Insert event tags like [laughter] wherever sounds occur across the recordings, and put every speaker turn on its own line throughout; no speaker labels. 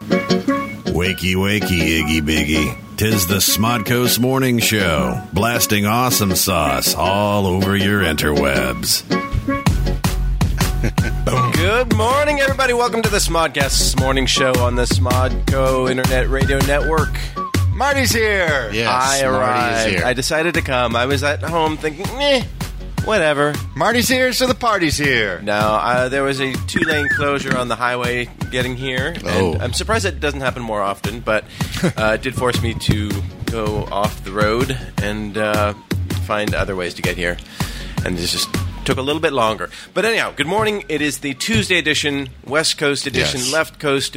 Wakey, wakey, Iggy Biggy. Tis the Smodcoast Morning Show, blasting awesome sauce all over your interwebs.
Good morning, everybody. Welcome to the Smodcast Morning Show on the Smodco Internet Radio Network.
Marty's here.
Yes,
I
Marty
arrived.
is here.
I decided to come. I was at home thinking, eh, whatever.
Marty's here, so the party's here.
No, uh, there was a two lane closure on the highway getting here. and
Oh.
I'm surprised it doesn't happen more often,
[laughs]
but uh, it did force me to go off the road and uh, find other ways to get here. And this just took a little bit longer. But anyhow, good morning. It is the Tuesday edition, West Coast edition,
Yes.
Left Coast,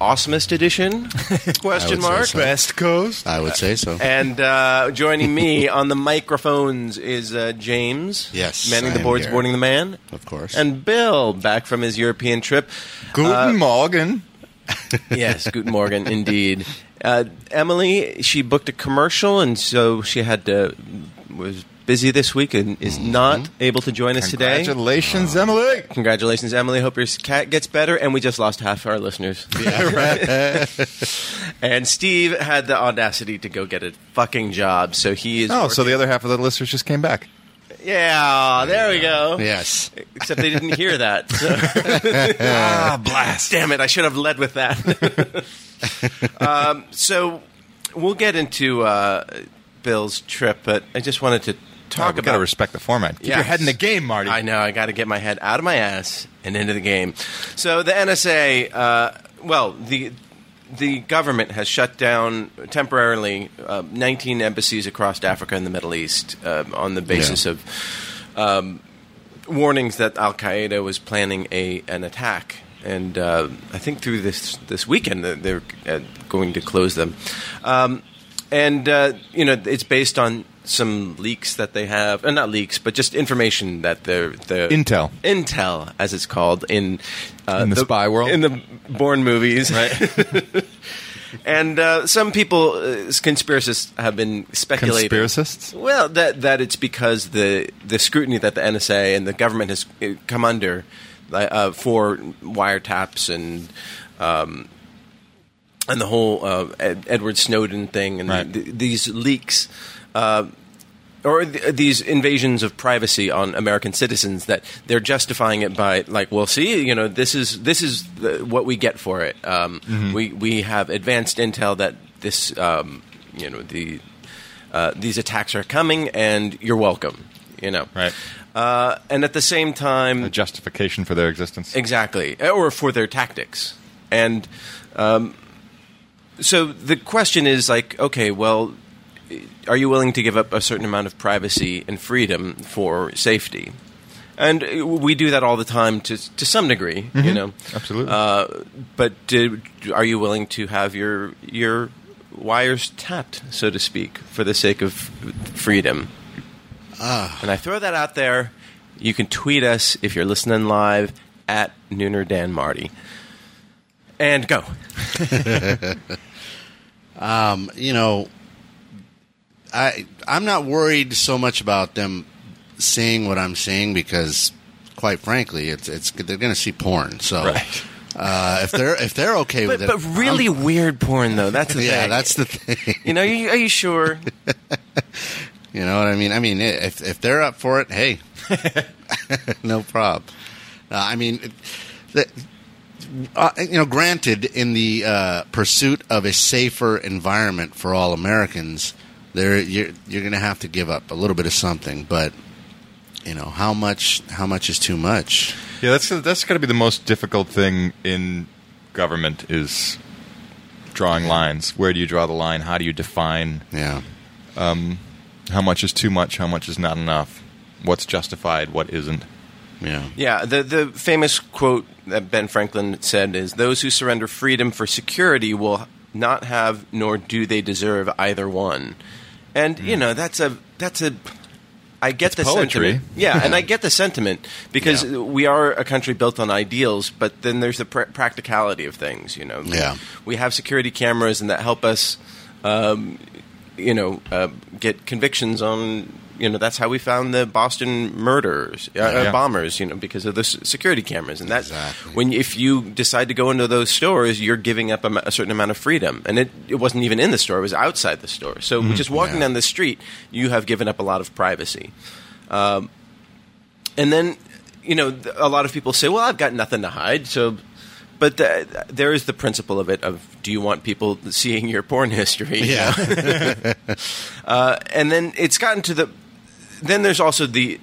awesomest edition?
[laughs] I
question
would say
mark.
so.
West Coast.
I would say so.
And uh, joining
[laughs]
me on the microphones is uh, James.
Yes,
Manning
I
the
am
boards,
here.
boarding the man.
Of course.
And Bill, back from his European trip. uh,
Guten Morgen.
Yes,
[laughs]
Guten Morgen, indeed. Uh, Emily, she booked a commercial, and so she had to, was busy this week and is
Mm-hmm.
not able to join us today.
Congratulations,
Uh,
Emily.
Congratulations, Emily. Hope your cat gets better. And we just lost half our
[laughs]
listeners. [laughs] and Steve had the audacity to go get a fucking job, so he is.
Oh, so
working-
the other half of the listeners just came back.
Yeah, there we go.
Yes.
Except they didn't hear that. So. [laughs] ah, blast. Damn it, I should have led with that. [laughs] um, so we'll get into uh, Bill's trip, but I just wanted to talk
we
about
gotta respect the format. Keep your
Yes.
head in the game, Marty.
I know. I got to get my head out of my ass and into the game. So the NSA, uh, well, the the government has shut down temporarily uh, 19 embassies across Africa and the Middle East um, on the basis of um, warnings that Al Qaeda was planning a an attack. And uh, I think through this this weekend that they're uh, going to close them. Um, and uh, you know it's based on some leaks that they have, and not leaks, but just information that they're the
Intel.
intel as it's called in uh,
In the spy world?
in the Bourne movies,
[laughs]
right? and uh, some people, uh, conspiracists, have been speculating.
Conspiracists?
Well, that that it's because the the scrutiny that the NSA and the government has uh, come under uh, uh, for wiretaps and. Um, and the whole uh, Ed- Edward Snowden thing and
Right.
th- these leaks uh, or th- uh, these invasions of privacy on American citizens that they're justifying it by like, well, see, you know, this is this is the, what we get for it. Um, We we have advanced intel that this, um, you know, the uh, these attacks are coming, and you're welcome. You know,
Right.
Uh, and at the same time,
A justification for their existence.
Exactly, or for their tactics. And um, so the question is like, okay, well, are you willing to give up a certain amount of privacy and freedom for safety? And uh, we do that all the time to to some degree, you know.
Absolutely.
Uh, but do, are you willing to have your your wires tapped, so to speak, for the sake of freedom?
Ah.
And I throw that out there. You can tweet us if you're listening live at Nooner Dan Marty. And go.
Um, you know, I I'm not worried so much about them seeing what I'm seeing because, quite frankly, it's it's they're going to see porn. So
Right.
uh, if they're if they're okay
But,
with
but
it,
really weird porn, though. That's the
[laughs] yeah,
thing.
that's the thing.
You know, you, are you sure?
You know what I mean? I mean, if if they're up for
[laughs]
it, hey, [laughs] no problem. Uh, I mean, it- that, uh, you know, granted, in the uh, pursuit of a safer environment for all Americans, there you're you're going to have to give up a little bit of something, but you know how much how much is too much.
yeah, that's that's got to be the most difficult thing in government is drawing lines. Where do you draw the line? How do you define
Yeah,
how much is too much? How much is not enough? What's justified? What isn't?
yeah,
yeah, the, the famous quote that Ben Franklin said is Those who surrender freedom for security will not have nor do they deserve either one. And, you know, that's a. That's a I get the
poetry.
sentiment. Yeah, and I get the sentiment because we are a country built on ideals, but then there's the pr- practicality of things. You know,
Yeah.
we have security cameras and that help us, um, you know, uh, get convictions on you know that's how we found the Boston murderers, uh, uh,
Yeah.
bombers. You know because of the s- security cameras, and that's
Exactly.
when if you decide to go into those stores, you're giving up a, m- a certain amount of freedom. And it, it wasn't even in the store; it was outside the store. So just walking
Mm-hmm. Yeah.
down the street, you have given up a lot of privacy. Um, and then you know th- a lot of people say, "Well, I've got nothing to hide," so. But th there is the principle of it: of do you want people seeing your porn history? you know?
Yeah.
[laughs] and then it's gotten to the then there's also the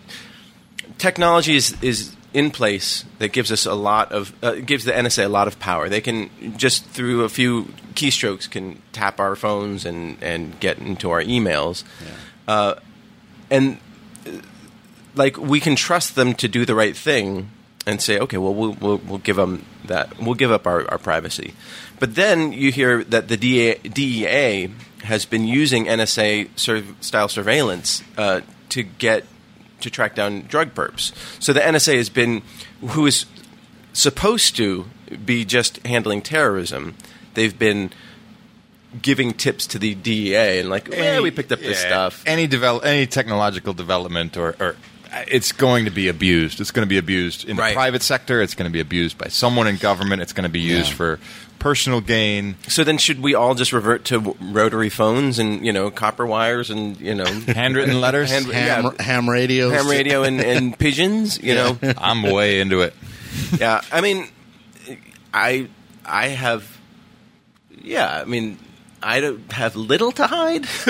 technology is is in place that gives us a lot of uh, gives the NSA a lot of power. They can just through a few keystrokes can tap our phones and and get into our emails, uh, and uh, like we can trust them to do the right thing and say, okay, well we'll we'll, we'll give them that we'll give up our, our privacy. But then you hear that the DEA, DEA E has been using NSA sur- style surveillance uh, to get to track down drug perps. So the NSA has been, who is supposed to be just handling terrorism, they've been giving tips to the DEA and like, yeah,
Any-
we picked up this
yeah,
stuff.
Any develop, any technological development, or, or uh, it's going to be abused. It's going to be abused in
Right.
the private sector. It's going to be abused by someone in government. It's going to be used
Yeah.
for personal gain.
So then, should we all just revert to w- rotary phones and you know copper wires and you know
[laughs] Handwritten letters?
Handwri-
ham,
yeah,
ham radio.
ham radio and, and pigeons? You know,
I'm way into it.
yeah. I mean, I I have yeah. I mean, I don't have little to hide, [laughs]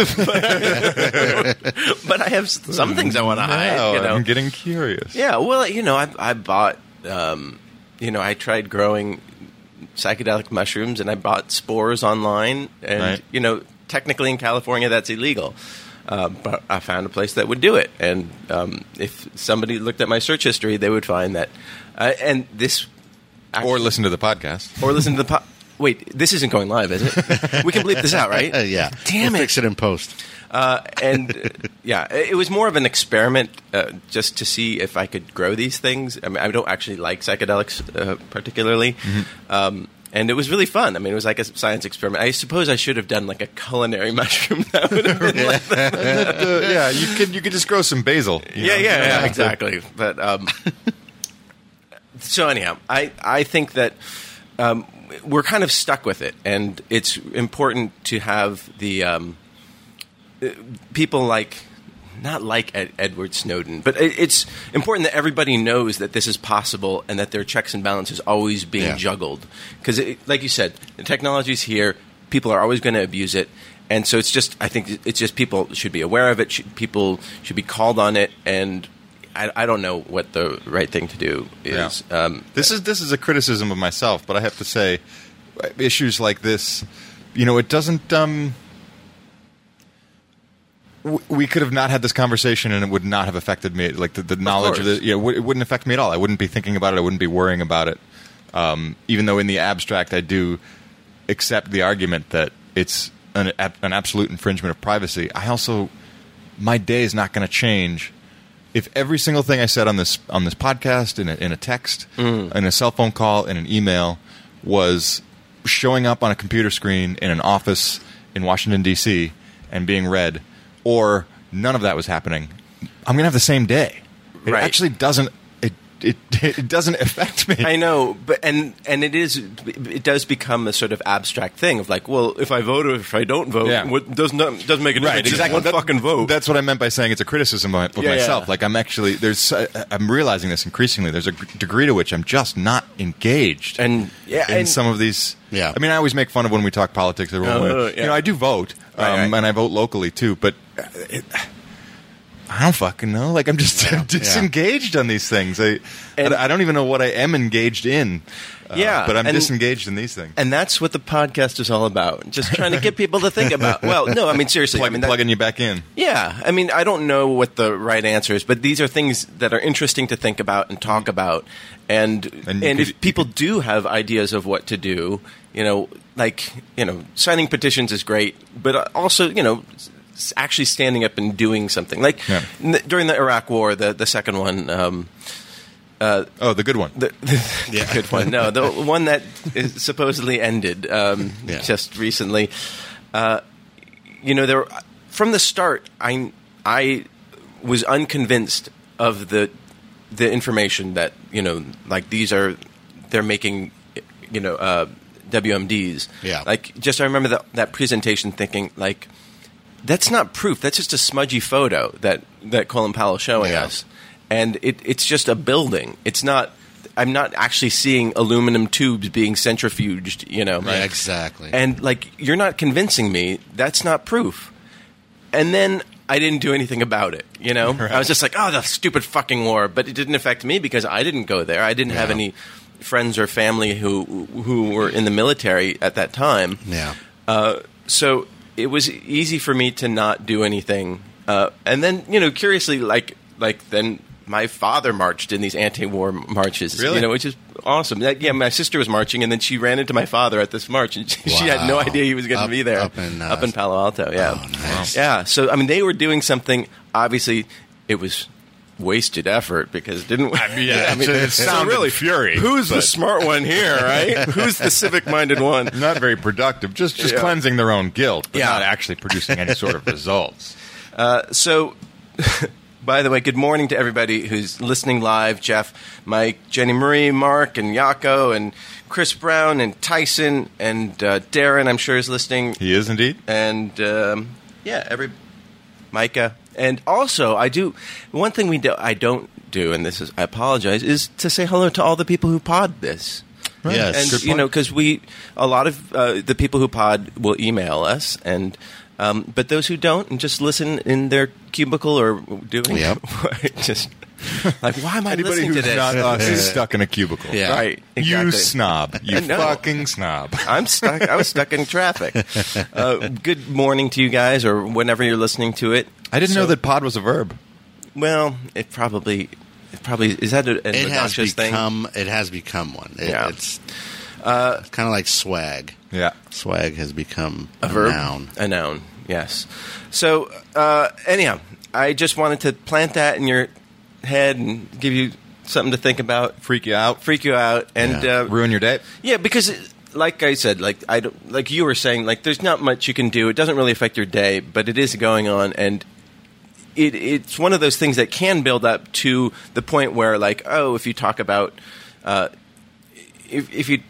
but, [laughs] but I have s- some things I want to hide. [laughs]
Wow,
you know,
Oh, I'm getting curious.
Yeah, well, you know, I, I bought, um, you know, I tried growing psychedelic mushrooms and I bought spores online. And,
Right.
you know, technically in California, that's illegal. Uh, but I found a place that would do it. And um, if somebody looked at my search history, they would find that. Uh, and this.
Or listen to the podcast.
Or listen to the. Po- Wait, this isn't going live, is it? we can bleep this out, right?
Uh, [laughs] yeah.
Damn
We'll
it.
Fix it in post.
Uh, and uh, yeah, it it was more of an experiment uh, just to see if I could grow these things. I mean, I don't actually like psychedelics uh, particularly. Um, and it was really fun. I mean, it was like a science experiment. I suppose I should have done like a culinary [laughs] mushroom. That would have been like
Uh, yeah, you could you could just grow some basil. you
yeah,
know?
yeah,
You don't
yeah,
have to-
exactly. But um, so anyhow, I I think that um, we're kind of stuck with it, and it's important to have the um, uh, people like. Not like Ed- Edward Snowden, but it, it's important that everybody knows that this is possible and that their checks and balances always being
Yeah.
juggled. Because, like you said, the technology's here. People are always going to abuse it, and so it's just. I think it's just people should be aware of it. Should, people should be called on it, and I, I don't know what the right thing to do is.
Yeah.
Um,
This is this is a criticism of myself, but I have to say, issues like this, you know, it doesn't. Um, w- we could have not had this conversation, and it would not have affected me. Like the, the knowledge of,
course.
the, you know, w- it wouldn't affect me at all. I wouldn't be thinking about it. I wouldn't be worrying about it. Um, even though in the abstract, I do accept the argument that it's an, ab- an absolute infringement of privacy. I also my day is not going to change if every single thing I said on this on this podcast, in a, in a text, in a cell phone call, in an email, was showing up on a computer screen in an office in Washington D.C. and being read, or none of that was happening, I'm going to have the same day. It
Right.
actually doesn't. It, it, [laughs] it doesn't affect me.
[laughs] I know, but and and it is it does become a sort of abstract thing of like, well, if I vote or if I don't vote,
Yeah.
what doesn't doesn't make a difference. Just One
That-
fucking vote.
That's what I meant by saying it's a criticism of, of
Yeah,
myself.
yeah.
Like I'm actually there's I, I'm realizing this increasingly. There's a g- degree to which I'm just not engaged.
And- yeah,
in
and-
some of these.
Yeah.
I mean, I always make fun of when we talk politics. everyone-
Oh,
You
yeah.
know, I do vote, um,
Right, right.
and I vote locally too, but. uh, It, I don't fucking know. Like I'm just I'm disengaged on these things. I,
And-
I don't even know what I am engaged in. Uh,
Yeah,
but I'm
and-
disengaged in these things.
and that's what the podcast is all about. Just trying to get people to think
[laughs]
about. Well, no, I mean seriously. I
Plug,
mean, that-
plugging you back in.
Yeah, I mean, I don't know what the right answer is, but these are things that are interesting to think about and talk about, and and,
And you could-
if people do have ideas of what to do, you know, like you know, signing petitions is great, but also you know, s- actually standing up and doing something. Like
Yeah.
n- during the Iraq War, the the second one. Um,
Oh, the good one.
the, the
[laughs]
[laughs] good one. No, the one that is supposedly ended um,
Yeah.
just recently. Uh, you know, there from the start, I I was unconvinced of the the information that you know, like these are they're making, you know, uh, WMDs.
Yeah.
Like just I remember that that presentation thinking like that's not proof. That's just a smudgy photo that that Colin Powell's showing
Yeah.
us, and it, it's just a building. It's not. I'm not actually seeing aluminum tubes being centrifuged. You know,
Right, exactly.
And like, you're not convincing me. That's not proof. And then I didn't do anything about it. You
[laughs]
know, I was just like, oh, the stupid fucking war. But it didn't affect me because I didn't go there. I didn't have
Yeah.
any friends or family who who were in the military at that time
Yeah.
Uh, so it was easy for me to not do anything. Uh, and then, you know, curiously, like, like then my father marched in these anti-war marches,
Really?
you know, which is awesome. That, yeah, my sister was marching, and then she ran into my father at this march, and [laughs] she, she had no
Wow.
idea he was going
Up-
to be there
up in, uh,
up in Palo Alto. Yeah,
Oh, nice.
yeah. So I mean, they were doing something. Obviously, it was wasted effort because it didn't. [laughs] I mean,
yeah, it sounded fury,
Who's the
but-
smart one here, right? who's the civic-minded one?
not very productive. Just just
Yeah.
cleansing their own guilt, but
Yeah.
not actually producing any
[laughs]
sort of results.
so [laughs] by the way good morning to everybody who's listening live jeff mike jenny marie mark and yako and chris brown and tyson and uh, darren i'm sure is listening
He is indeed.
and um, yeah every micah and also i do one thing we do i don't do and this is i apologize is to say hello to all the people who pod this
Yes.
and
Good
you know because we a lot of uh, the people who pod will email us and um, but those who don't and just listen in their cubicle or doing
Yep.
[laughs] just like why am I
Anybody
listening to
who's
this?
not us is stuck in a cubicle.
Yeah.
Right,
You
exactly.
snob.
[laughs]
You
No.
fucking snob.
I'm stuck. I was stuck in traffic. Uh, good morning to you guys, or whenever you're listening to it.
I didn't
So-
know that pod was a verb.
Well, it probably, it probably is that a, an
It has
obnoxious thing.
become. It has become one. It,
Yeah. Uh,
It's kind of like swag.
Yeah.
Swag has become
A verb?
noun.
A noun, yes. So, uh, anyhow, I just wanted to plant that in your head and give you something to think about, freak,
Freak you out.
freak you out, and
Yeah.
uh,
Ruin your day.
yeah, because it- like I said, like I don't, like you were saying, like there's not much you can do. It doesn't really affect your day, but it is going on, and it it's one of those things that can build up to the point where, like, oh, if you talk about, uh, if if you.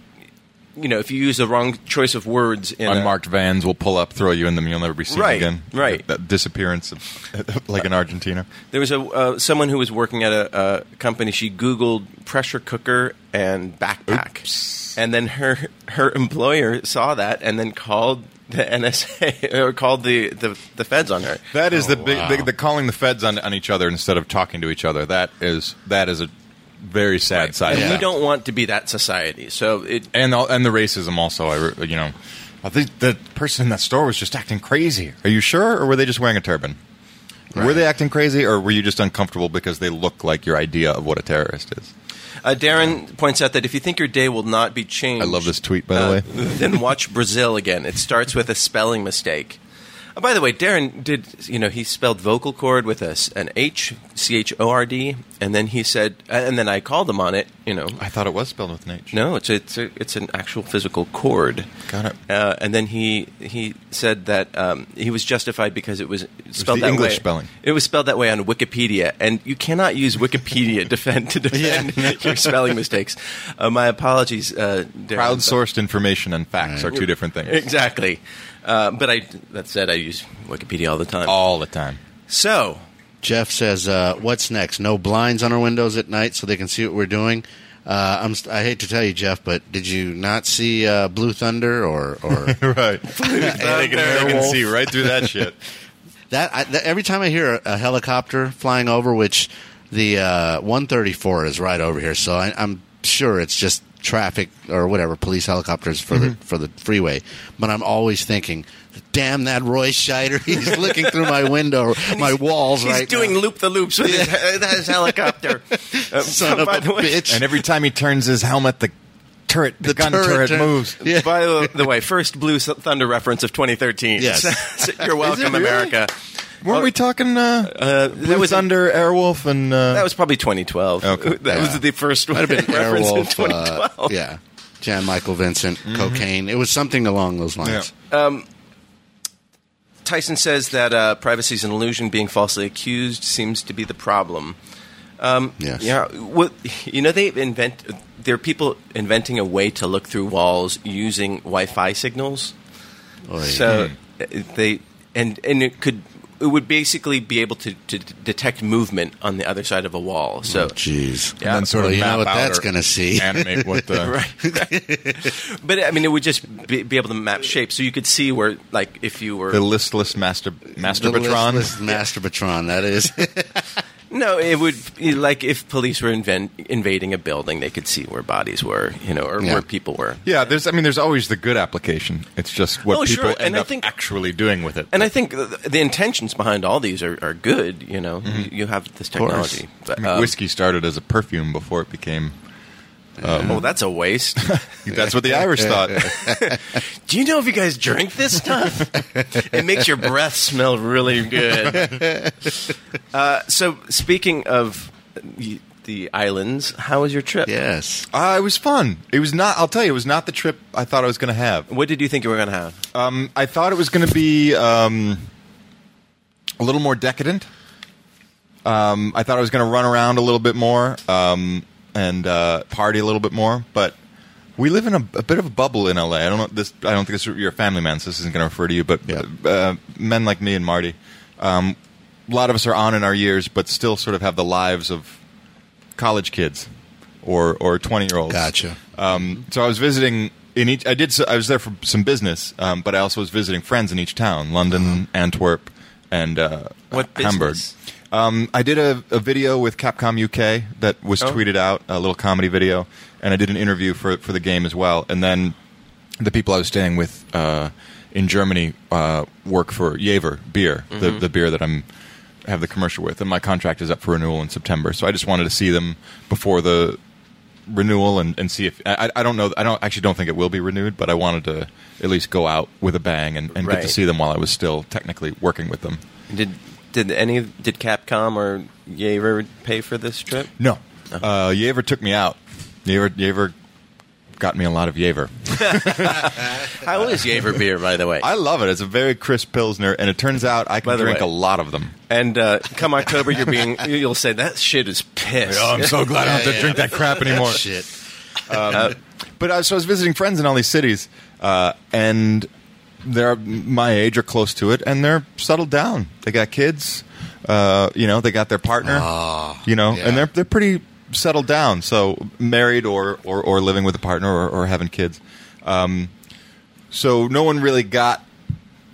You know, if you use the wrong choice of words in a-
Unmarked vans will pull up, throw you in them, you'll never be seen
Right,
again.
right.
That disappearance of, [laughs] like in Argentina.
There was a uh, someone who was working at a, uh company. She Googled pressure cooker and backpack, and then her her employer saw that and then called the NSA [laughs] or called the, the, the feds on her.
That
Oh,
is the big,
wow.
big the calling the feds on, on each other instead of talking to each other. That is that is a very sad side.
And we
effect.
don't want to be that society. So it
and all, and the racism also. I re- you know, I think the person in that store was just acting crazy. Are you sure, or were they just wearing a turban? Were
Right.
they acting crazy, or were you just uncomfortable because they look like your idea of what a terrorist is?
Uh, Darren points out that if you think your day will not be changed, uh,
I love this tweet, by the way.
[laughs] then watch Brazil again. It starts with a spelling mistake. Uh, by the way, Darren did you know he spelled vocal cord with a, s- an H C H O R D, and then he said, uh, and then I called him on it. You know,
I thought it was spelled with an H.
no, it's a, it's a, it's an actual physical cord.
Got it.
Uh, and then he he said that um, he was justified because it was spelled
the
that
English
way.
spelling.
It was spelled that way on Wikipedia, and you cannot use Wikipedia defend
[laughs]
to defend your spelling mistakes. Uh, my apologies, uh, Darren, but-
Crowdsourced information and facts are two different things
Exactly, uh, but I that said, I use Wikipedia all the time.
all the time.
So
Jeff says, uh, "What's next? No blinds on our windows at night, so they can see what we're doing." Uh, I'm, st- I hate to tell you, Jeff, but did you not see uh, Blue Thunder or
[laughs]
or
[laughs] right. [laughs] they can, they can see right through that [laughs] shit.
That, I, that every time I hear a, a helicopter flying over, which the uh, 134 is right over here, so I, I'm sure it's just traffic or whatever police helicopters for the for the freeway. But I'm always thinking, damn that Roy Scheider, [laughs] he's looking through my window, my walls
he's
right
doing [laughs]
now.
loop the loops with his, his
[laughs]
helicopter. Uh,
Son
[laughs]
of
by
a
the way-
bitch.
And every time he turns his helmet, the turret, the, gun turret,
turn-
moves.
Yeah.
By the, the way, first Blue Thunder reference of 2013.
Yes.
So- [laughs] you're welcome,
really?
America.
Weren't we talking? Uh,
Uh,
that was under Airwolf and uh,
That was probably 2012.
Okay.
That
Yeah.
was the first one.
Might have
[laughs]
been
reference in
[laughs] Airwolf,
2012.
uh, yeah, Jan Michael Vincent, cocaine. It was something along those lines.
Yeah.
Tyson says that uh, privacy is an illusion. Being falsely accused seems to be the problem.
Yes.
Yeah, well, you know they invent. There are people inventing a way to look through walls using Wi-Fi signals.
Oy.
So
Hmm.
uh, they and and it could it would basically be able to, to d- detect movement on the other side of a wall. So
Jeez.
and then sort
Well,
of
you know
map
what
out
that's
or
gonna see. [laughs]
animate what the
but I mean, it would just be, be able to map shapes, so you could see where, like, if you were
the listless master
The
masturbatron.
[laughs] listless Masturbatron, that is. [laughs]
no, it would like if police were invent, invading a building, they could see where bodies were, you know, or
Yeah.
where people were.
Yeah, there's. I mean, there's always the good application. It's just what
Oh, sure,
people end
and I
up
think-
actually doing with it.
And I think the, the intentions behind all these are, are good. You know, you, you have this
course.
technology. But,
Mm-hmm. I mean,
um,
whiskey started as a perfume before it became.
Oh, that's a waste.
[laughs] That's
[laughs]
what the Irish thought.
Do you know if you guys drink this
[laughs]
stuff? it makes your breath smell really good.
[laughs]
Uh, so, speaking of y- the islands, how was your trip?
yes.
Uh, it was fun. It was not. I'll tell you, it was not the trip I thought I was going to have.
What did you think you were going to have?
Um, I thought it was going to be um, a little more decadent. Um, I thought I was going to run around a little bit more um, and uh, party a little bit more, but we live in a, a bit of a bubble in LA. I don't know this. I don't think this, you're a family man, so this isn't going to refer to you. But uh, men like me and Marty, um, a lot of us are on in our years, but still sort of have the lives of college kids or or twenty year olds.
Gotcha.
Um, so I was visiting in each. I did. s- I was there for some business, um, but I also was visiting friends in each town: London, Antwerp, and uh,
What
Hamburg.
business?
Um, I did a, a video with Capcom UK that was
Oh.
tweeted out, a little comedy video, and I did an interview for for the game as well. And then the people I was staying with uh, in Germany uh, work for Jever beer, the,
Mm-hmm.
the beer that I'm have the commercial with, and my contract is up for renewal in September. So I just wanted to see them before the renewal and, and see if I, I- I don't know I don't actually don't think it will be renewed, but I wanted to at least go out with a bang and, and get to
Right.
see them while I was still technically working with them.
Did did any did Capcom or Yaver pay for this trip?
No. Uh, Yever took me out. Yever, Yever got me a lot of Yever.
How is Yaver beer, by the way?
I love it. It's a very crisp Pilsner, and it turns out I
By
can
the
drink
way-
a lot of them.
and uh, come October, you're being you'll say that shit is piss.
so glad I
don't have to Yeah, yeah. drink
that crap anymore.
Shit.
But uh, so I was visiting friends in all these cities, uh, and they're my age or close to it, and they're settled down. They got kids, uh, you know. They got their partner, you know,
yeah.
and they're they're pretty settled down. So married or or, or living with a partner or, or having kids. Um, so no one really got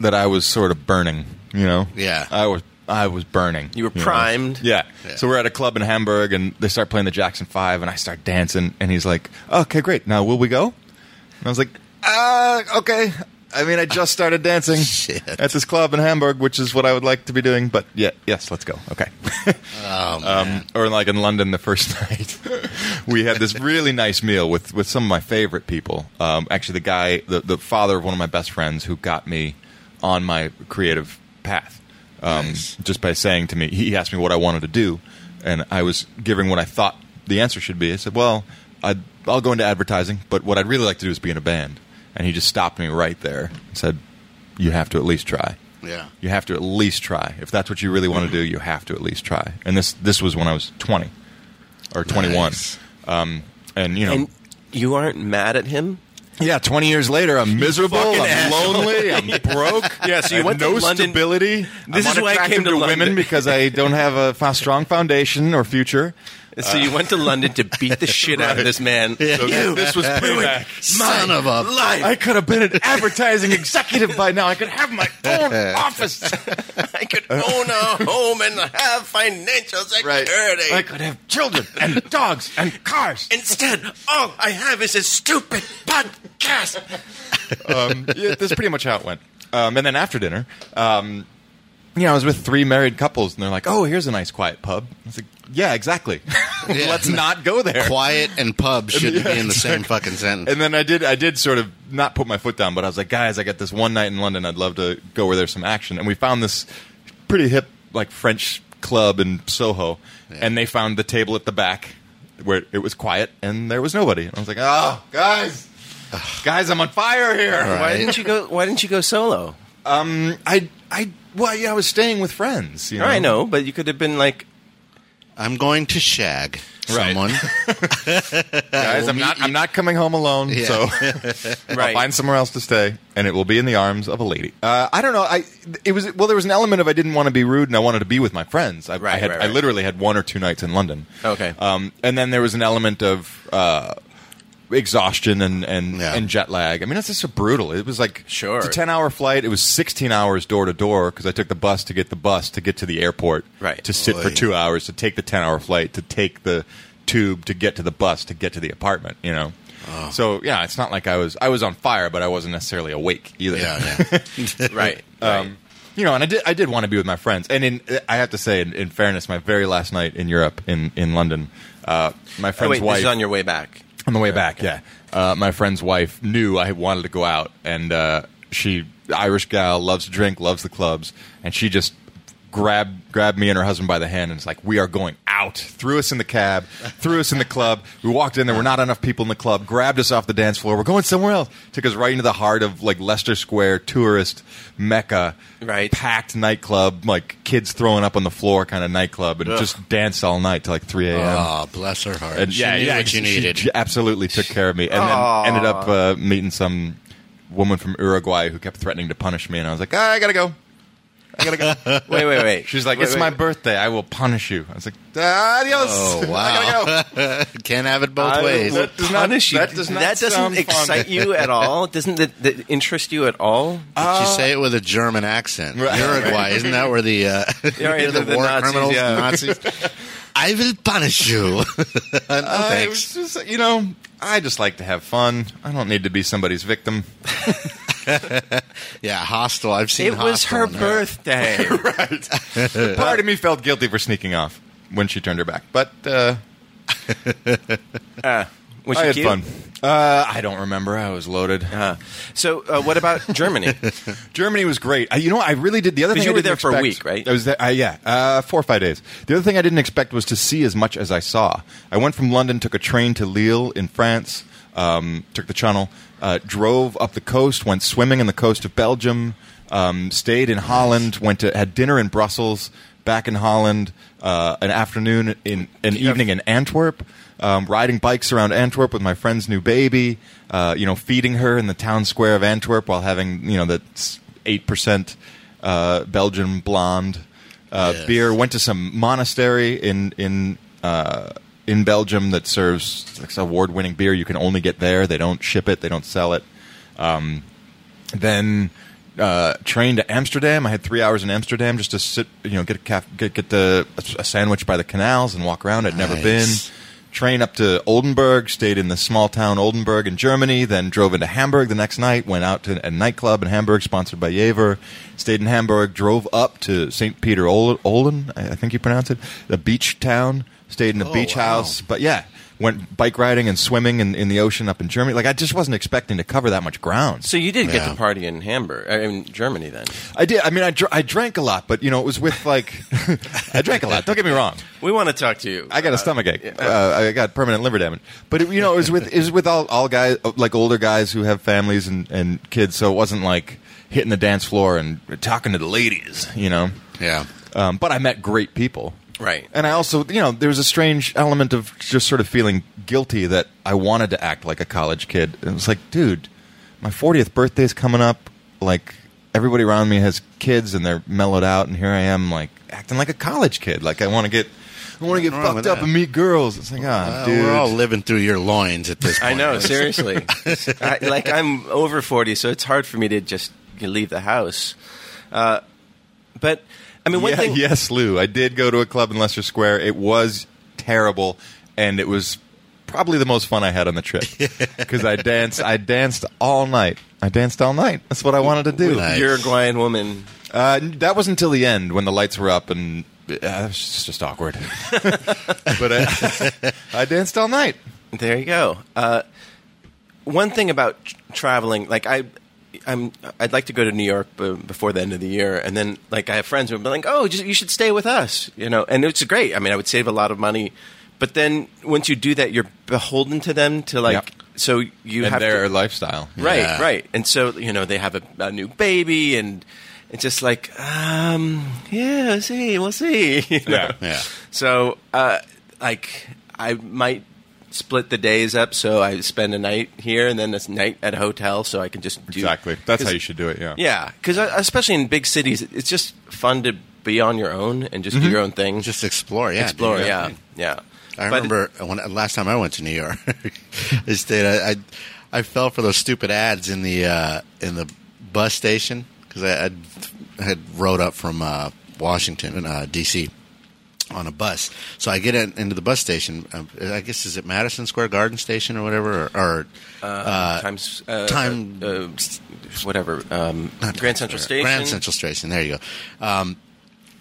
that I was sort of burning, you know.
Yeah.
I was. I was burning.
[laughs] You were
know?
primed.
Yeah.
Yeah.
So we're at a club in Hamburg, and they start playing the Jackson Five, and I start dancing, and he's like, "Okay, great. Now will we go?" And I was like, "Uh, okay." I mean, I just started dancing
[laughs] Shit.
at this club in Hamburg, which is what I would like to be doing. But yeah, yes, let's go. Okay.
Oh, man.
Um, or like in London, the first [laughs] night, we had this really nice meal with with some of my favorite people. Um, actually, the guy, the the father of one of my best friends, who got me on my creative path, um, just by saying to me, he asked me what I wanted to do, and I was giving what I thought the answer should be. I said, "Well, I'd, I'll go into advertising, but what I'd really like to do is be in a band." And he just stopped me right there and said, "You have to at least try."
Yeah.
you have to at least try. If that's what you really want to do, you have to at least try. And this this was when I was twenty or twenty one,
Nice.
um, and you know,
And you aren't mad at him.
yeah, twenty years later, I'm miserable,
fucking
I'm
asshole.
lonely, [laughs] I'm broke.
[laughs] Yeah, so you
I have
went to
no
London-
stability.
This
I'm
is why I
unattractive
came to
women
London.
because I don't have a fa- strong foundation
[laughs]
or future.
[laughs] So you went to London to beat the shit out of this man.
So this was payback.
Son of a.
Life.
I could have been an advertising executive by now. I could have my own [laughs] office.
I could own a home and have financial security.
I could have children and dogs and cars.
Instead, all I have is a stupid podcast.
um, yeah, that's pretty much how it went. Um, and then after dinner, um, you know, I was with three married couples, and they're like, "Oh, here's a nice quiet pub." I was like, "Yeah, exactly. [laughs]
Yeah.
Let's not go there."
Quiet and pub shouldn't be in the same fucking sentence.
And then I did, I did sort of not put my foot down, but I was like, "Guys, I got this one night in London. I'd love to go where there's some action." And we found this pretty hip, like French club in Soho, and they found the table at the back where it was quiet and there was nobody. And I was like, "Oh, guys, guys, I'm on fire here."
All right.
Why didn't you go? Why didn't you go solo?
Um, I, I, well, yeah, I was staying with friends. You know?
I know, but you could have been
[laughs]
like,
I'm going to shag
Right.
someone.
guys. I'm not. I'm not coming home alone. [laughs]
Yeah.
So I'll
right.
find somewhere else to stay, and it will be in the arms of a lady. Uh, I don't know. I it was well. There was an element of I didn't want to be rude, and I wanted to be with my friends. I, I
Right,
had
right,
I
right.
literally had one or two nights in London.
Okay.
Um, and then there was an element of uh, exhaustion and and,
Yeah.
and jet lag. I mean, it's just so brutal. It was like
Sure.
It's a ten hour flight. It was sixteen hours door to door because I took the bus to get the bus to get to the airport.
Right.
To sit for
Oy.
two hours to take the 10 hour flight to take the tube to get to the bus to get to the apartment you know
Oh.
so yeah it's not like i was i was on fire but i wasn't necessarily awake either
yeah, yeah.
right. [laughs]
um, [laughs] you know and i did i did want to be with my friends and in i have to say in, in fairness my very last night in europe in in london uh, my
Oh,
friend's
wait,
wife
this is on your way back.
on the way back, yeah. Uh, my friend's wife knew I wanted to go out, and uh, she, Irish gal, loves to drink, loves the clubs, and she just grabbed grabbed me and her husband by the hand and was like, "We are going out." Threw us in the cab, threw us in the club. We walked in, there were not enough people in the club. Grabbed us off the dance floor. We're going somewhere else. Took us right into the heart of like Leicester Square tourist mecca,
Right.
Packed nightclub, like kids throwing up on the floor kind of nightclub, and just danced all night till like three a.m.
Oh, bless her heart.
And
she knew what you
she- she
needed.
[laughs] j- absolutely took care of me, and then ended up uh, meeting some woman from Uruguay who kept threatening to punish me, and I was like, "Ah, I gotta go.
Wait, wait, wait.
[laughs] She's like,
Wait,
"It's
wait.
my birthday. I will punish you." I was like, "Adios.
Oh, wow.
[laughs] I gotta go."
[laughs] Can't have it both ways.
will-
That does not,
Punish you.
that does not
That doesn't
sound
excite
excite you at all. Doesn't that, that interest you at
[laughs]
all?
Did she say it with a German accent?
Right.
Uruguay, isn't that where the uh,
Yeah,
the,
the- the
war
Nazis,
criminals,
yeah.
[laughs]
the Nazis? [laughs] I will punish you. [laughs] no
Uh, it
thanks.
was just, you know, I just like to have fun. I don't need to be somebody's victim.
Yeah, hostile. I've seen.
It was
Hostel
her
in there.
[laughs]
birthday.
Part of me felt guilty for sneaking off when she turned her back, but uh,
Uh, was
I
she
had
cute?
fun. Uh-huh. Uh, I don't remember. I was loaded.
Uh, so, uh, what about Germany?
[laughs] Germany was great. I, you know, I really did. The other
'Cause
thing
you
I
were
didn't
there for a week,
expect-
right?
I was there. Uh, yeah, uh, four or five days. The other thing I didn't expect was to see as much as I saw. I went from London, took a train to Lille in France, um, took the Channel, uh, drove up the coast, went swimming in the coast of Belgium, um, stayed in Holland, went to had dinner in Brussels, back in Holland, uh, an afternoon in an evening in Antwerp. Um, riding bikes around Antwerp with my friend's new baby, uh, you know, feeding her in the town square of Antwerp while having you know that eight percent uh, Belgian blonde uh,
Yes.
beer. Went to some monastery in in uh, in Belgium that serves award winning beer. You can only get there. They don't ship it. They don't sell it. Um, then. Uh, train to Amsterdam. I had three hours in Amsterdam just to sit, you know, get a caf- get get the, a sandwich by the canals and walk around. I'd never
Nice.
been train up to Oldenburg, stayed in the small town Oldenburg in Germany, then drove into Hamburg the next night, went out to a nightclub in Hamburg sponsored by Jaeger, stayed in Hamburg, drove up to St. Peter Ol- Olden, I I think you pronounce it, the beach town, stayed in a
Oh,
beach
wow.
house, but yeah, went bike riding and swimming in, in the ocean up in Germany. Like I just wasn't expecting to cover that much ground.
So you did get
Yeah.
to party in Hamburg, uh, in Germany then.
I did. I mean, I, dr- I drank a lot, but you know, it was with like [laughs] I drank a lot. Don't get me wrong.
We want to talk to you.
I got a stomachache. Uh, I got permanent liver damage. But it, you know, it was with it was with all all guys like older guys who have families and and kids, so it wasn't like hitting the dance floor and talking to the ladies, you know.
Yeah.
Um, but I met great people,
Right.
And I also, you know, there was a strange element of just sort of feeling guilty that I wanted to act like a college kid. It was like, dude, my 40th birthday's coming up. Like everybody around me has kids and they're mellowed out, and here I am, like acting like a college kid. Like I want to get, I want to get
Nothing wrong
fucked
with
up
that.
and meet girls. It's like, ah,
Well,
dude.
we're all living through your loins at this point.
I know,
[laughs]
seriously. I, like I'm over forty, so it's hard for me to just leave the house. Uh, but I mean, one
Yeah,
thing.
[laughs] yes, Lou. I did go to a club in Leicester Square. It was terrible, and it was probably the most fun I had on the trip [laughs] because I danced. I danced all night. I danced all night. That's what I wanted to do.
Nice.
Uruguayan woman.
Uh, that was until the end when the lights were up, and uh, it was just, just [laughs] awkward. but [laughs] I, I danced all night.
There you go. Uh, one thing about tr- traveling, like I, I'm, I'd like to go to New York b- before the end of the year, and then like I have friends who have been like, "Oh, just, you should stay with us," you know, and it's great. I mean, I would save a lot of money, but then once you do that, you're beholden to them to like
Yep.
so you
and
have
their
to,
lifestyle.
right,
Yeah.
right. And so you know they have a, a new baby, and it's just like, um, yeah, we'll see, we'll see. [laughs] you know?
Yeah.
Yeah.
So, uh, like, I might split the days up so I spend a night here and then this night at a hotel so I can just do
Exactly. That's how
'cause-
you should do it. Yeah.
Yeah, because especially in big cities, it's just fun to be on your own and just do your own thing.
Mm-hmm. Just explore, yeah.
explore.
dude.
Yeah, yeah.
I
But-
remember when last time I went to New York, [laughs] I stayed. I, I I fell for those stupid ads in the uh, in the bus station because I, I'd- I had rode up from uh, Washington uh, D.C. on a bus. So I get in, into the bus station. Um, I guess is it Madison Square Garden Station or whatever, or, or
Uh, times uh,
time-
uh, uh, whatever um,
not
Grand
Times
Central
Square,
Station.
Grand Central Station. There you go. Um,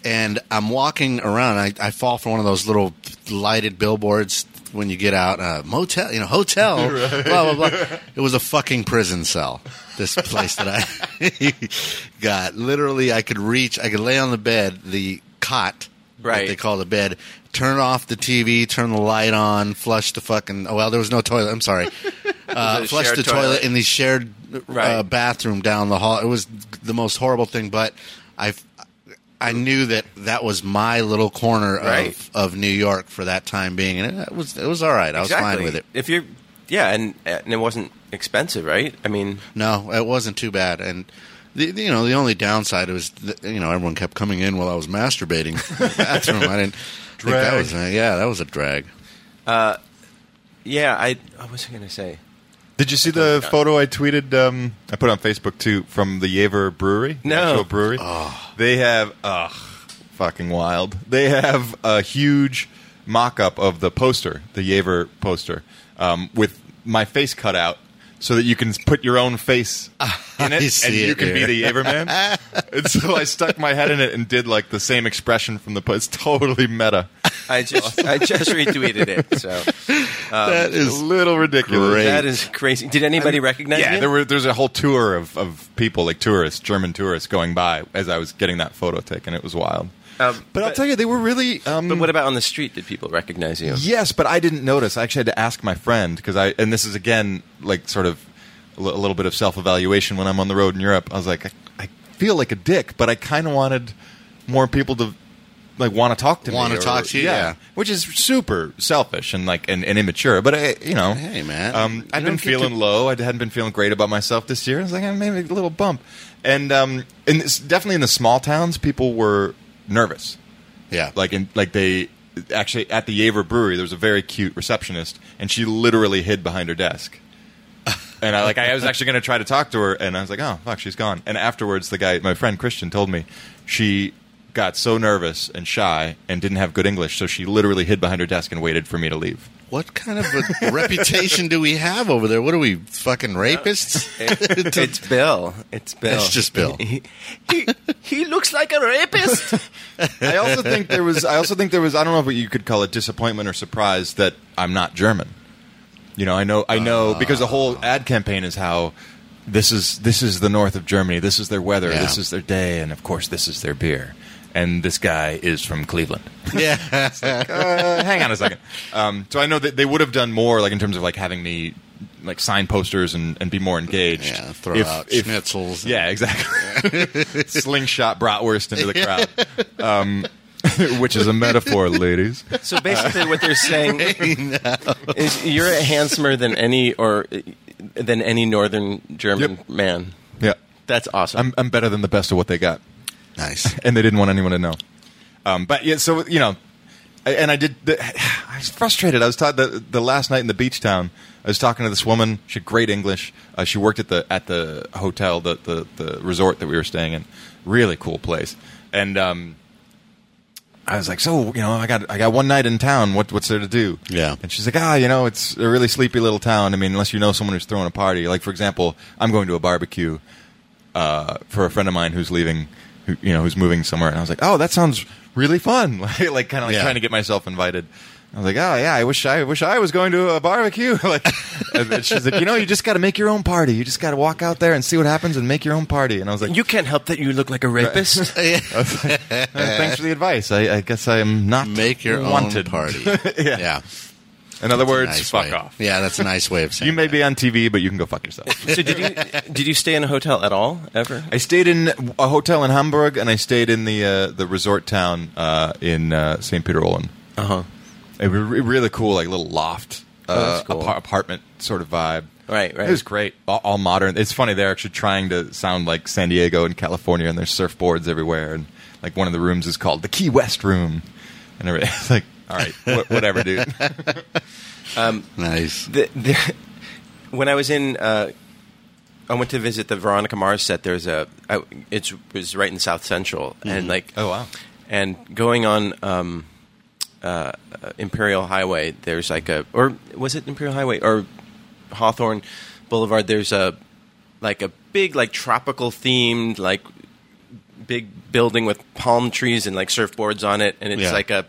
and I'm walking around. I, I fall for one of those little lighted billboards when you get out. Uh, motel, you
[laughs]
know, hotel. Blah blah blah. It was a fucking prison cell. This place that I [laughs] got. Literally, I could reach. I could lay on the bed, the cot. what
Right.
They call the bed. Turn off the TV. Turn the light on. Flush the fucking. Oh well, there was no toilet.
[laughs]
I'm sorry. Uh,
a
flush
shared
the toilet.
toilet.
in the shared uh,
Right.
bathroom down the hall. It was the most horrible thing, but I, I knew that that was my little corner
Right.
of, of New York for that time being, and it was it was all right. I was
Exactly.
fine with it.
If you're, yeah, and and it wasn't expensive, right? I mean,
No, it wasn't too bad, and. The, the- you know, the only downside was, that, you know, everyone kept coming in while I was masturbating in [laughs] the bathroom. I didn't think that
Drag.
was, a- yeah, that was a drag.
yeah. I oh, what was I going to say?
Did you see the photo I tweeted? Um, I put on Facebook too from the Yever Brewery. the
No.
actual brewery.
Ah.
They have ugh, fucking wild. They have a huge mock-up of the poster, the Yever poster, um, with my face cut out, so that you can put your own
[laughs]
face in
I
it,
see
and you
it,
can be
dude.
the Yever
[laughs]
man. and so I stuck my head in it and did like the same expression from the. po- It's totally meta.
I just I
[laughs]
just retweeted it. So
that
It's a little ridiculous.
great.
that is crazy. Did anybody recognize?
Yeah,
you?
there were there's a whole tour of, of people like tourists, German tourists going by as I was getting that photo taken. It was wild.
Um,
but, I'll tell you, they were really. Um,
But what about on the street? Did people recognize you?
yes, but I didn't notice. I actually had to ask my friend because I and this is again like sort of a li- a little bit of self evaluation when I'm on the road in Europe. I was like, I, I feel like a dick, but I kind of wanted more people to like want to talk to me,
Wanna
or-
talk to you, yeah.
which is super selfish and like and, and immature. But I, you know,
Hey, man. You
um, I've
don't
been
get
feeling
to-
low. I hadn't been feeling great about myself this year. I was like, eh, maybe a little bump, and um, and it's definitely in the small towns, people were nervous
Yeah.
like in like they actually at the Yaver Brewery there was a very cute receptionist and she literally hid behind her desk. And I like I was actually going to try to talk to her and I was like, "Oh, fuck, she's gone." And afterwards the guy my friend Christian told me she got so nervous and shy and didn't have good English, so she literally hid behind her desk and waited for me to leave.
What kind of [laughs] a reputation do we have over there? What are we fucking [laughs] rapists?
It- [laughs] it's Bill. It's Bill.
It's just Bill.
[laughs] He, he, he looks like a rapist.
I
[laughs]
also think there was I also think there was I don't know what you could call it disappointment or surprise that I'm not German. You know, I know I know
Ah.
because the whole ad campaign is how this is this is the north of Germany, this is their weather,
Yeah.
this is their day, and of course this is their beer. And this guy is from Cleveland.
[laughs]
[laughs]
yeah,
Uh, hang on a second. Um, so I know that they would have done more, like in terms of like having me like sign posters and, and be more engaged.
Yeah, throw out schnitzels and-
Yeah, exactly. Slingshot bratwurst into the crowd, um, [laughs] which is a metaphor, ladies.
So basically, what they're
[laughs]
saying is you're handsomer than any or uh, than any northern German
Yep.
man.
Yeah,
That's awesome.
I'm I'm better than the best of what they got.
nice.
[laughs] and they didn't want anyone to know. Um, but yeah, so you know, I- and I did. The, [sighs] I was frustrated. I was taught the, the last night in the beach town. I was talking to this woman. She had great English. Uh, she worked at the at the hotel, the, the the resort that we were staying in. Really cool place. And um, I was like, so you know, I got I got one night in town. What what's there to do?
Yeah.
And she's like, ah, you know, it's a really sleepy little town. I mean, unless you know someone who's throwing a party. Like for example, I'm going to a barbecue uh, for a friend of mine who's leaving, who, you know, who's moving somewhere. And I was like, oh, that sounds really fun. [laughs] like, like kind of like
Yeah.
trying to get myself invited. I was like, oh yeah, I wish I wish I was going to a barbecue. [laughs] like, and then she's like, you know, you just got to make your own party. You just got to walk out there and see what happens and make your own party. And I was [laughs] like,
you can't help that you look like a [laughs] rapist.
Yeah.
I was like, "Uh, thanks for the advice. I, I guess I'm not
Make your [laughs]
wanted.
own party.
yeah.
yeah.
In other words,
Nice
fuck
way.
off.
Yeah, that's a nice way of saying.
You may be on TV, but you can go fuck yourself.
So did you did you stay in a hotel at all ever?
I stayed in a hotel in Hamburg, and I stayed in the uh, the resort town uh, in uh, St. Peter Olin.
Uh huh.
It was re- really cool, like little loft,
Oh,
uh,
that's cool.
apar- apartment sort of vibe.
Right, right.
It was great, all, all modern. It's funny they're actually trying to sound like San Diego and California, and there's surfboards everywhere. And like one of the rooms is called the Key West room, and everything. [laughs] It's like, all right, wh-
[laughs]
whatever, dude.
nice.
The, the, when I was in, uh, I went to visit the Veronica Mars set. There's a, I, it's it was right in South Central, and like,
Oh, wow.
and going on um, uh, Imperial Highway, there's like a, or was it Imperial Highway or Hawthorne Boulevard? There's a, like a big like tropical themed like big building with palm trees and like surfboards on it, and it's
Yeah.
like a.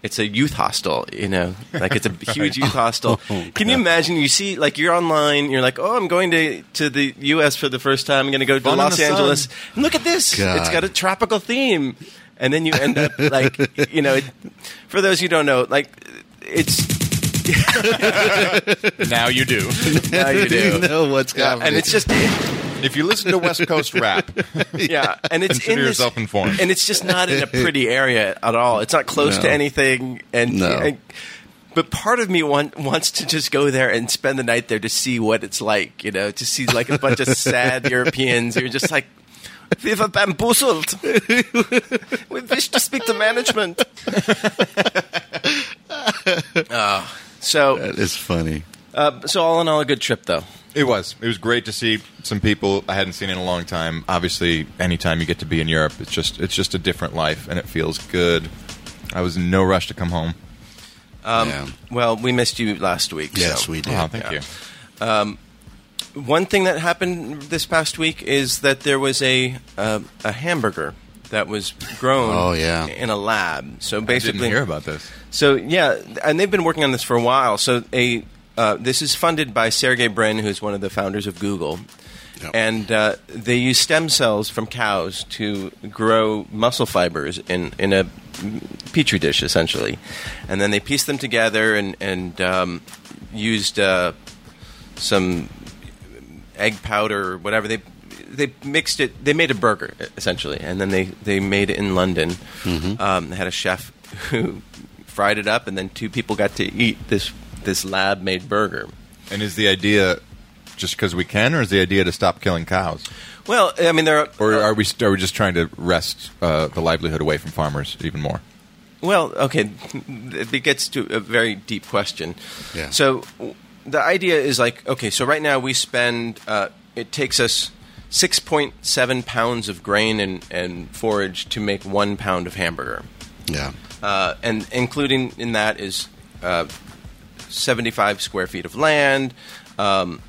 It's a youth hostel, you know, like it's a
[laughs]
huge youth
Oh,
hostel. Can you imagine? You see, like you're online, you're like, oh, I'm going to, to the U.S. for the first time. I'm going to go to
Fun in
Los
the sun.
Angeles. And look at this;
God.
it's got a tropical theme. And then you end up like, you know, it, for those who don't know, like it's
[laughs] now you do.
now you
[laughs]
do,
know what's
Yeah,
happening.
and it's just
[laughs] If you listen to West Coast
[laughs]
rap,
yeah, and it's
Consider
in this-
yourself informed.
And it's just not in a pretty area at all. It's not close to
No.
anything, and,
No.
and- but part of me want, wants to just go there and spend the night there to see what it's like. You know, to see like a
[laughs]
bunch of sad Europeans who are just like. We've bamboozled.
[laughs]
we wish to speak to management. Oh, so,
that is funny.
uh, so all in all, a good trip though.
It was. It was great to see some people I hadn't seen in a long time. Obviously, anytime you get to be in Europe, it's just it's just a different life, and it feels good. I was in no rush to come home.
Um,
Yeah.
Well, we missed you last week.
Yes,
so.
we did.
Yeah, thank
Yeah.
you.
One thing that happened this past week is that there was a uh, a hamburger that was grown
Oh, yeah.
in a lab. So
I
basically
didn't hear about this.
So yeah, and they've been working on this for a while. So a uh, this is funded by Sergey Brin, who's one of the founders of Google,
Yep.
and uh, they use stem cells from cows to grow muscle fibers in in a petri dish essentially, and then they piece them together and and um, used uh, some egg powder or whatever they. They mixed it. They made a burger essentially, and then they, they made it in London.
Mm-hmm.
Um, they had a chef who [laughs] fried it up, and then two people got to eat this this lab made burger.
And is the idea just because we can, or is the idea to stop killing cows,
Well, I mean, there are, uh,
or are we are we just trying to wrest uh, the livelihood away from farmers even more?
Well, okay, it gets to a very deep question.
Yeah.
So w- the idea is like, okay, so right now we spend, uh, it takes us 6.7 pounds of grain and, and forage to make one pound of hamburger.
Yeah.
Uh, and including in that is uh, 75 square feet of land um,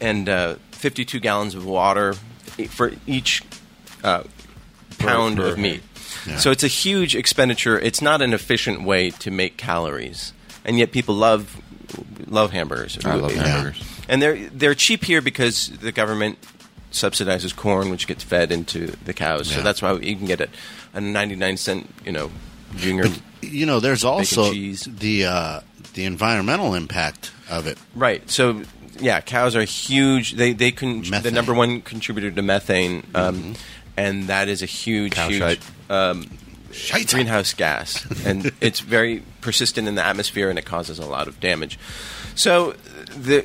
and uh, 52 gallons of water e- for each uh, pound
per-
of meat.
yeah.
So it's a huge expenditure. It's not an efficient way to make calories, and yet people love love hamburgers.
I love
Yeah.
hamburgers.
And they're they're cheap here because the government subsidizes corn, which gets fed into the cows. So
Yeah.
that's why you can get a, a ninety nine cent, you know, junior.
You know, there's also
cheese.
the uh, the environmental impact of it.
right. So yeah, cows are huge. They they can the
Methane. Mm-hmm.
number one contributor to methane, um, and that is a huge
Cow
huge um,
shite.
Shite.
greenhouse gas,
[laughs]
and it's very persistent in the atmosphere, and it causes a lot of damage. So, the,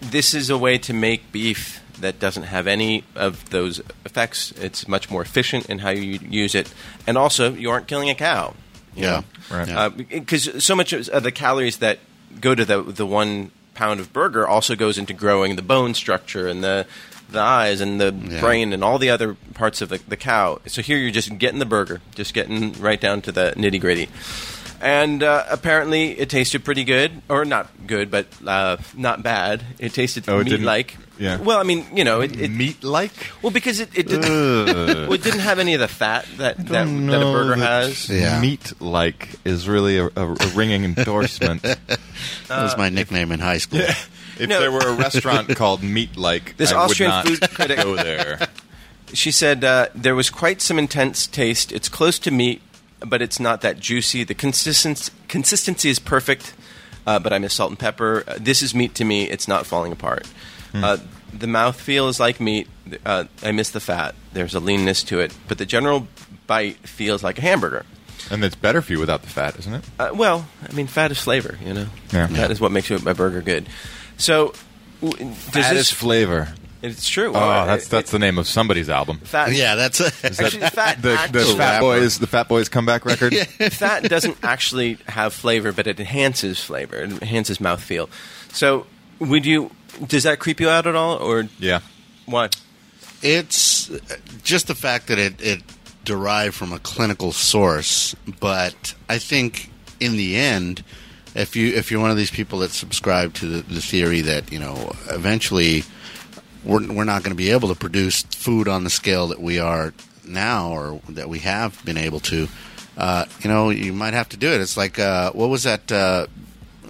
this is a way to make beef that doesn't have any of those effects. It's much more efficient in how you use it, and also you aren't killing a cow
Yeah.
Right.
Yeah.
Uh, because so much of the calories that go to the the one pound of burger also goes into growing the bone structure and the the eyes and the
Yeah.
brain and all the other parts of the, the cow. So here you're just getting the burger, just getting right down to the nitty gritty. And uh, apparently it tasted pretty good, or not good, but uh, not bad. It tasted
Oh, it didn't-
meat-like.
yeah.
Well, I mean, you know, it, it
Meat [laughs] like.
well because it, it
Uh.
didn't well, it didn't have any of the fat that that, that a burger has.
Yeah.
Meat like is really a, a, a ringing endorsement. [laughs]
that was my nickname in high school.
If
No.
there were a
[laughs]
restaurant called Meat Like,
This
I
Austrian
would
food
not
critic-
go there.
She said uh, there was quite some intense taste. It's close to meat, but it's not that juicy. The consistence consistency is perfect. uh, but I miss salt and pepper. Uh, this is meat to me. It's not falling apart.
Hmm.
Uh, the mouthfeel is like meat. Uh, I miss the fat. There's a leanness to it, but the general bite feels like a hamburger.
And it's better for you without the fat, isn't it?
Uh, well, I mean, fat is flavor, you know.
Yeah.
That is what makes a a burger good. So, w- does this?
flavor.
it's true. Uh,
Oh, that's that's the name of somebody's album.
fat.
Yeah, that's
Is that- Actually, fat
the, the
actually-
Fat Boys, the Fat Boys
[laughs]
comeback record.
fat doesn't actually have flavor, but it enhances flavor. It enhances mouthfeel. So, would you? Does that creep you out at all, or
Yeah,
what?
It's just the fact that it, it derived from a clinical source, but I think in the end, if you if you're one of these people that subscribe to the, the theory that you know eventually we're we're not going to be able to produce food on the scale that we are now or that we have been able to, uh, you know, you might have to do it. It's like uh, what was that uh,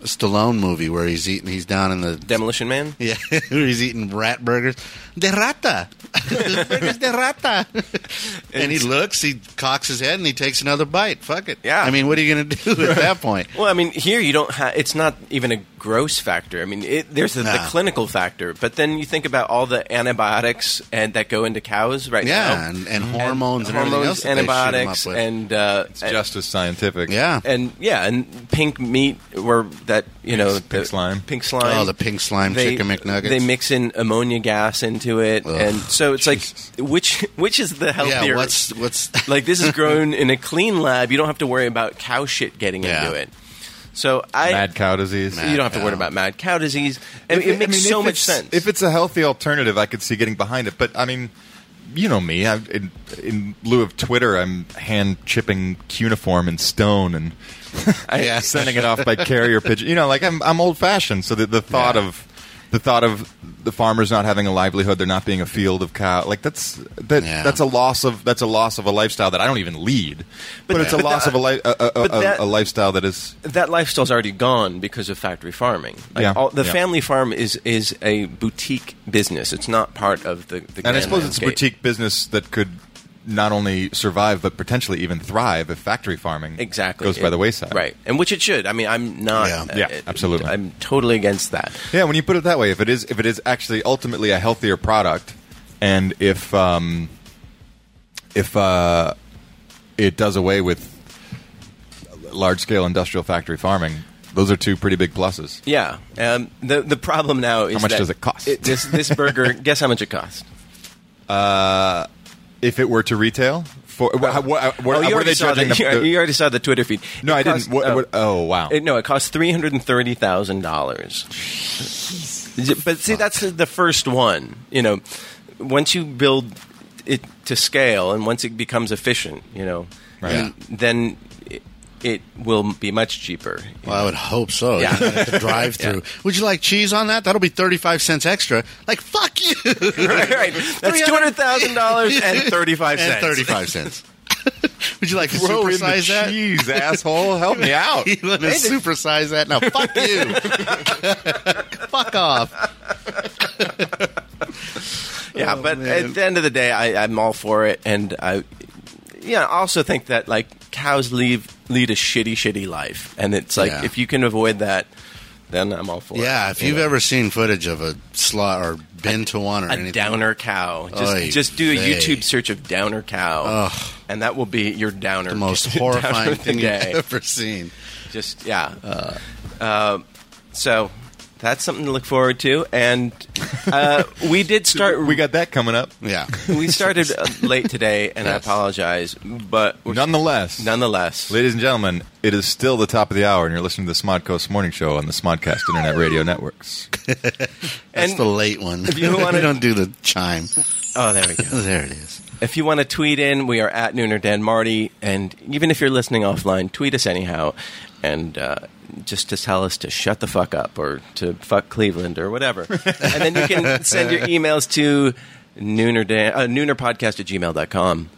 Stallone movie where he's eating, he's down in the
Demolition Man.
yeah, [laughs] where he's eating rat burgers. De rata. [laughs] burgers de rata. [laughs] and he looks, he cocks his head, and he takes another bite. Fuck it.
Yeah.
I mean, what are you going to do at that point?
Well, I mean, here you don't have. It's not even a gross factor. I mean, it, there's the, the
Nah.
clinical factor, but then you think about all the antibiotics and that go into cows right now.
Yeah, and, and hormones and, everything
hormones,
else that they shoot 'em
antibiotics,
up with.
and uh,
it's
and-
just as scientific.
yeah.
and yeah, and pink meat or that you know
Pink- pink slime.
pink slime.
oh, the pink slime chicken McNuggets.
They mix in ammonia gas into it,
Ugh,
and so it's
Jesus.
like which which is the healthier?
yeah, what's
[laughs]
what's
like this is grown in a clean lab. You don't have to worry about cow shit getting
Yeah.
into it. So I
Mad cow disease.
you don't have to worry
cow.
about mad cow disease. I mean, it,
I
makes
mean,
so
if
much
it's-
sense.
If it's a healthy alternative, I could see getting behind it. But I mean, you know me. I, in, in lieu of Twitter, I'm hand chipping cuneiform and stone and [laughs]
I-
yeah.
sending it off by carrier pigeon. You know, like I'm, I'm old fashioned. So the, the thought of the thought of the farmers not having a livelihood, there not being a field of cow, like that's that
Yeah.
that's a loss of that's a loss of a lifestyle that I don't even lead. But, it's a
but
loss
that-
of a, li- a, a, a,
but that-
a lifestyle that is
that lifestyle's already gone because of factory farming. Like,
Yeah.
all, the
Yeah.
family farm is is a boutique business. It's not part of the. the
And I
grand
suppose it's a
landscape.
boutique business that could not only survive but potentially even thrive if factory farming
exactly
goes by
It-
the wayside.
right and which it should i mean i'm not
Yeah.
uh,
Yeah,
it-
absolutely.
i'm totally against that
Yeah, when you put it that way, if it is if it is actually ultimately a healthier product, and if um, if uh, it does away with large scale industrial factory farming, those are two pretty big pluses.
yeah um, the the problem now is
How much
that
does it cost?
this this
[laughs]
burger guess how much it cost
If it were to retail, for wha- wha- wha-
oh, you
what are
already
they
saw
judging?
the,
the-
[laughs]
the-
you already saw the twitter feed
no,
It
I
cost-
didn't. What,
oh.
what, oh wow!
It- no, it cost three hundred and thirty thousand dollars. But see, that's the first one. You know, once you build it to scale, and once it becomes efficient, you know,
Right.
and then it, it will be much
[laughs]
cheaper.
Well, I would hope so. [laughs]
Yeah.
drive through. Would you like cheese on that? That'll be thirty five cents extra. Like fuck you.
right, right. That's two hundred thousand dollars
[laughs]
and thirty five
and
cents.
thirty five
[laughs]
cents. Would you like to
Throw in the
supersize that?
cheese, asshole! Help
[laughs]
me out.
[laughs] You want to supersize that? Now, fuck you. fuck off.
Yeah, but
Oh, man.
at the end of the day, I, I'm all for it, and I, yeah, I also think that like cows leave lead a shitty, shitty life, and it's like
Yeah.
if you can avoid that, then I'm all for it.
Yeah, if
You
you've
know?
ever seen footage of a slot or been to one or
a
anything,
downer cow, just
Oy
just do a
vey.
YouTube search of downer cow, and that will be your downer. [laughs]
the most
downer
horrifying
of the
thing you've
day.
ever Uh. seen.
Just yeah. Um, so. That's something to look forward to, and uh, we did
[laughs]
start.
We got that coming up.
Yeah.
we
[laughs]
started uh, late today, and I
Yes.
apologize, but we're-
Nonetheless,
nonetheless,
ladies and gentlemen, it is still the top of the hour, and you're listening to the Smodcoast Morning Show on the Smodcast Internet Radio Networks.
That's
and
the late one.
you
[laughs]
wanna-
we don't do the chime.
oh, there we go.
there it is.
[laughs] If you want to tweet in, we are at Nooner Dan Marty, and even if you're listening offline, tweet us anyhow, and uh, just to tell us to shut the fuck up or to fuck Cleveland or whatever, and then you can send your emails to Nooner Dan uh, noonerpodcast at gmail.com.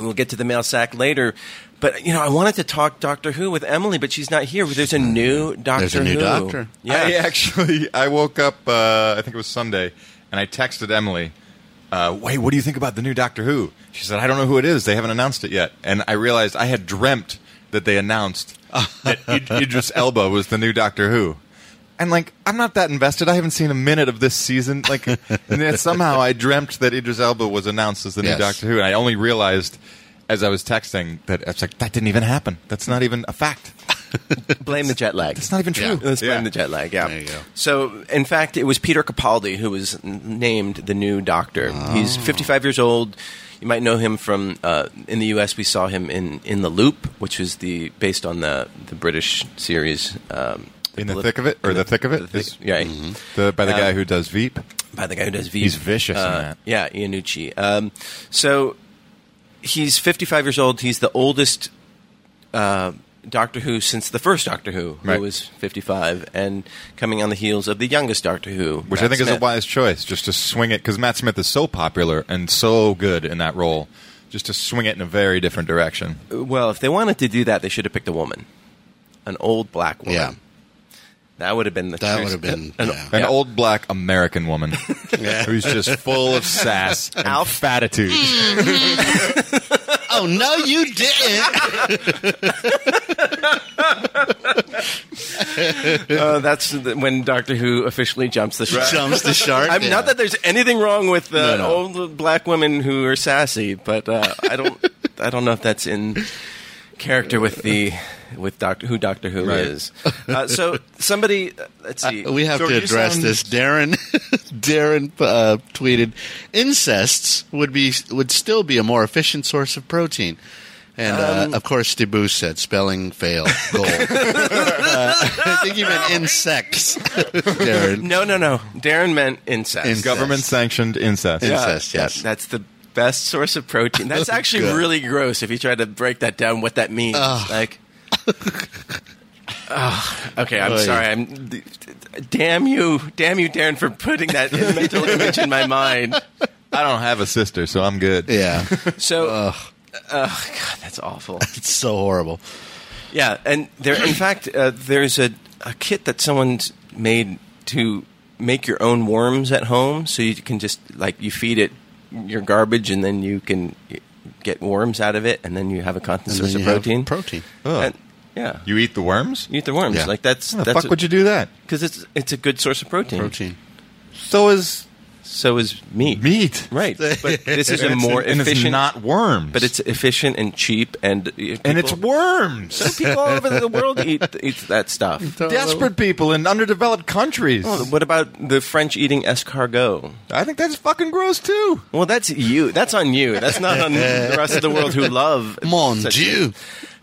We'll get to the mail sack later. But you know, I wanted to talk Doctor Who with Emily, but she's not here. There's a new Doctor
There's a new
Who.
doctor.
Yeah,
I actually, I woke up, uh, I think it was Sunday, and I texted Emily, uh, wait, what do you think about the new Doctor Who? She said, I don't know who it is. They haven't announced it yet. And I realized I had dreamt that they
[laughs]
announced that Id- Idris Elba was the new Doctor Who. And like, I'm not that invested. I haven't seen a minute of this season. Like, and yet somehow I dreamt that Idris Elba was announced as the
Yes.
new Doctor Who, and I only realized as I was texting that I was like, that didn't even happen. That's not even a fact.
Blame the jet lag.
That's not even true.
Yeah.
Let's blame
Yeah.
the jet lag. Yeah.
There you go.
So, in fact, it was Peter Capaldi who was n- named the new Doctor.
Ah.
He's 55 years old. You might know him from uh, in the U.S. We saw him in in the Loop, which was the based on the the British series. Um,
In the thick of it, or the thick of it, is Mm-hmm.
right?
the, by the
Um,
guy who does Veep.
by the guy who does V.
He's vicious in
Uh,
that.
Yeah, Iannucci. Um, so he's 55 years old. He's the oldest uh, Doctor Who since the first Doctor Who,
Right.
who was 55, and coming on the heels of the youngest Doctor Who,
which I
Matt
think is a
Smith.
wise choice, just to swing it because Matt Smith is so popular and so good in that role, just to swing it in a very different direction.
Well, if they wanted to do that, they should have picked a woman, an old black woman.
Yeah.
That would have been the
That
choice.
would have
[laughs]
been-
an,
yeah.
An
yeah.
old black American
[laughs]
woman who's just full of sass and
Alf. Mm.
fatitude.
Oh no, you didn't.
Uh, that's the, when Doctor Who officially jumps the shark.
Jumps the shark.
I'm not that there's anything wrong with uh,
No, no.
old black women who are sassy, but uh, I
[laughs]
don't I don't know if that's in character with the with Doctor Who Doctor Who
Right.
is. Uh, so somebody, uh, let's see,
We have
So
to
you
address
sound-
this. Darren, [laughs] Darren uh, tweeted, "Incests would be would still be a more efficient source of protein." And uh,
Um,
of course, Debus said, "Spelling fail,
[laughs]
goal." uh, I think you meant insects, [laughs] Darren.
no, no, no. Darren meant incest.
Incest.
Government sanctioned incest.
Yeah.
Uh,
Incest, yes.
that- that's the best source of protein.
[laughs]
That's actually
Good.
really gross if you try to break that down. What that means,
[laughs]
like. Ugh. okay, I'm
Oy.
sorry. I'm. Damn you, damn you, Darren, for putting that mental image in my mind.
I don't have a sister, so I'm good.
Yeah,
So, ugh, God, that's awful.
it's so horrible.
Yeah, and there, in fact, uh, there's a, a kit that someone's made to make your own worms at home, so you can just like you feed it your garbage, and then you can get worms out of it, and then you have a constant
And
source
then
of
you have
protein.
Protein.
Ugh.
And- yeah, you
Oh. You eat the worms?
eat the worms
Yeah.
like that's
How the
that's
fuck would you do that?
because it's it's a good source of protein.
Protein.
So is
So is meat.
meat. [laughs]
Right, but this is a
And it's-
more
and
efficient.
it's not worms.
but it's efficient and cheap, and
and it's worms.
So people all over the world eat eat that stuff.
Desperate people in underdeveloped countries.
Well, what about Oh, the French eating escargot?
I think that's fucking gross too.
Well, that's you. That's on you. That's not on the rest of the world who love.
[laughs] Mon
such-
Dieu.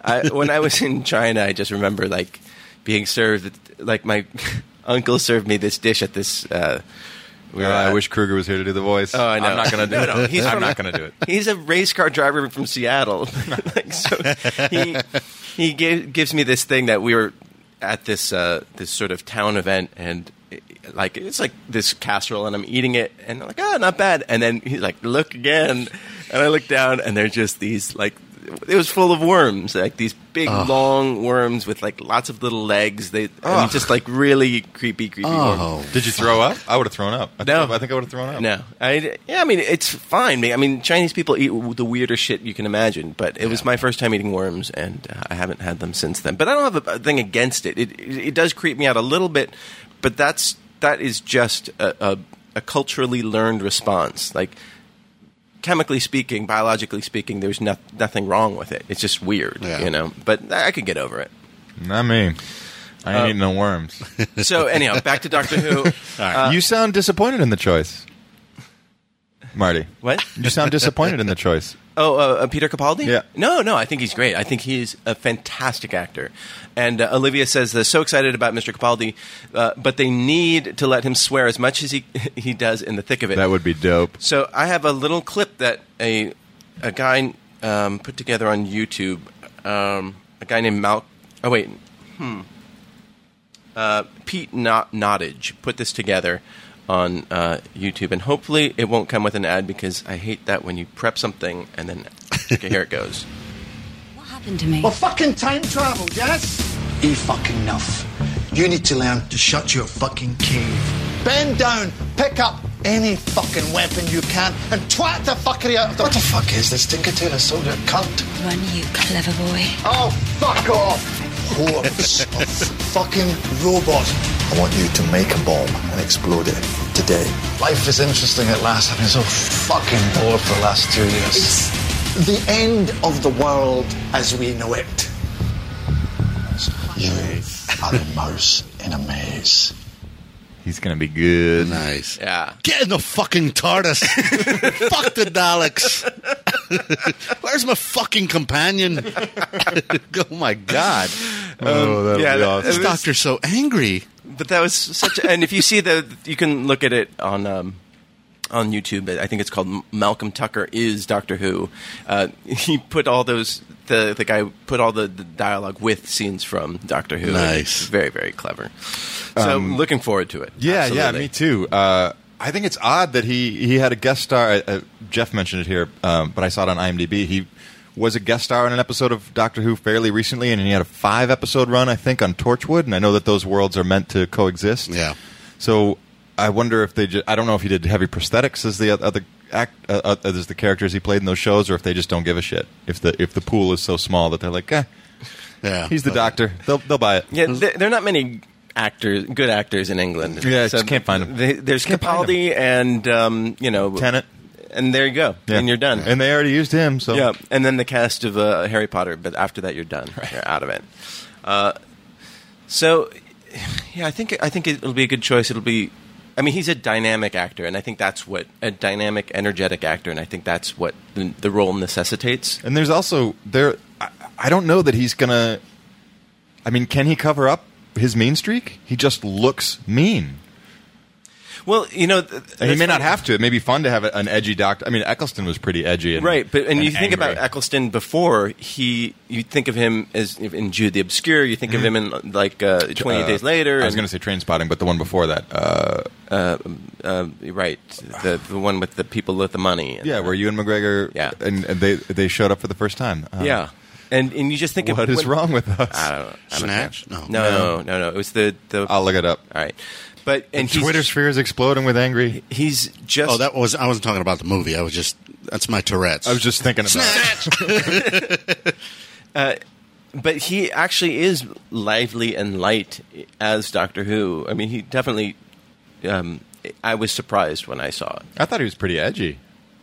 I, when I was in China, I just remember like being served. Like my [laughs] uncle served me this dish at this. Uh, we were
Yeah, I
at-
wish Kruger was here to do the voice.
Oh, I know.
I'm not
[laughs]
going to do
No, no,
it.
he's
I'm
from-
not going to do it.
[laughs] He's a race car driver from
[laughs]
Seattle. like, so he he gave, gives me this thing that we were at this uh, this sort of town event and. it- Like it's like this casserole, and I'm eating it, and I'm like, ah, not bad. And then he's like, look again, and I look down, and they're just these like, it was full of worms, like these big long worms with like lots of little legs. They I mean,
Ugh.
just like really creepy, creepy. worms.
Oh,
Did you throw up? I would have thrown up. I
No.
think, I think I would have thrown up.
No, I yeah, I mean it's fine. I mean Chinese people eat w- the weirdest shit you can imagine, but it was my first time eating worms, and uh, I haven't had them since then. But I don't have a, a thing against it. It, it. it does creep me out a little bit, but that's that is just a, a, a culturally learned response. Like chemically speaking, biologically speaking, there's no, nothing wrong with it. It's just weird,
Yeah.
you know. But I could get over it.
not me. I
Uh,
ain't eating no
[laughs]
worms.
So anyhow, back to Doctor Who. Uh,
you sound disappointed in the choice, Marty.
What?
You sound disappointed in
[laughs]
the choice.
Oh, uh, uh, Peter Capaldi?
Yeah.
No, no, I think he's great. I think he's a fantastic actor. And uh, Olivia says they're so excited about Mr. Capaldi, uh, but they need to let him swear as much as he [laughs] he does in the thick of it.
That would be dope.
so I have a little clip that a a guy um, put together on YouTube. Um, a guy named Mal. Oh wait, Uh, Pete Not- Nottage put this together on uh, YouTube, and hopefully it won't come with an ad because I hate that when you prep something and then okay, here it goes. [laughs]
What happened to me?
Well, fucking time travel, yes? E fucking enough. You need to learn to shut your fucking cave. Bend down, pick up any fucking weapon you can and twat the fuckery out of the. What the fuck is this Tinkertailor soldier cunt?
Run, you clever boy.
Oh, fuck off! [laughs] Hordes of fucking robot. I want you to make a bomb and explode it today. Life is interesting at last. I've been so fucking bored for the last two years. It's the end of the world as we know it. You are a mouse in a maze.
He's gonna be good.
Um,
Nice.
Yeah.
Get in the
[laughs]
fucking TARDIS. Fuck the Daleks. Where's my fucking companion?
[laughs]
oh my god.
Oh, that'll
yeah,
be
that-
awesome.
This
was-
doctor's so angry.
But that was such. A, and if you see the, you can look at it on um, on YouTube. I think it's called M- Malcolm Tucker is Doctor Who. Uh, [laughs] he put all those. The the guy put all the, the dialogue with scenes from Doctor Who.
Nice.
It's very very clever. So looking forward to it.
Um, Yeah, yeah,
Absolutely.
me too. Uh, I think it's odd that he he had a guest star. Uh, uh, Jeff mentioned it here, um, but I saw it on IMDb. He was a guest star in an episode of Doctor Who fairly recently, and he had a five episode run, I think, on Torchwood. And I know that those worlds are meant to coexist.
Yeah.
So I wonder if they. Just, I don't know if he did heavy prosthetics as the other act uh, uh, as the characters he played in those shows, or if they just don't give a shit. If the if the pool is so small that they're like, eh,
Yeah.
he's the
but-
Doctor. They'll they'll buy it.
Yeah, there, there are not many actors, good actors in England.
Yeah, just can't find 'em.
They, there's
Can't find
Capaldi and um, you know
Tennant.
and there you go,
Yeah.
and you're done.
And they already used him. So
Yeah, and then the cast of uh, Harry Potter, but after that, you're done. You're out of it. Uh, so, yeah, I think I think it'll be a good choice. It'll be, I mean, he's a dynamic actor, and I think that's what a dynamic, energetic actor, and I think that's what the, the role necessitates.
And there's also there. I, I don't know that he's gonna. I mean, can he cover up his mean streak? He just looks mean.
Well, you know, th-
And he
that's
may not
funny.
have to. It may be fun to have an edgy doctor. I mean, Eccleston was pretty edgy, and,
Right, but and, you think
angry.
about Eccleston before he, you think of him as in Jude the Obscure. You think of him in like uh, Twenty Eight
Mm-hmm. Uh,
Days Later.
I was
and-
going to say Train Spotting, but the one before that. Uh,
right, the the one with the people with the money. and-
yeah, where you and McGregor.
Yeah.
and, and they they showed up for the first time. Uh,
yeah, and and you just think of
what is
when-
wrong with us?
I don't, I don't
Snatch?
know.
No.
No, no, no, no, It was the the.
I'll look it up.
All right, but and he's,
Twitter sphere is exploding with angry.
He's just.
Oh, that was I wasn't talking about the movie. I was just that's my Tourette's.
I was just thinking about. it. [laughs]
But he actually is lively and light as Doctor Who. I mean, he definitely. Um, I was surprised when I saw it.
I thought he was pretty edgy.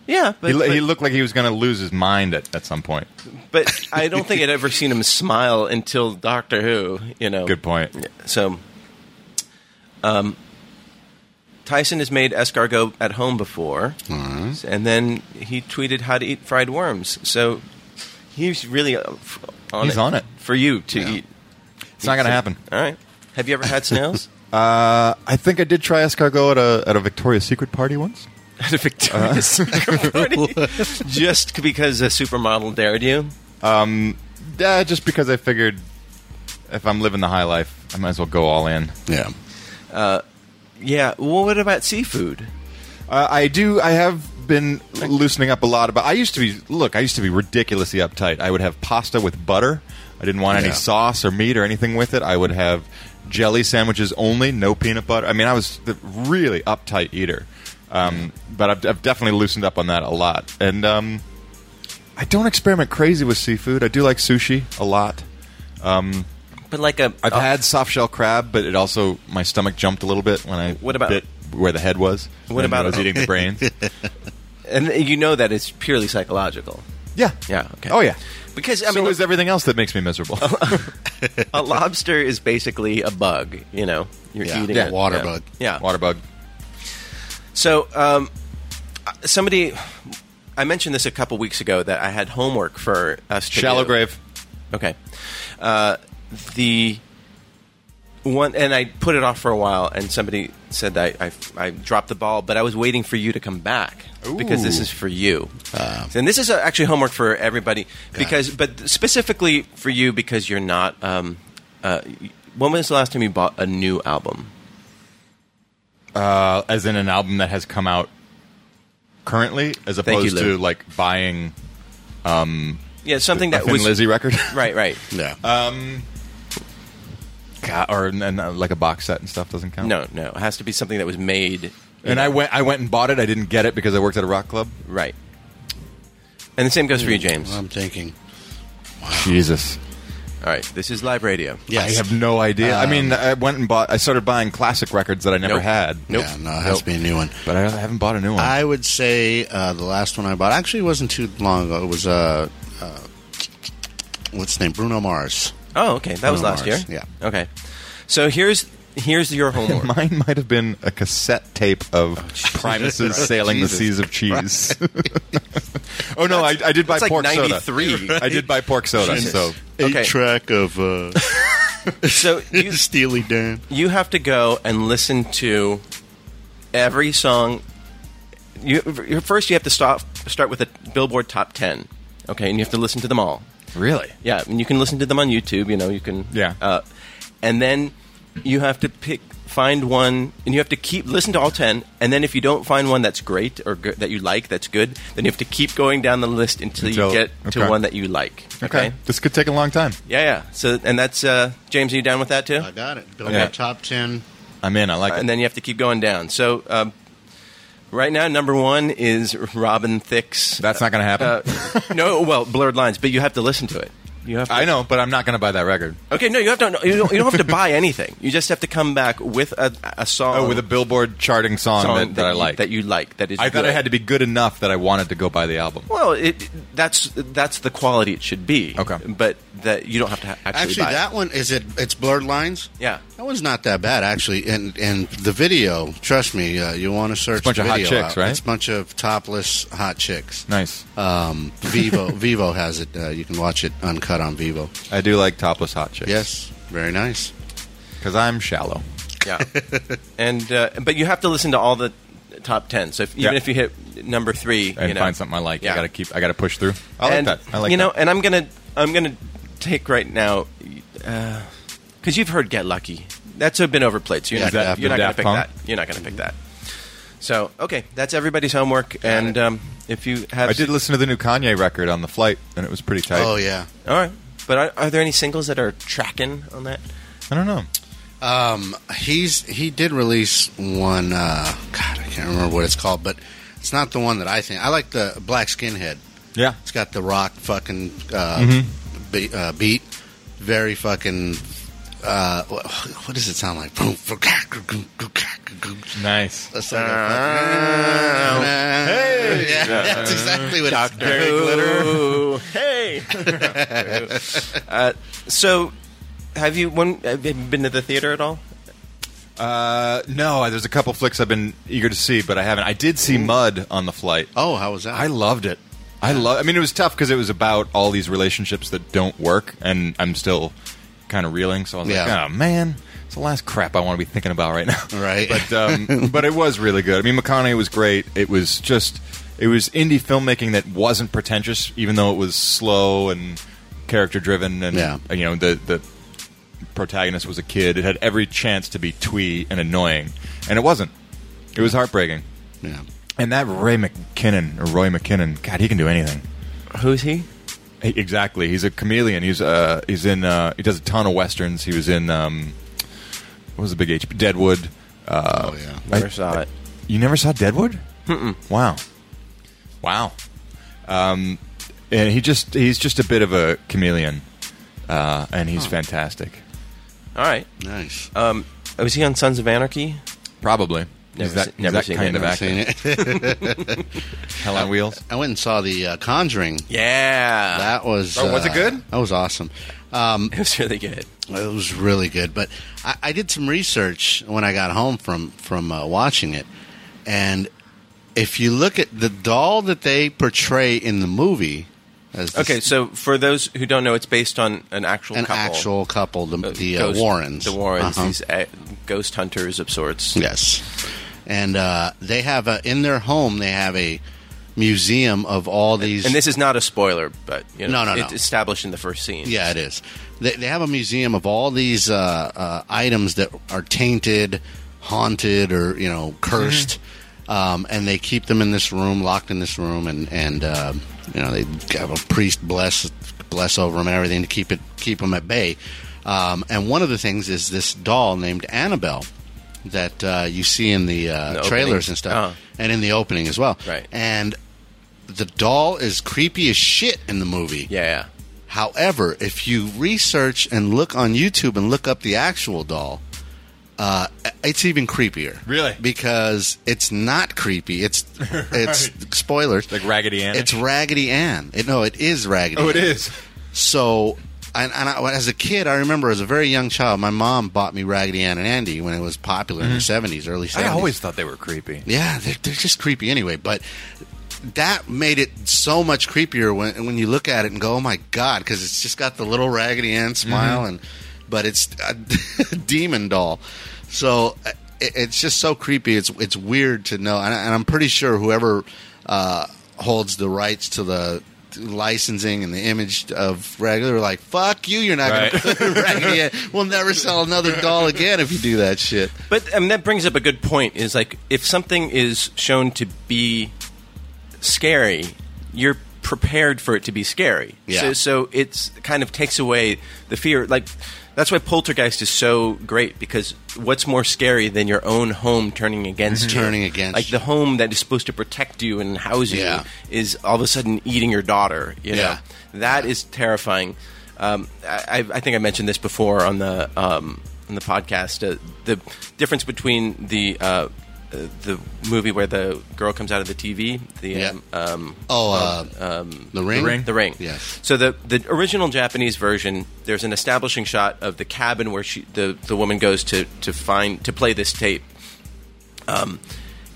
Yeah, but
He, lo-
but,
he looked like he was going to lose his mind at, at some point.
but I don't think I'd ever seen him smile until Doctor Who. You know,
Good point.
So, um, Tyson has made escargot at home before, and then he tweeted how to eat fried worms. So he's really uh, f- on
He's
it
on it.
for you to eat.
It's not going to happen.
All right. Have you ever had
[laughs]
snails?
Uh, I think I did try escargot at a at a Victoria's Secret party once.
At a Victoria's [laughs] Secret party? Just because a supermodel dared you?
Uh, just because I figured if I'm living the high life, I might as well go all in.
yeah.
Yeah. Well, what about seafood?
Uh, I do. I have been loosening up a lot. About I used to be. Look, I used to be ridiculously uptight. I would have pasta with butter. I didn't want
Yeah.
any sauce or meat or anything with it. I would have jelly sandwiches only, no peanut butter. I mean, I was the really uptight eater. Um, but I've, I've definitely loosened up on that a lot. And um, I don't experiment crazy with seafood. I do like sushi a lot.
But like a.
I've
a-
had soft shell crab, but it also my stomach jumped a little bit when I
What about-
bit where the head was.
What
And
about-
I was eating
[laughs]
the brains?
And you know that it's purely psychological.
yeah,
Yeah. Okay.
Oh yeah.
Because, I
so
mean, Oh,
is everything else that makes
[laughs]
me miserable.
a lobster is basically a bug, you know. You're
Yeah.
eating
Yeah,
it.
water
yeah.
bug.
Yeah.
Water bug.
So, um, uh, somebody, I mentioned this a couple weeks ago that I had homework for us. To
Shallow
do.
grave.
Okay. Uh, the one, and I put it off for a while, and somebody said that I, I, I dropped the ball, but I was waiting for you to come back because this
Ooh.
is for you. and this is uh, actually homework for everybody because, but specifically for you because you're not. Um, uh, y- when was the last time you bought a new album?
Uh, as in an album that has come out currently, as
you,
opposed
Lou.
to like buying
Yeah, something
a
that
Thin
was [laughs]
Lizzy record,
right, right.
Yeah.
God, or and, and, uh, like a box set and stuff doesn't count.
No, no, it has to be something that was made
And I went I went and bought it. I didn't get it because I worked at a
[sighs]
rock club.
Right. And the same goes for you, James. All
um,
I'm thinking.
Jesus.
right. This is live radio.
Yes.
I have no idea. I mean, I went and bought. I started buying classic records that I never
Um, Nope.
had.
Nope.
Yeah, no, it has to be a new one.
But I haven't bought a new one.
I would say uh, the last one I bought actually wasn't too long ago. It was uh, uh, what's his name? Bruno Mars.
Oh, okay. That was
Bruno
last
Mars,
year. Yeah. Okay. So here's here's your homework.
[laughs] Mine might have been a cassette tape of
Oh,
Primus's "Sailing the
Jesus
Seas of Cheese." [laughs] oh no, I, I did buy
That's like
pork soda.
93.
[laughs] I did buy pork soda. So
Okay.
track of uh,
So you,
Steely Dan.
you have to go and listen to every song. You you- first you have to stop start with a Billboard top ten. Okay, and you have to listen to them all.
really,
Yeah, and you can listen to them on YouTube. You know, you can.
Yeah.
Uh, and then you have to pick, find one, and you have to keep listen to all ten. And then if you don't find one that's great or go- that you like, that's good, then you have to keep going down the list until,
Until-
you get
okay.
to one that you like.
okay.
Okay.
This could take a long time.
Yeah, yeah. So, and that's uh, James. Are you down with that too?
I got it. Billboard
Okay.
top ten.
I'm in. I like
and
it.
then you have to keep going down. So um, right now, number one is Robin Thicke's.
That's not going to happen.
uh, no, well, blurred lines, but you have to listen to it. You have to,
I know, but I'm not going to buy that record.
Okay, no, you have to. no, You don't, you don't
[laughs]
have to buy anything. You just have to come back with a, a song.
Oh, with a Billboard charting song,
song
that, that, I
you-
like.
that you like. That is.
I thought
good.
I had to be good enough that I wanted to go buy the album.
Well, it, that's that's the quality it should be.
Okay.
but that you don't have to ha- actually.
Actually,
buy it.
that one is it. It's blurred lines.
Yeah.
that one's not that bad actually. And and the video, trust me, uh, you want to search
bunch
the
of hot
video
chicks,
out.
right?
It's a bunch of topless hot chicks.
Nice.
Uh,
[laughs]
Um, Vivo Vivo has it. Uh, you can watch it uncut on Vivo.
I do like topless hot chicks.
Yes, very nice.
because I'm shallow.
Yeah,
[laughs]
and uh, but you have to listen to all the top ten. So if, even
Yeah.
if you hit number three,
And
you know,
find something I like.
Yeah.
I got to keep. I got to push through. I like
and,
that. I like
you know,
that.
and I'm gonna I'm gonna take right now because you've heard "Get Lucky." That's been overplayed. So you're
Yeah,
not, gonna-
Daft-
you're not gonna
Daft
pick
Punk.
that. You're not gonna pick that. So okay, that's everybody's homework. And um, if you have,
I did listen to the new Kanye record on the flight, and it was pretty tight.
Oh yeah.
All right, but are, are there any singles that are tracking on that?
I don't know.
Um, he's he did release one. Uh, God, I can't remember what it's called, but it's not the one that I think. I like the Black Skinhead.
Yeah.
It's got the rock fucking uh, be, uh, beat, very fucking. Uh, what, what does it sound like?
Nice.
That's like
Uh,
hey, [laughs] yeah, that's exactly what Doctor
[laughs] Glitter. Hey. uh, so, have you when have you been to the theater at all?
Uh, no, there's a couple flicks I've been eager to see, but I haven't. I did see Mud on the flight.
Oh, how was that?
I loved it. I love. I mean, it was tough because it was about all these relationships that don't work, and I'm still kind of reeling. So I was
Yeah.
like, oh man, it's the last crap I want to be thinking about right now.
Right.
But
[laughs]
um, but it was really good. I mean, McConaughey was great. It was just it was indie filmmaking that wasn't pretentious, even though it was slow and character driven, and
Yeah.
you know the the protagonist was a kid. It had every chance to be twee and annoying, and it wasn't. It was heartbreaking.
yeah.
And that Ray McKinnon, or Roy McKinnon, God, he can do anything.
Who's he?
He- Exactly. He's a chameleon. He's uh he's in uh he does a ton of westerns. He was in um what was the big H Deadwood. Uh,
Oh yeah.
Never saw it.
You never saw Deadwood? Mm-mm. Wow. Wow. Um and he just he's just a bit of a chameleon. Uh and he's fantastic.
All right.
Nice.
Uh,
Um, was he on Sons of Anarchy?
Probably.
Never
he's that,
se-
he's
never
that
seen
kind
it,
of
never
actor.
Seen it. [laughs]
Hell on wheels.
I went and saw the uh, Conjuring.
Yeah,
That was.
Oh, was
uh,
it good?
That was awesome. Um,
it was really good.
it was really good. But I, I did some research when I got home from from uh, watching it, and if you look at the doll that they portray in the movie, as this-
Okay, so for those who don't know, it's based on an actual
an
couple,
actual couple, the,
uh,
the
ghost-
uh, Warrens,
the Warrens,
Uh-huh.
these uh, ghost hunters of sorts.
yes, and uh, they have a, in their home they have a museum of all these.
And this is not a spoiler, but you know,
No, no,
it's
no.
established in the first scene.
Yeah, it is. They, they have a museum of all these uh, uh, items that are tainted, haunted, or you know, cursed, um, and they keep them in this room, locked in this room, and and uh, you know, they have a priest bless bless over them and everything to keep it keep them at bay. Um, and one of the things is this doll named Annabelle that uh, you see in the, uh,
The
trailers
opening.
and stuff,
Uh-huh.
and in the opening as well.
Right.
And the doll is creepy as shit in the movie.
Yeah.
However, if you research and look on YouTube and look up the actual doll, uh, it's even creepier.
Really?
Because it's not
[laughs]
creepy. It's it's spoilers.
Like Raggedy Ann?
It's Raggedy Ann. It, no, it is Raggedy.
Oh, it
Ann.
is.
So, and, and I, as a kid, I remember as a very young child, my mom bought me Raggedy Ann and Andy when it was popular in the seventies, early
Mm-hmm. I
seventies.
always thought they were creepy.
Yeah, they're, they're just creepy anyway. But that made it so much creepier when when you look at it and go, "Oh my god!" Because it's just got the little Raggedy Ann smile, and but it's a [laughs] demon doll. So uh, it, it's just so creepy. It's it's weird to know, and, I- and I'm pretty sure whoever uh, holds the rights to the licensing and the image of regular like fuck you you're not
Right.
gonna put [laughs] raggedy Ann. we'll never sell another doll again if you do that shit
But I mean, that brings up a good point. Is like if something is shown to be scary, you're prepared for it to be scary.
Yeah.
So, so it's kind of takes away the fear. Like that's why Poltergeist is so great because what's more scary than your own home turning against you?
Mhm. Turning against
like the
you.
home that is supposed to protect you and house you
Yeah.
is all of a sudden eating your daughter. You know?
Yeah.
That is terrifying. Um, I, I- I think I mentioned this before on the um, on the podcast. Uh, the difference between the uh, uh, the movie where the girl comes out of the TV, the
Yeah.
um, um,
oh uh, the ring
The Ring?
the ring.
Yes.
So the the original Japanese version, there's an establishing shot of the cabin where she the, the woman goes to to find to play this tape. Um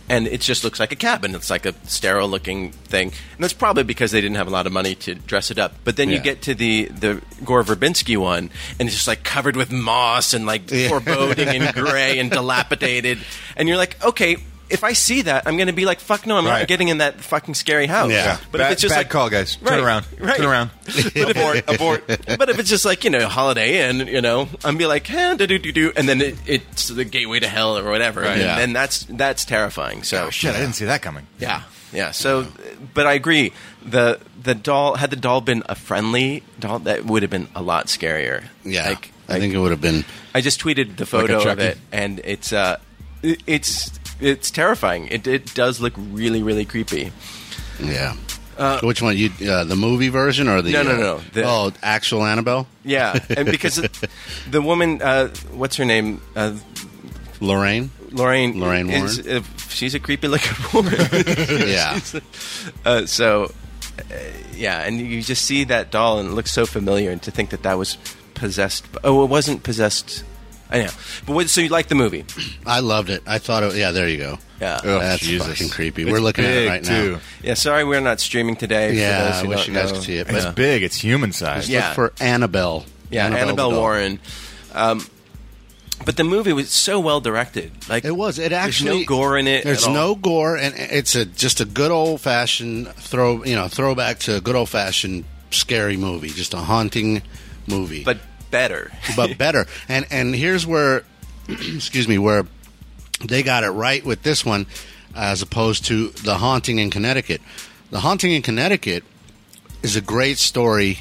and it just looks like a cabin. It's like a sterile looking thing. And that's probably because they didn't have a lot of money to dress it up. But then
Yeah.
you get to the, the Gore Verbinski one, and it's just like covered with moss and like foreboding and gray and dilapidated. And you're like, okay, if I see that, I'm going to be like, fuck no, I'm
Right.
not getting in that fucking scary house.
Yeah.
But
bad,
if it's just
bad
like,
call, guys. Turn
Right,
around.
right. [laughs]
Turn around. [laughs] abort. abort.
but if it's just like you know Holiday Inn, you know, I'm be like, eh, do do do do, and then it, it's the gateway to hell or whatever, and
Yeah.
then that's that's terrifying. So
Oh shit! I didn't see that coming.
yeah, yeah. So, but I agree. the The doll had the doll been a friendly doll, that would have been a lot scarier.
Yeah,
like,
I think it would have been.
I just tweeted the photo of
Chucky.
it, and it's uh, it- it's it's terrifying. It it does look really really creepy.
Yeah. Which one? You uh, the movie version or the
No, no,
uh,
no, the-
oh actual Annabelle
Yeah, and
[laughs]
because it- the woman, uh, what's her name? Uh, [laughs]
Lorraine?
Lorraine.
Lorraine
is- uh, she's a creepy looking [laughs] woman.
yeah,
uh, so, uh, yeah, and you just see that doll and it looks so familiar, and to think that that was possessed. b- Oh, it wasn't possessed. I know. But what, so you like the movie?
I loved it. I thought it. Yeah, there you go.
Yeah.
Oh,
that's
Jesus.
fucking creepy.
It's
We're looking at it
big,
right
too.
now.
Yeah. Sorry, we're not streaming today. for
Yeah,
those
I
who
wish
don't
you guys
know.
could see it.
It's
But
big. It's human sized.
Yeah.
look for Annabelle.
Yeah, Annabelle,
the doll.
Warren. Um, but the movie was so well directed. Like
It was. It actually
there's no gore in it.
There's
at all.
no gore, and it's a just a good old fashioned throw. You know, throwback to a good old fashioned scary movie, just a haunting movie.
but
[laughs]
better.
but better. And and here's where, [clears throat] excuse me, where they got it right with this one, as opposed to the haunting in Connecticut. The haunting in Connecticut is a great story.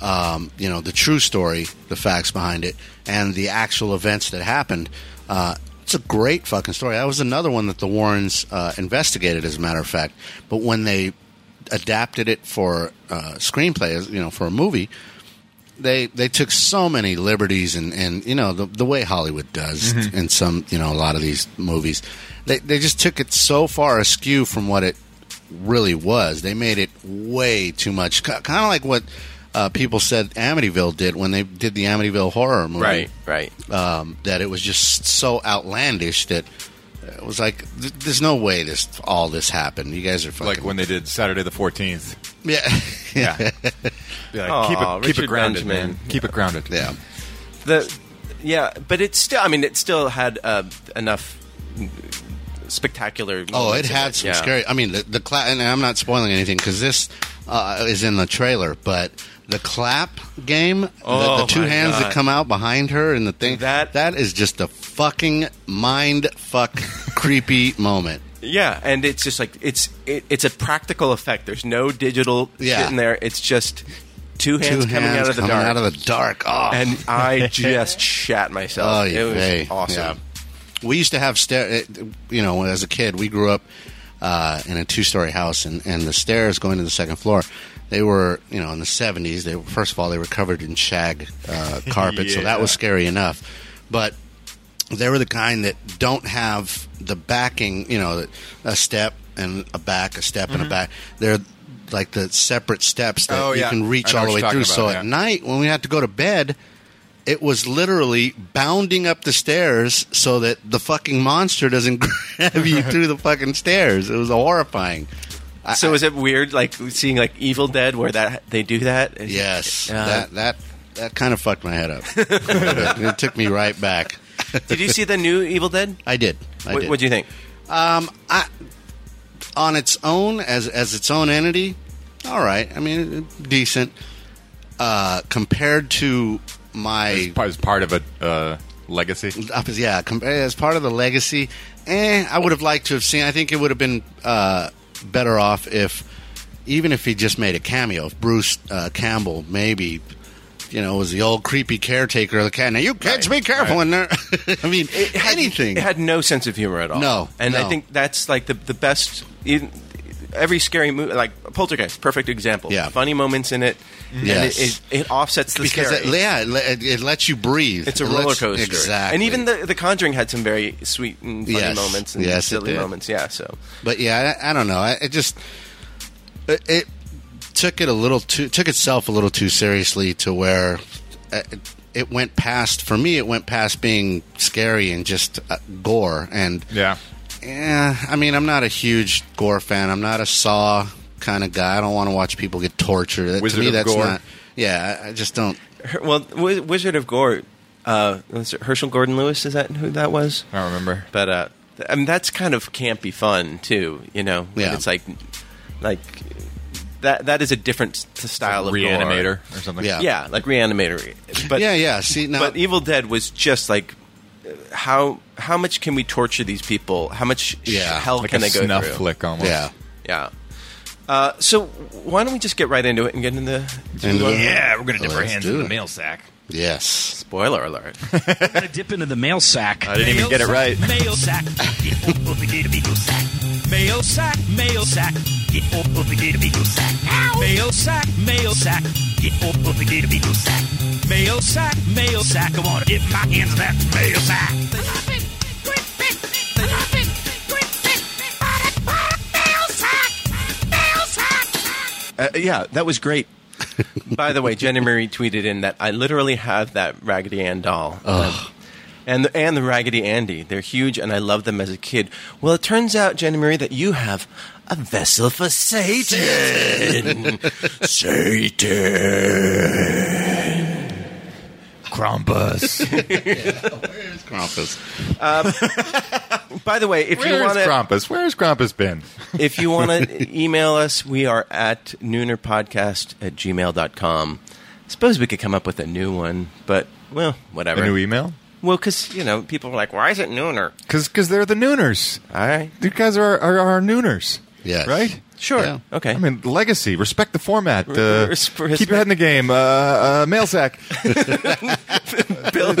Um, you know, the true story, the facts behind it, and the actual events that happened. Uh, it's a great fucking story. That was another one that the Warrens uh, investigated, as a matter of fact. But when they adapted it for uh, screenplay, as- you know, for a movie, they they took so many liberties and and you know the the way Hollywood does in some you know a lot of these movies they they just took it so far askew from what it really was they made it way too much kind of like what uh, people said Amityville did when they did the Amityville horror movie
right, right.
um, that it was just so outlandish that it was like th- there's no way this all this happened you guys are fucking
Like when they did Saturday the Fourteenth.
[laughs] yeah [laughs]
Yeah. Yeah,
Aw,
keep it, keep it
Richard
grounded,
Benjamin.
man. Keep it grounded.
yeah
the yeah, but it still. I mean, it still had uh, enough spectacular.
Oh, it
moments in
had some
yeah.
scary. I mean, the, the clap, and I'm not spoiling anything because this uh, is in the trailer, but the clap game,
Oh,
the, the two
my
hands that
God.
come out behind her and the thing,
That-
that is just a fucking mind fuck creepy moment.
Yeah, and it's just like it's it, it's a practical effect. There's no digital
Yeah.
shit in there. It's just two
Two
hands coming
hands
out of the
coming
dark.
out of the dark. Oh, [laughs]
and I just shat myself.
Oh,
it
yeah,
was
hey,
awesome.
yeah. we used to have stair. eh, You know, as a kid, we grew up uh, in a two-story house, and, and the stairs going to the second floor, they were you know in the seventies. They were first of all they were covered in shag uh, carpet, so
[laughs]
that was scary enough. But they were the kind that don't have the backing, you know, a step and a back, a step and a back. They're like the separate steps that
Mm-hmm. Oh,
you
yeah.
can
I
reach
know
all the
what
way
you're
through.
talking
so
about,
at
yeah.
night when we had to go to bed, it was literally bounding up the stairs so that the fucking monster doesn't [laughs] grab you through the fucking stairs. It was horrifying.
So is it weird, like seeing like Evil Dead, where that they do that? Is-
Yes,
Uh,
that that that kind of fucked my head up. [laughs] a little bit. it took me right back. [laughs]
Did you see the new Evil Dead?
I did. I
what
did.
what do you think?
Um, I on its own as as its own entity, all right. I mean, decent. Uh, compared to my, uh,
Probably as part of a uh, legacy.
[laughs] yeah, com- as part of the legacy, eh, I would have liked to have seen. I think it would have been uh, better off if, even if he just made a cameo, if Bruce uh, Campbell maybe. You know, was the old creepy caretaker of the cat. Now you kids, be careful in there. [laughs] I mean, anything.
It had no sense of humor at all.
No,
and I
no.
think that's like the the best. Even, every scary movie, like Poltergeist, perfect example.
Yeah.
funny moments in it,
Yes.
and it, it, it offsets the
because
scary.
it, yeah, it, le- it, it lets you breathe.
it's a
It
roller
lets-
coaster,
Exactly.
And even the the Conjuring had some very sweet and funny
Yes.
moments and
Yes, it
silly
did.
moments. Yeah, so
But yeah, I, I don't know. I, it just it, it took it a little too took itself a little too seriously to where uh, it, it went past for me. It went past being scary and just uh, gore. And
Yeah.
yeah, I mean, I'm not a huge gore fan. I'm not a Saw kind of guy. I don't want to watch people get tortured. That-
Wizard
to me,
of
that's
Gore.
not. Yeah, I- I just don't.
Her- well, Wi- Wizard of Gore, uh, was it Herschel Gordon Lewis is that who that was?
I don't remember.
But uh, th- I mean, that's kind of campy fun too. You know, When
Yeah.
It's like, like that. That is a different s- style of
Reanimator
gore.
or something.
Yeah.
Yeah, like reanimator. But
yeah, yeah. See, now
but Evil Dead was just like. uh, How how much can we torture these people? How much sh-
Yeah,
hell
Like
can
a
they go
snuff
through?
flick almost.
yeah.
Yeah. Uh, so why don't we just get right into it and get into the
And-
[laughs] Yeah, we're gonna dip
Let's
our hands
do
in the
it.
mail sack.
Yes.
spoiler alert?
We're gonna dip into the mail sack. I
didn't even get it right.
Mail sack. Get over the gate of eagle sack. Mail sack. Mail sack. Get over the gate of eagle sack. Mail sack. Mail sack. Get over the gate of eagle sack. Mail sack. Mail sack. Come on, dip my hands in that mail sack.
Uh, yeah, that was great. [laughs] By the way, Jenny Marie tweeted in that I literally have that Raggedy Ann doll. Um, and the, and the Raggedy Andy. They're huge and I loved them as a kid. Well, it turns out, Jenny Marie, that you have a vessel for [laughs] Satan.
[laughs] Krampus.
Krampus.
By the way, if you
Where's
want to
Krampus? Where's Krampus been?
if you want [laughs] to email us, we are at noonerpodcast at gmail.com. Suppose we could come up with a new one, but well,
A
whatever.
new email?
well, because you know, people are like, "Why is it nooner?"
Because they're the nooners.
All right,
You guys are, are, are our nooners.
Yes.
Right?
sure,
Yeah.
okay.
I mean, legacy. Respect the format.
R-
Uh,
[laughs] res-
keep your head in the game. Uh, uh, mail sack.
[laughs] Bill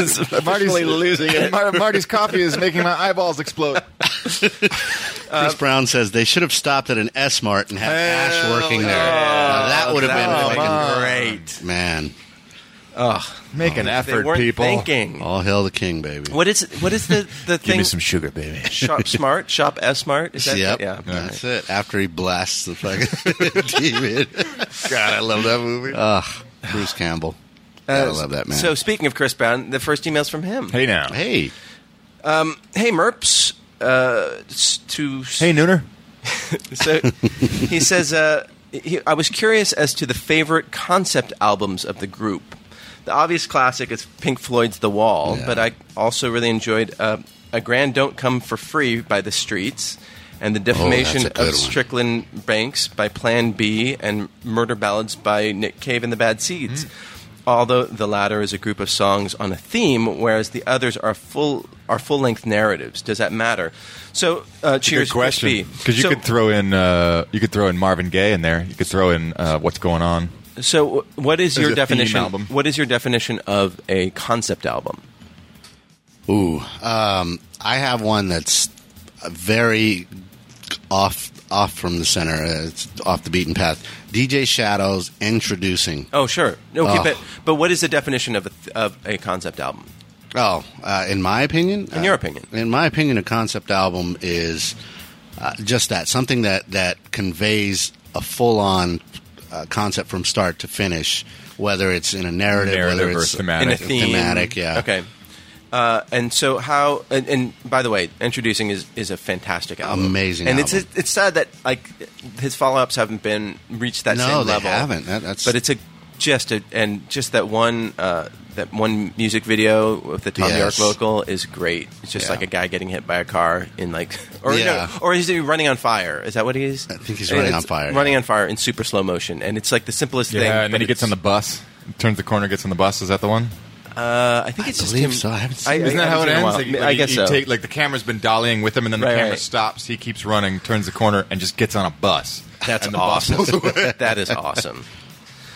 [laughs]
is officially losing it.
Mar- Marty's coffee is making my eyeballs explode.
Uh, Chris Brown says they should have stopped at an S Mart and had Ash working there. Now, that would have been fucking
great.
man.
Make an
They
effort,
weren't
people.
thinking.
All hail the king, baby.
What is what is the the thing?
sugar, baby.
shop smart, shop s smart. Is that
Yep,
yeah?
that's it. After he blasts the fucking [laughs] demon. God, I love that movie. Ugh, Bruce Campbell. Gotta love that man.
So speaking of Chris Brown, the first email's from him.
Hey now.
hey,
hey Merps. Uh, s- to
Hey, nooner.
So he says, uh, he, I was curious as to the favorite concept albums of the group. The obvious classic is Pink Floyd's The Wall,
Yeah.
but I also really enjoyed uh, A Grand Don't Come for Free by The Streets and The Defamation
Oh, a good
of
one.
Strickland Banks by Plan B and Murder Ballads by Nick Cave and The Bad
Mm.
Seeds. Although the latter is a group of songs on a theme, whereas the others are full are full length narratives. Does that matter? So, uh, cheers,
Good
Chris B.
question. Because you
So-
could throw in uh, you could throw in Marvin Gaye in there. You could throw in uh, what's going on.
So, w- what is
There's
your
a theme
definition?
album.
What is your definition of a concept album?
Ooh, um, I have one that's very off off from the center. Uh, It's off the beaten path. DJ Shadows introducing.
Oh, sure. No, okay,
Oh.
but but what is the definition of a th- of a concept album?
Oh, uh, in my opinion,
In your
uh,
opinion.
in my opinion, a concept album is uh, just that something that that conveys a full on uh, concept from start to finish, whether it's in a narrative, whether
Narrative or
it's
thematic.
In a
It's
theme.
thematic, yeah.
Okay. Uh, and so how? And, and by the way, introducing is, is a fantastic album,
Amazing
And it's
album.
it's sad that like his follow ups haven't been reached that
No,
same
they
level.
haven't. That- that's-
but it's a just a and just that one uh, that one music video with the Tom York
Yes.
vocal is great. It's just
Yeah.
like a guy getting hit by a car in like [laughs] or
Yeah.
no, or is he running on fire? Is that what he is? I
think he's running on fire,
Running
yeah.
on fire in super slow motion, and it's like the simplest thing.
Yeah, and
but
then he gets
it's-
on the bus, turns the corner, gets on the bus. Is that the one?
I think it's just
believe
him.
so. I haven't seen it.
Isn't that how it
haven't seen
ends? Like,
in a while. I
like,
guess
you
so.
Take, like the camera's been dollying with him, and then the
Right,
camera
right.
stops. He keeps running, turns the corner, and just gets on a bus.
That's
and the bus
awesome.
pulls
[laughs]
away.
that is awesome.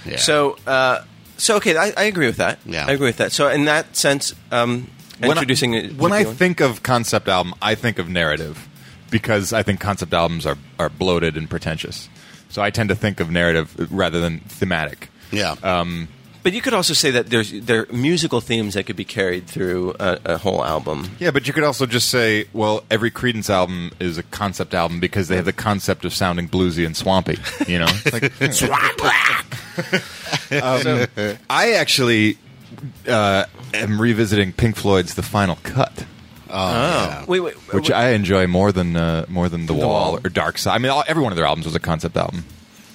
Yeah.
So, uh, so okay, I, I agree with that.
Yeah.
I agree with that. So, in that sense, um, introducing
when I,
it.
when I
would be one.
think of concept album, I think of narrative because I think concept albums are are bloated and pretentious. So I tend to think of narrative rather than thematic.
yeah,
Um, but you could also say that there's there are musical themes that could be carried through a, a whole album.
Yeah, but you could also just say, well, every Credence album is a concept album because they have the concept of sounding bluesy and swampy. You know, It's like, [laughs] um, I actually uh, am revisiting Pink Floyd's "The Final Cut."
Wait, wait,
Which
wait.
I enjoy more than uh, more than the, wall,
Wall.
or Dark Side. I mean, all, every one of their albums was a concept album.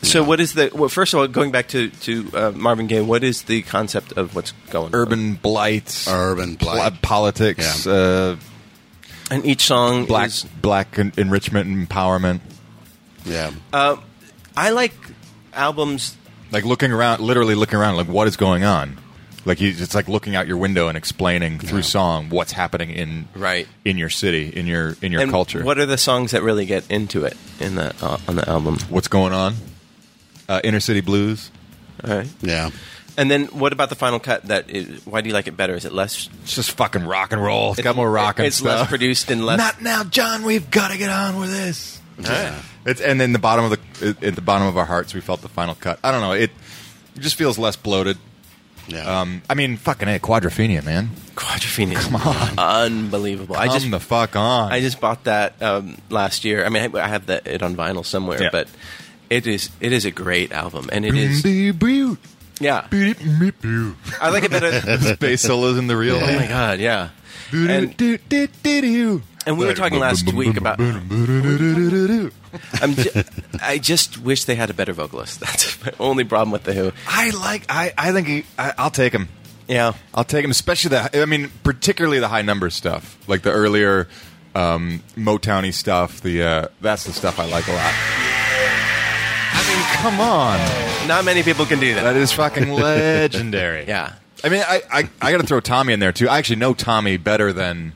so what is the? Well, first of all, going back to to uh, Marvin Gaye, what is the concept of what's going on?
Urban blight,
Urban blight.
uh,
pl- politics,
Yeah.
uh,
and each song
black
is-
black en- enrichment and empowerment.
yeah.
uh, I like albums
Like looking around, literally looking around, like what is going on? Like you, it's like looking out your window and explaining through song what's happening in
Right.
in your city, in your in your
and
culture.
What are the songs that really get into it in the uh, on the album?
what's going on? Uh, inner city blues.
All right.
yeah.
And then, what about the final cut? That is, why do you like it better? Is it less?
It's just fucking rock and roll. it's got more rock and
It's
stuff.
less produced and less.
Not now, John. We've got to get on with this. It's and then the bottom of the at the bottom of our hearts, we felt the final cut. I don't know. It, it just feels less bloated.
Yeah.
Um, I mean, fucking a quadrophenia, man. [laughs]
Quadrophenia. Come on, unbelievable. I
Come
just
the fuck on.
I just bought that um, last year. I mean, I, I have that it on vinyl somewhere,
Yeah.
but it is it is a great album, and it is yeah.
Bass
I like it better.
solos in the real.
[laughs] oh my god, yeah. And, and we were talking last week about. I'm ju- I just wish they had a better vocalist. [laughs] That's my only problem with the Who.
I like. I I think he, I, I'll take him.
Yeah.
I'll take him, especially the. I mean, particularly the high number stuff, like the earlier um, Motowny stuff. The uh, that's the stuff I like a lot. I mean, come on,
Not many people can do
that
that.
is [laughs] fucking legendary.
Yeah.
I mean, I I, I got to throw Tommy in there too. I actually know Tommy better than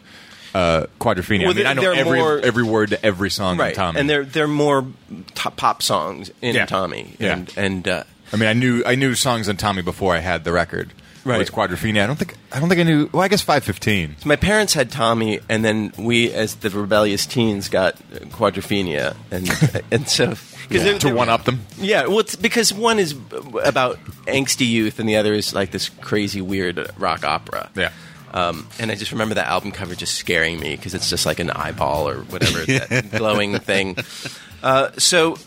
uh, Quadrophenia.
Well,
I mean, I know
they're
every
more-
every word to every song.
right
in Tommy.
and they're they're more to pop songs in
Yeah.
tommy
Yeah.
and and uh,
I mean, I knew I knew songs on Tommy before I had the record.
Right.
It's Quadrophenia. I don't think I don't think I knew. Well, I guess five fifteen.
my parents had tommy and then we as the rebellious teens got quadrophenia and [laughs] and
[laughs]
so because
To one up them.
yeah well it's because one is about angsty youth and the other is like this crazy weird rock opera
Yeah.
um, and I just remember that album cover just scaring me because it's just like an eyeball or whatever,
[laughs]
that glowing thing. Uh, so,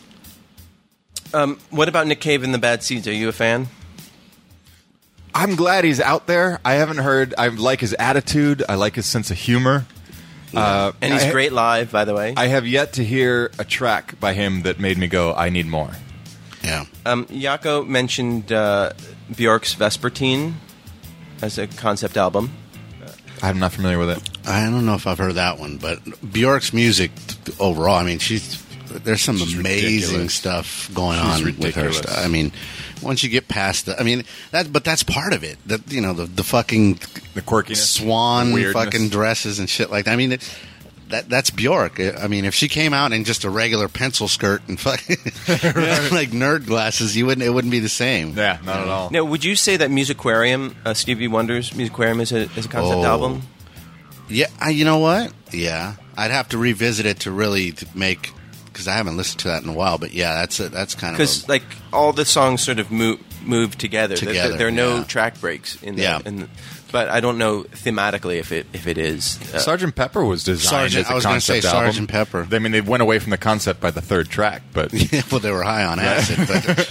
um, what about Nick Cave and the Bad Seeds? Are you a fan?
I'm glad he's out there. I haven't heard. I like his attitude. I like his sense of humor. Uh,
And he's
I-
great live, by the way.
I have yet to hear a track by him that made me go, "I need more."
yeah.
um, Jaco mentioned uh, Bjork's Vespertine as a concept album.
I'm not familiar with it.
I don't know if I've heard that one, but Bjork's music t- overall, I mean, she's there's some amazing
ridiculous.
stuff going
She's
on with her
ridiculous.
stuff. I mean, once you get past the, I mean, that but that's part of it. That you know the the fucking
The quirkiness,
swan
weirdness.
fucking dresses and shit like that. I mean, it, that that's Bjork. I mean, if she came out in just a regular pencil skirt
[laughs]
and fucking [laughs] like nerd glasses, you wouldn't it wouldn't be the same.
Yeah, not at all.
Now, would you say that Music Aquarium, uh, Stevie Wonder's Music Aquarium, is a, is a concept
Oh.
album?
Yeah, I, you know what? Yeah, I'd have to revisit it to really to make because I haven't listened to that in a while. But yeah, that's a, that's kind of
because
a,
like all the songs sort of move move together. There-
Together,
there, there are no
yeah.
track breaks in the,
Yeah.
in the- but I don't know thematically if it if it is. uh,
Sergeant Pepper was designed
Sergeant-
as a
I was gonna
concept
say
album.
Sergeant Pepper.
I mean, they went away from the concept by the third track, but
[laughs] well, they were high on acid,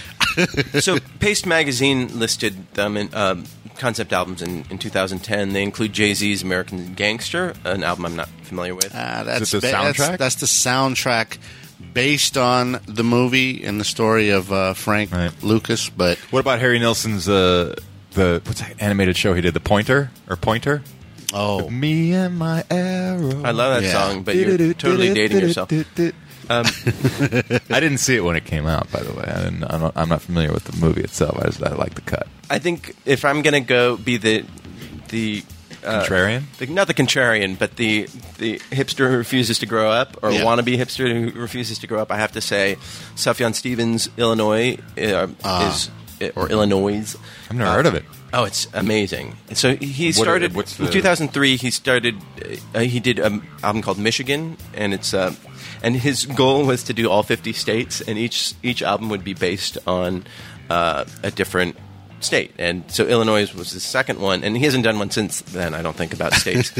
[laughs]
but
so
[laughs]
Paste magazine listed them in um, concept albums in, in 2010. They include Jay Z's American Gangster, an album I'm not familiar with.
uh, that's
it the
ba-
soundtrack?
That's, that's the soundtrack based on the movie and the story of uh, Frank
Right.
Lucas. But
what about Harry Nilsson's uh, the what's that animated show he did? The Pointer or Pointer?
oh,
Me and my arrow.
I love that
yeah.
song, but you're totally dating yourself.
I didn't see it when it came out, by the way. I didn't, I'm, not, I'm not familiar with the movie itself. I just I like the cut.
I think if I'm gonna go be the the uh,
Contrarian?
the, not the contrarian, but the the hipster who refuses to grow up, or
Yeah.
wannabe hipster who refuses to grow up, I have to say, Sufjan Stevens, Illinois uh, is or Illinois.
Ah. I've never heard of it.
Oh, it's amazing. So he
What are-
started
what's
in
the-
2003. He started. Uh, he did an album called Michigan, and it's uh, and his goal was to do all 50 states, and each each album would be based on uh, a different state. And so Illinois was the second one, and he hasn't done one since then. I don't think about states,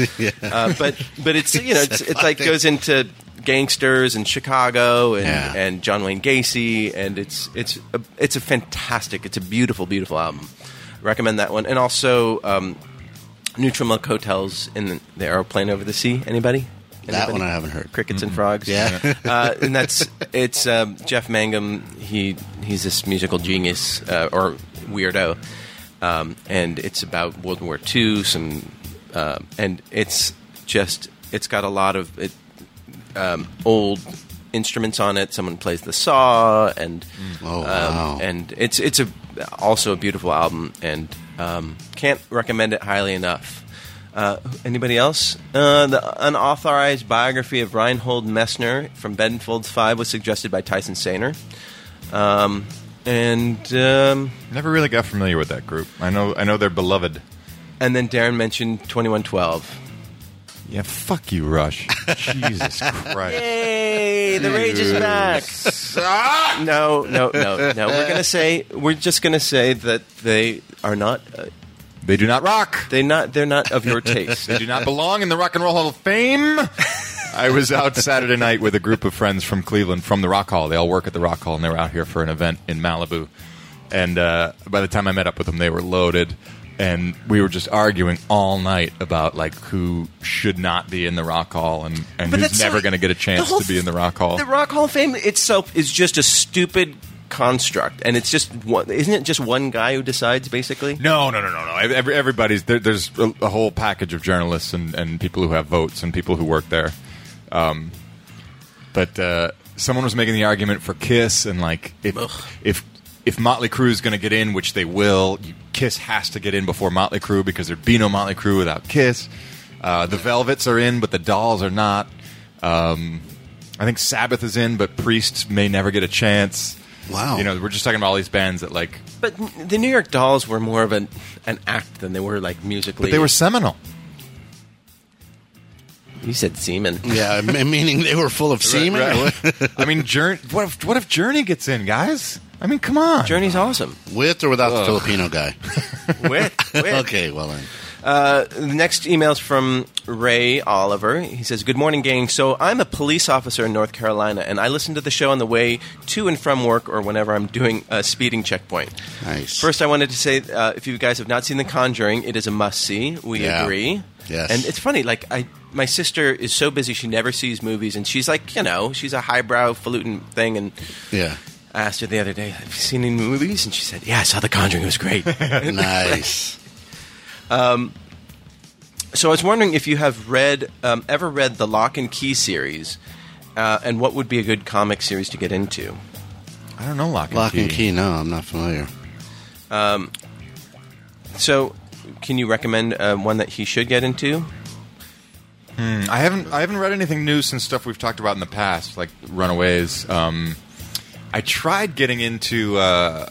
uh, but but it's you know it's, it's like goes into gangsters and Chicago and
Yeah.
and John Wayne Gacy, and it's it's a, it's a fantastic, it's a beautiful, beautiful album. Recommend that one, and also um, Nutrimilk Hotels in the, the airplane over the sea. Anybody?
that
Anybody?
one I haven't heard.
Crickets and frogs.
Yeah.
[laughs] uh, and that's it's um, Jeff Mangum. He he's this musical genius uh, or weirdo, um, and it's about World War II. Some uh, and it's just it's got a lot of it, um, old instruments on it. Someone plays the saw, and
Oh,
um,
wow.
and it's it's a also a beautiful album, and um, can't recommend it highly enough. Uh, anybody else? Uh, the unauthorized biography of Reinhold Messner from Benfold's Five was suggested by Tyson Saner, um, and um,
Never really got familiar with that group. I know I know they're beloved.
and then Darren mentioned Twenty One Twelve.
Yeah, fuck you, Rush. Jesus Christ.
Hey, the rage is back. no, no, no, no. We're gonna say we're just gonna say that they are not. Uh,
They do not rock.
they not. They're not of your taste.
They do not belong in the Rock and Roll Hall of Fame. I was out Saturday night with a group of friends from Cleveland from the Rock Hall. They all work at the Rock Hall, and they were out here for an event in Malibu. And uh, by the time I met up with them, they were loaded, and we were just arguing all night about like who should not be in the Rock Hall and, and
But
who's
that's
never
like-
going to get a
the
chance
whole
to be in the Rock Hall.
The Rock Hall of Fame itself is just a stupid construct, and it's just one. Isn't it just one guy who decides basically?
No, no, no, no, no. Ev- Every, everybody's there, there's a, a whole package of journalists and, and people who have votes and people who work there. Um, but uh, someone was making the argument for Kiss and like if if if Motley Crue is going to get in, which they will, you, Kiss has to get in before Motley Crue because there'd be no Motley Crue without Kiss. Uh, the Velvets are in, but the Dolls are not. Um, I think Sabbath is in, but Priest may never get a chance.
Wow.
You know, we're just talking about all these bands that like,
But n- the New York Dolls were more of an an act than they were like musically.
but they were seminal.
You said semen.
[laughs] Yeah, m- meaning they were full of semen.
I mean, Journey. What if, what if Journey gets in, guys? I mean, come on.
Journey's awesome.
With or without the Filipino
[laughs]
guy?
With, with.
okay, well then.
Uh, The next email's from Ray Oliver. He says, Good morning, gang. So I'm a police officer in North Carolina, and I listen to the show on the way to and from work or whenever I'm doing a speeding checkpoint.
Nice.
First, I wanted to say uh, if you guys have not seen The Conjuring, it is a must see. We
Yeah.
agree.
Yes.
And it's funny, like, I. My sister is so busy she never sees movies, and she's like, you know, she's a highbrow falutin thing, and
[laughs]
Yeah.
I asked her the other day, "Have you seen any movies?" And she said, "Yeah, I saw The Conjuring. It was
[laughs]
great."
Nice.
So I was wondering if you have read, um, ever read the Lock and Key series, uh, and what would be a good comic series to get into?
I don't know Lock and
Lock
Key.
and key. No, I'm not familiar.
So, can you recommend uh, one that he should get into?
Hmm, I haven't I haven't read anything new since stuff we've talked about in the past, like Runaways. Um, I tried getting into. Uh,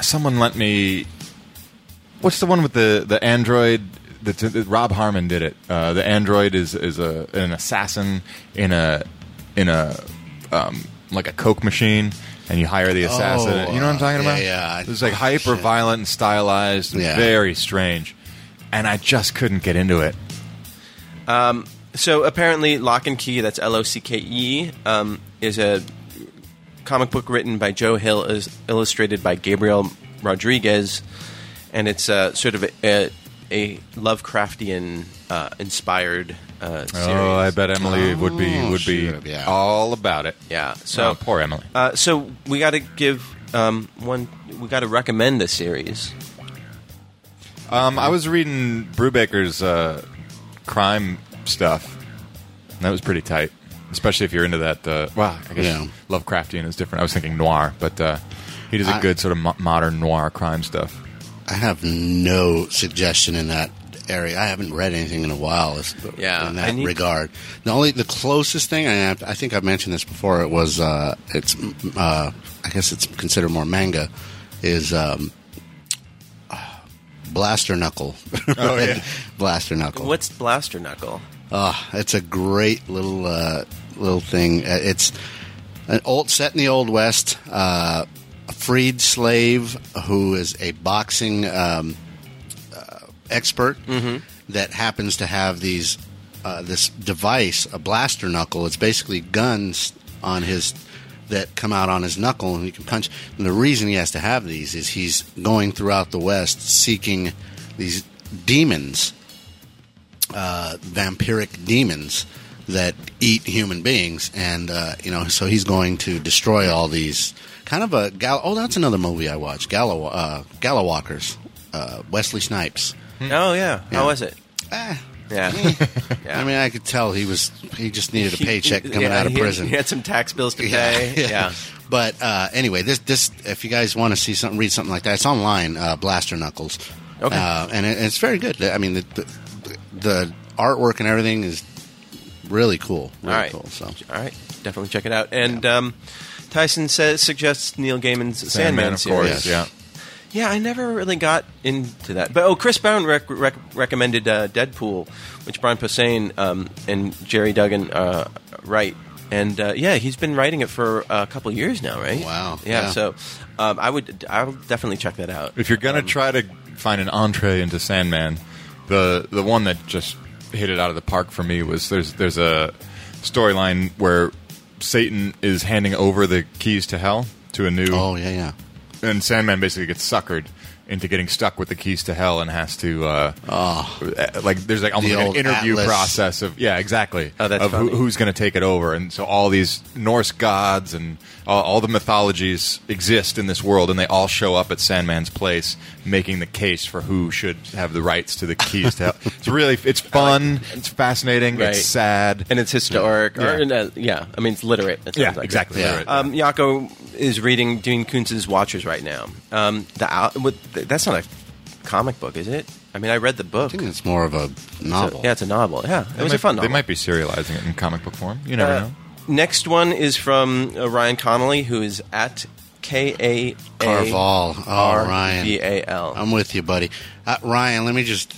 someone lent me. What's the one with the the android? the, the, Rob Harmon did it. Uh, the android is is a an assassin in a in a um, like a coke machine, and you hire the assassin.
Oh,
you know what I'm talking
uh,
about?
yeah, yeah.
It was like hyper violent and stylized, and
Yeah.
very strange, and I just couldn't get into it.
So apparently, Lock and Key, that's L O C K E, um, is a comic book written by Joe Hill, is illustrated by Gabriel Rodriguez, and it's uh, sort of a, a, a Lovecraftian uh, inspired uh, series.
Oh, I bet Emily would be would be
shoot, yeah.
all about it.
Yeah. So
Oh, poor Emily.
Uh, so we got to give um, one. We got to recommend the series.
Um, I was reading Brubaker's uh, crime stuff, and that was pretty tight. Especially if you're into that. Uh, well, I guess
Yeah.
Lovecraftian is different. I was thinking noir, but uh, he does a
I-
good sort of mo- modern noir crime stuff.
I have no suggestion in that area. I haven't read anything in a while as-
Yeah,
in
I
that
need-
regard. The only the closest thing I have, I think I've mentioned this before. It was uh, it's mm, uh, I guess it's considered more manga is um, uh, Blaster Knuckle. Oh
yeah.
[laughs] Blaster Knuckle.
What's Blaster Knuckle?
Ah, it's a great little uh, little thing. Uh, It's an old set in the old west. Uh, a freed slave who is a boxing um, uh, expert that happens to have these uh, this device, a blaster knuckle. It's basically guns on his that come out on his knuckle, and he can punch. And the reason he has to have these is he's going throughout the west seeking these demons vampiric demons that eat human beings, and uh, you know, so he's going to destroy all these. Kind of a Gal- oh, that's another movie I watched, Gala uh, Gala Walkers, uh, Wesley Snipes.
Oh yeah. How was it?
Ah,
Yeah. [laughs] Yeah.
I mean, I could tell he was he just needed a
He-
paycheck coming
yeah,
out of
he-
prison.
He had some tax bills to
[laughs]
pay. Yeah.
But uh, anyway, this this if you guys want to see something, read something like that. It's online, uh, Blaster Knuckles.
Okay.
Uh, and it, it's very good. I mean, the, the the artwork and everything is really cool. Really
All right.
cool. So
All right. Definitely check it out. And um, Tyson says suggests Neil Gaiman's Sandman,
Sandman, of
series.
course.
Yes.
Yeah.
Yeah, I never really got into that. But oh, Chris Brown rec- rec- recommended uh, Deadpool, which Brian Posehn um, and Jerry Duggan uh, write. And uh, yeah, he's been writing it for a couple years now, right?
Wow.
Yeah.
Yeah.
So um, I would, I'll definitely check that out.
If you're gonna try to find an entree into Sandman, the the one that just hit it out of the park for me was there's there's a storyline where Satan is handing over the keys to hell to a new
oh yeah yeah.
and Sandman basically gets suckered into getting stuck with the keys to hell and has to uh, uh, like there's like almost
Ah. The
like an
old
interview
Atlas.
process of yeah exactly
Oh, that's
of who,
funny.
who's going to take it over and so all these Norse gods and all, all the mythologies exist in this world and they all show up at Sandman's place making the case for who should have the rights to the keys
[laughs]
to hell it's really it's fun it's fascinating
Right.
it's sad
And it's historic. Yeah. Or,
Yeah.
uh, yeah. I mean, it's literate. It
yeah
sounds like it.
exactly
Yeah.
Right.
Um, Yako is reading Dean Koontz's Watchers right now. Um, the al- what, that's not a comic book, is it? I mean, I read the book.
I think it's more of a novel.
So- yeah, it's a novel. Yeah, it
They
was
might,
a fun novel.
they might be serializing it in comic book form you never
Uh,
know
Next one is from uh, Ryan Connolly, who is at K A
Carval. Oh, Ryan.
V A L.
I'm with you, buddy. Uh, Ryan, let me just.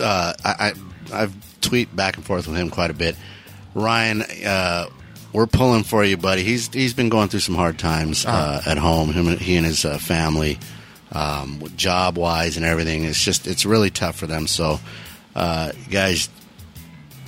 Uh, I, I I've tweet back and forth with him quite a bit. Ryan, uh, we're pulling for you, buddy. He's he's been going through some hard times
Uh-huh.
uh, at home. Him, and- he and his uh, family, um, job wise and everything. It's just it's really tough for them. So, uh, guys.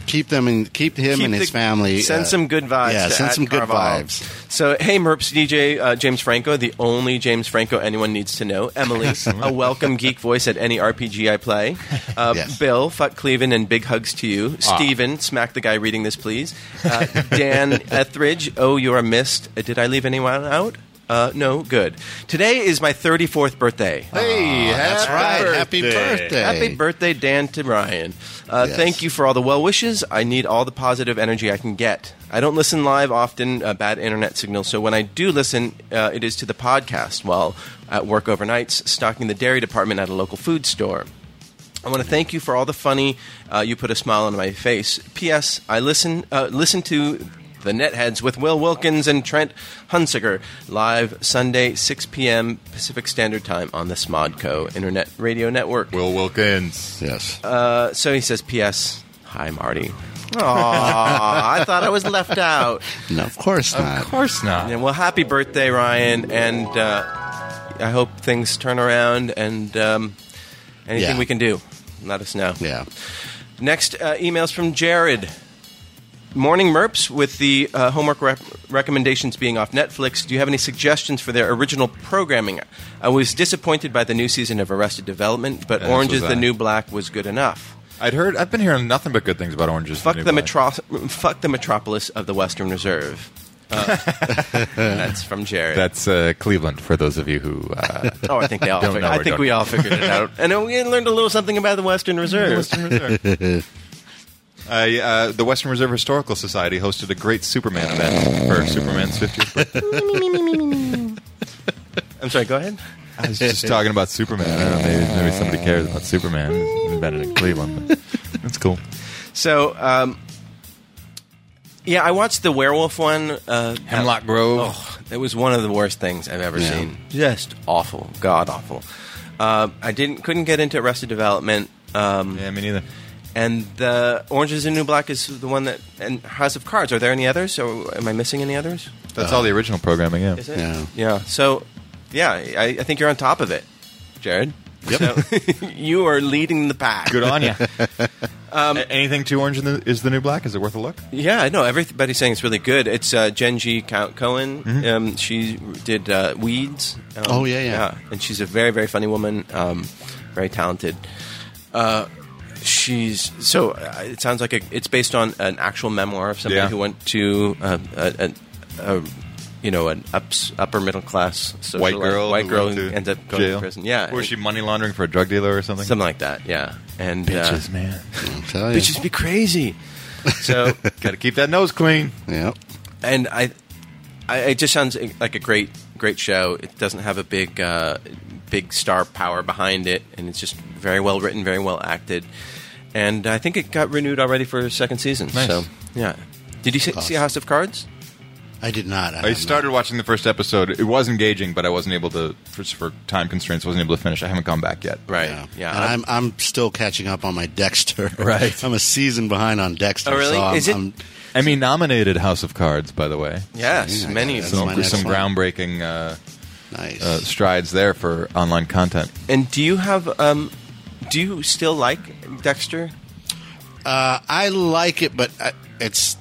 Keep them and keep him and his family.
Send
uh,
some good vibes.
Yeah,
to
send
at
some good
Carval.
vibes.
So, hey, Merps DJ uh, James Franco, the only James Franco anyone needs to know. Emily, a welcome geek voice at any RPG I
[laughs]
play. Uh,
Yes. Ah.
Bill, fuck Cleven and big hugs to you. Steven, smack the guy reading this, please. Uh,
[laughs]
Dan Etheridge, oh, you're a mist. Uh, Did I leave anyone out? Uh, no, good. Today is my 34th birthday.
hey
That's right. Happy birthday.
Happy birthday, Dan to Ryan. Uh,
Yes.
Thank you for all the well wishes. I need all the positive energy I can get. I don't listen live often, uh, bad internet signal. So when I do listen, uh, it is to the podcast while at work overnights, stocking the dairy department at a local food store. I want to thank you for all the funny. Uh, you put a smile on my face. P.S. I listen uh, listen to The Netheads with Will Wilkins and Trent Hunsicker, live Sunday, 6 p.m. Pacific Standard Time on the Smodco Internet Radio Network.
Will Wilkins.
Yes.
Uh, so he says, P.S. Hi, Marty. Aw, I thought I was left out.
no, of course not.
Of course not.
Yeah, well, happy birthday, Ryan, and uh, I hope things turn around and um, anything
Yeah.
we can do, let us know.
Yeah.
Next, uh, emails from Jared. Morning Merps, with the uh, homework rep- recommendations being off Netflix, do you have any suggestions for their original programming? I was disappointed by the new season of Arrested Development, but
Yes,
Orange is
was
the
I.
New Black was good enough.
I'd heard. I've been hearing nothing but good things about oranges.
Fuck
New
the,
Black.
metro- fuck the metropolis of the Western Reserve.
[laughs]
Uh, that's from Jared.
That's uh, Cleveland for those of you who. [laughs] Uh,
Oh, I think they all.
Don't
figured,
know
I
or
think
don't
we
know.
all figured it
[laughs]
out, and then we learned a little something about the Western Reserve.
I, uh, the Western Reserve Historical Society hosted a great Superman event for Superman's 50th birthday. [laughs]
I'm sorry. Go ahead.
I was just talking about Superman. I don't know, maybe, maybe somebody cares about Superman. It's invented in Cleveland. But that's cool.
So, um, yeah, I watched the werewolf one. Uh,
Hemlock Grove.
Oh, it was one of the worst things I've ever
Yeah.
seen. Just awful, god awful. Uh, I didn't couldn't get into Arrested Development. Um,
Yeah, me neither.
And the Orange is the New Black is the one that and House of Cards. Are there any others? Or am I missing any others?
That's all the original programming, yeah.
Is it?
Yeah.
Yeah. So, yeah, I, I think you're on top of it, Jared. So, [laughs] you are leading the pack.
Good on you. [laughs] um, Anything too orange in the, is the new black? Is it worth a look?
Yeah, I know. Everybody's saying it's really good. It's uh, Genji Co- Cohen.
Mm-hmm.
Um, she did uh, Weeds. Um,
Oh, yeah, yeah.
And she's a very, very funny woman, um, very talented. Uh, she's so uh, it sounds like a, it's based on an actual memoir of somebody
Yeah.
who went to uh, a, a, a you know an ups, upper middle class socialite,
White girl.
white
who
girl
went
who
to
ends up going
jail.
to prison. Yeah,
Or Was she money laundering for a drug dealer or something?
something like that. Yeah, and
Bitches,
uh,
man.
I'll tell you.
bitches be
[laughs]
crazy. So
[laughs] Gotta keep that nose clean.
Yep.
and I, I it just sounds like a great great show. It doesn't have a big uh, big star power behind it, and it's just very well written, very well acted, and I think it got renewed already for a second season.
Nice.
So yeah, did you see, see
Awesome.
House of Cards?
I did not.
I started watching the first episode. It was engaging, but I wasn't able to, for, for time constraints, wasn't able to finish. I haven't gone back yet.
Right.
Yeah.
Yeah.
And I'm I'm still catching up on my Dexter.
Right.
I'm a season behind on Dexter.
Oh, really?
So I'm,
Is it-
I'm-
Emmy nominated House of Cards, by the way.
yes,
Yeah,
many of
that's
them.
my
For
next
some
one.
groundbreaking uh,
nice.
uh, strides there for online content.
And do you have um, do you still like Dexter?
Uh, I like it, but I, it's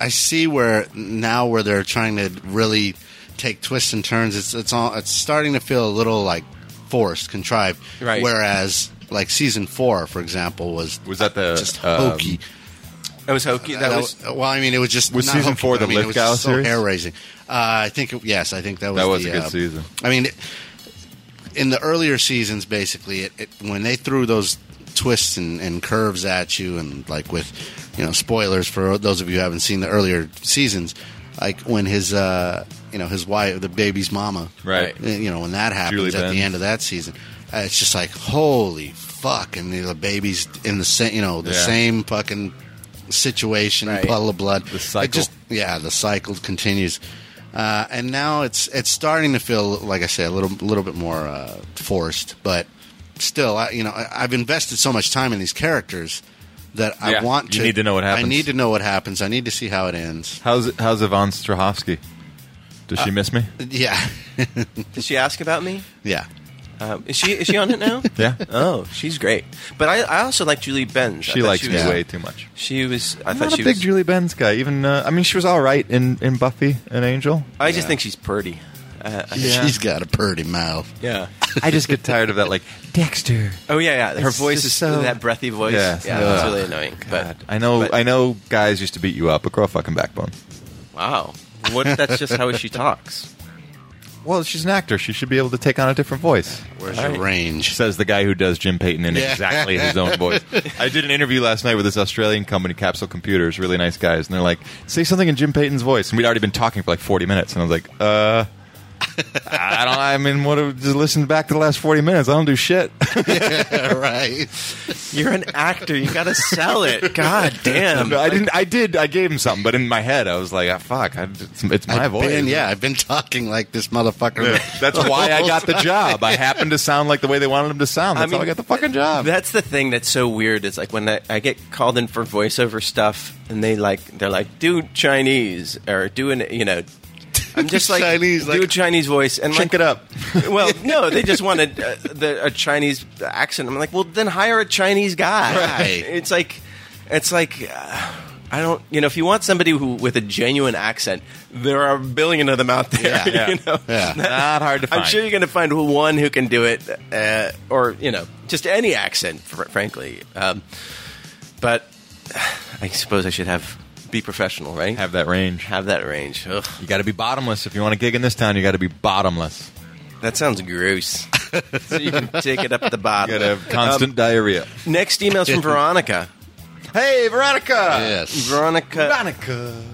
I see where now where they're trying to really take twists and turns. It's it's all it's starting to feel a little like forced, contrived.
Right.
Whereas like season four, for example, was
Was that the,
just
um,
hokey?
That was hokey. Uh, That,
That
was.
well, I mean, it was just
Was
not
season
hokey,
four
but
the
I mean, it was
Lithgow
just so
series?
hair raising. Uh, I think it- yes, I think that was
That was
the,
a good
uh,
season.
I mean, it- in the earlier seasons, basically, it, it, when they threw those twists and, and curves at you, and like with you know spoilers for those of you who haven't seen the earlier seasons, like when his uh, you know his wife, the baby's mama, uh,
Right.
You know when that happens
Julie
at the
Benz.
end of that season, uh, it's just like holy fuck, and the, the baby's in the same you know the
Yeah.
same fucking situation
Right.
puddle of blood
The cycle.
it just, yeah, the cycle continues, uh, and now it's it's starting to feel like I say a little little bit more uh, forced, but still, I, you know, I, I've invested so much time in these characters that
Yeah,
I want
you
to.
need to know what happens.
I need to know what happens. I need to see how it ends. [laughs]
How's how's Yvonne Strahovski? Does
Uh,
she miss me?
Yeah,
Did she ask about me?
yeah.
Um, is she is she on it [laughs] now?
Yeah.
Oh, she's great. But I, I also like Julie Benz. I
She
thought
likes me
was-
way too much.
She was. I
I'm
thought
not a
she
big
was.
Julie Benz guy. Even uh, I mean, she was all right in, in Buffy and Angel.
I just
Yeah.
think she's pretty. Uh, I-
Yeah.
[laughs] She's got a pretty mouth.
yeah.
I just get tired of that, like Dexter.
Oh yeah, yeah. Her
It's
voice
just
is
so-
that breathy voice.
Yeah.
Yeah, that's
Ugh.
really annoying. But
I know,
but-
I know, guys used to beat you up, but grow a fucking backbone.
Wow. What? if That's just how she talks.
Well, she's an actor. She should be able to take on a different voice.
Where's
All
your
right.
[laughs]
range?
Says the guy who does Jim Peyton in
Yeah.
exactly his own [laughs] voice. I did an interview last night with this Australian company, Capsule Computers, really [laughs] nice guys, and they're like, "Say something in Jim Peyton's voice," and we'd already been talking for like forty minutes, and I was like, "Uh, I don't. I mean, what? if- Just listen back to the last forty minutes. I don't do shit.
[laughs] right.
You're an actor. You got to sell
[laughs]
it. God damn.
I didn't. I did. I gave him something, but in my head, I was like, ah, "Fuck, I, it's, it's my
I've
voice."
been, yeah, I've been talking like
[laughs]
this motherfucker.
That's why I
[laughs]
got the job. I happened to sound like the way they wanted him to sound. That's
mean,
how I got the fucking job.
That's the thing that's so weird. Is like when I, I get called in for voiceover stuff, and they like they're like, "Do Chinese or do an you know." I'm
[laughs]
just like
Chinese,
do
like-
a Chinese voice and
Chink
like
it up.
[laughs]
[laughs]
well, no, they just wanted uh, the, a Chinese accent. I'm like, well, then hire a Chinese guy.
Right.
[laughs] It's like, it's like, uh, I don't, you know, if you want somebody who with a genuine accent, there are a billion of them out there. [laughs]
Yeah.
you know?
Yeah.
Not hard to find.
I'm sure you're going to find one who can do it, uh, or you know, just any accent, fr- frankly. Um, but [sighs] I suppose I should have be professional, right?
have that range.
have that range. Ugh,
You got to be bottomless if you want a gig in this town. You got to be bottomless.
that sounds
[laughs]
gross. so you can take it up at the
You
bottom. Um,
got to have constant diarrhea.
Next email's
[laughs]
from Veronica.
Hey, Veronica.
Yes.
Veronica.
Veronica.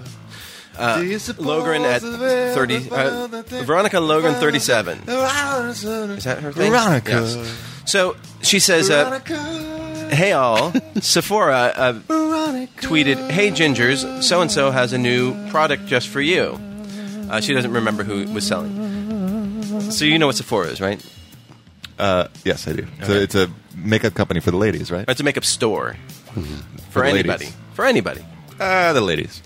Do you suppose
Logren Uh, at
that
30 uh, Veronica Logren 37. Is that her thing?
Veronica.
Yes. So she says, uh,
Veronica.
"Hey
[laughs]
all, Sephora uh, tweeted, "Hey Gingers, so and so has a new product just for you." Uh, she doesn't remember who was selling. So you know what Sephora is, right?
Uh, yes, I do. So it's a makeup company for the ladies, right?
It's a makeup store for
the Mm-hmm. ladies.
anybody. For anybody.
Uh, the ladies.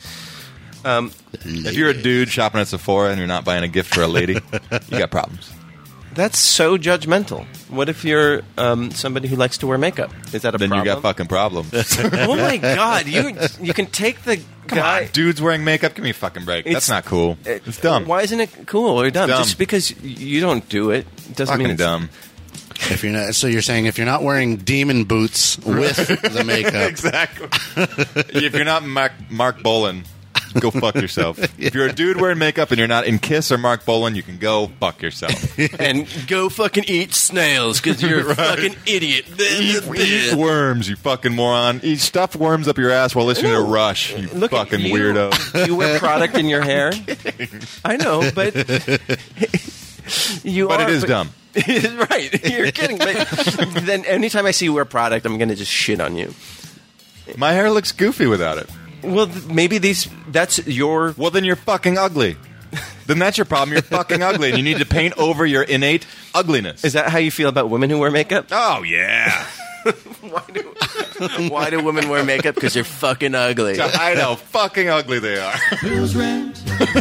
Um,
If you're a dude shopping at Sephora and you're not buying a gift for
[laughs]
a lady, you got problems.
That's so judgmental. What if you're um, somebody who likes to wear makeup? Is that a
Then
problem?
you got fucking
[laughs]
problems.
oh
[laughs]
my god! You you can take the guy.
Ah, Dudes wearing makeup, give me a fucking break.
It's-
That's not cool.
it-
It's dumb.
Why isn't it cool or dumb?
dumb.
Just because y- you don't do it doesn't mean
Fucking
it's
dumb.
If you're not, so you're saying if you're not wearing demon boots with the makeup,
Exactly. [laughs] if you're not Mark, Mark Bolan, go
[laughs]
fuck yourself. If you're a dude wearing makeup and you're not in Kiss or Mark Bolan, you can go fuck yourself.
[laughs] And go fucking eat snails because
[laughs]
you're a fucking idiot.
Eat worms, you fucking moron. Eat stuff worms up your ass while listening to
No.
Rush, you
Look at
fucking
you.
weirdo.
[laughs] You wear product in your
[laughs]
hair. I know, but you
But
are.
it is dumb.
[laughs] right, you're kidding. But [laughs] then anytime I see you wear product, I'm gonna just shit on you.
My hair looks goofy without it.
Well, th- maybe these—that's your
Well, then you're fucking ugly. Then that's your problem. You're fucking ugly, and you need to paint over your innate ugliness.
Is that how you feel about women who wear makeup?
oh yeah,
Why do, why do women wear makeup? Because they're fucking
[laughs]
ugly.
I know. Fucking ugly they are.
[laughs]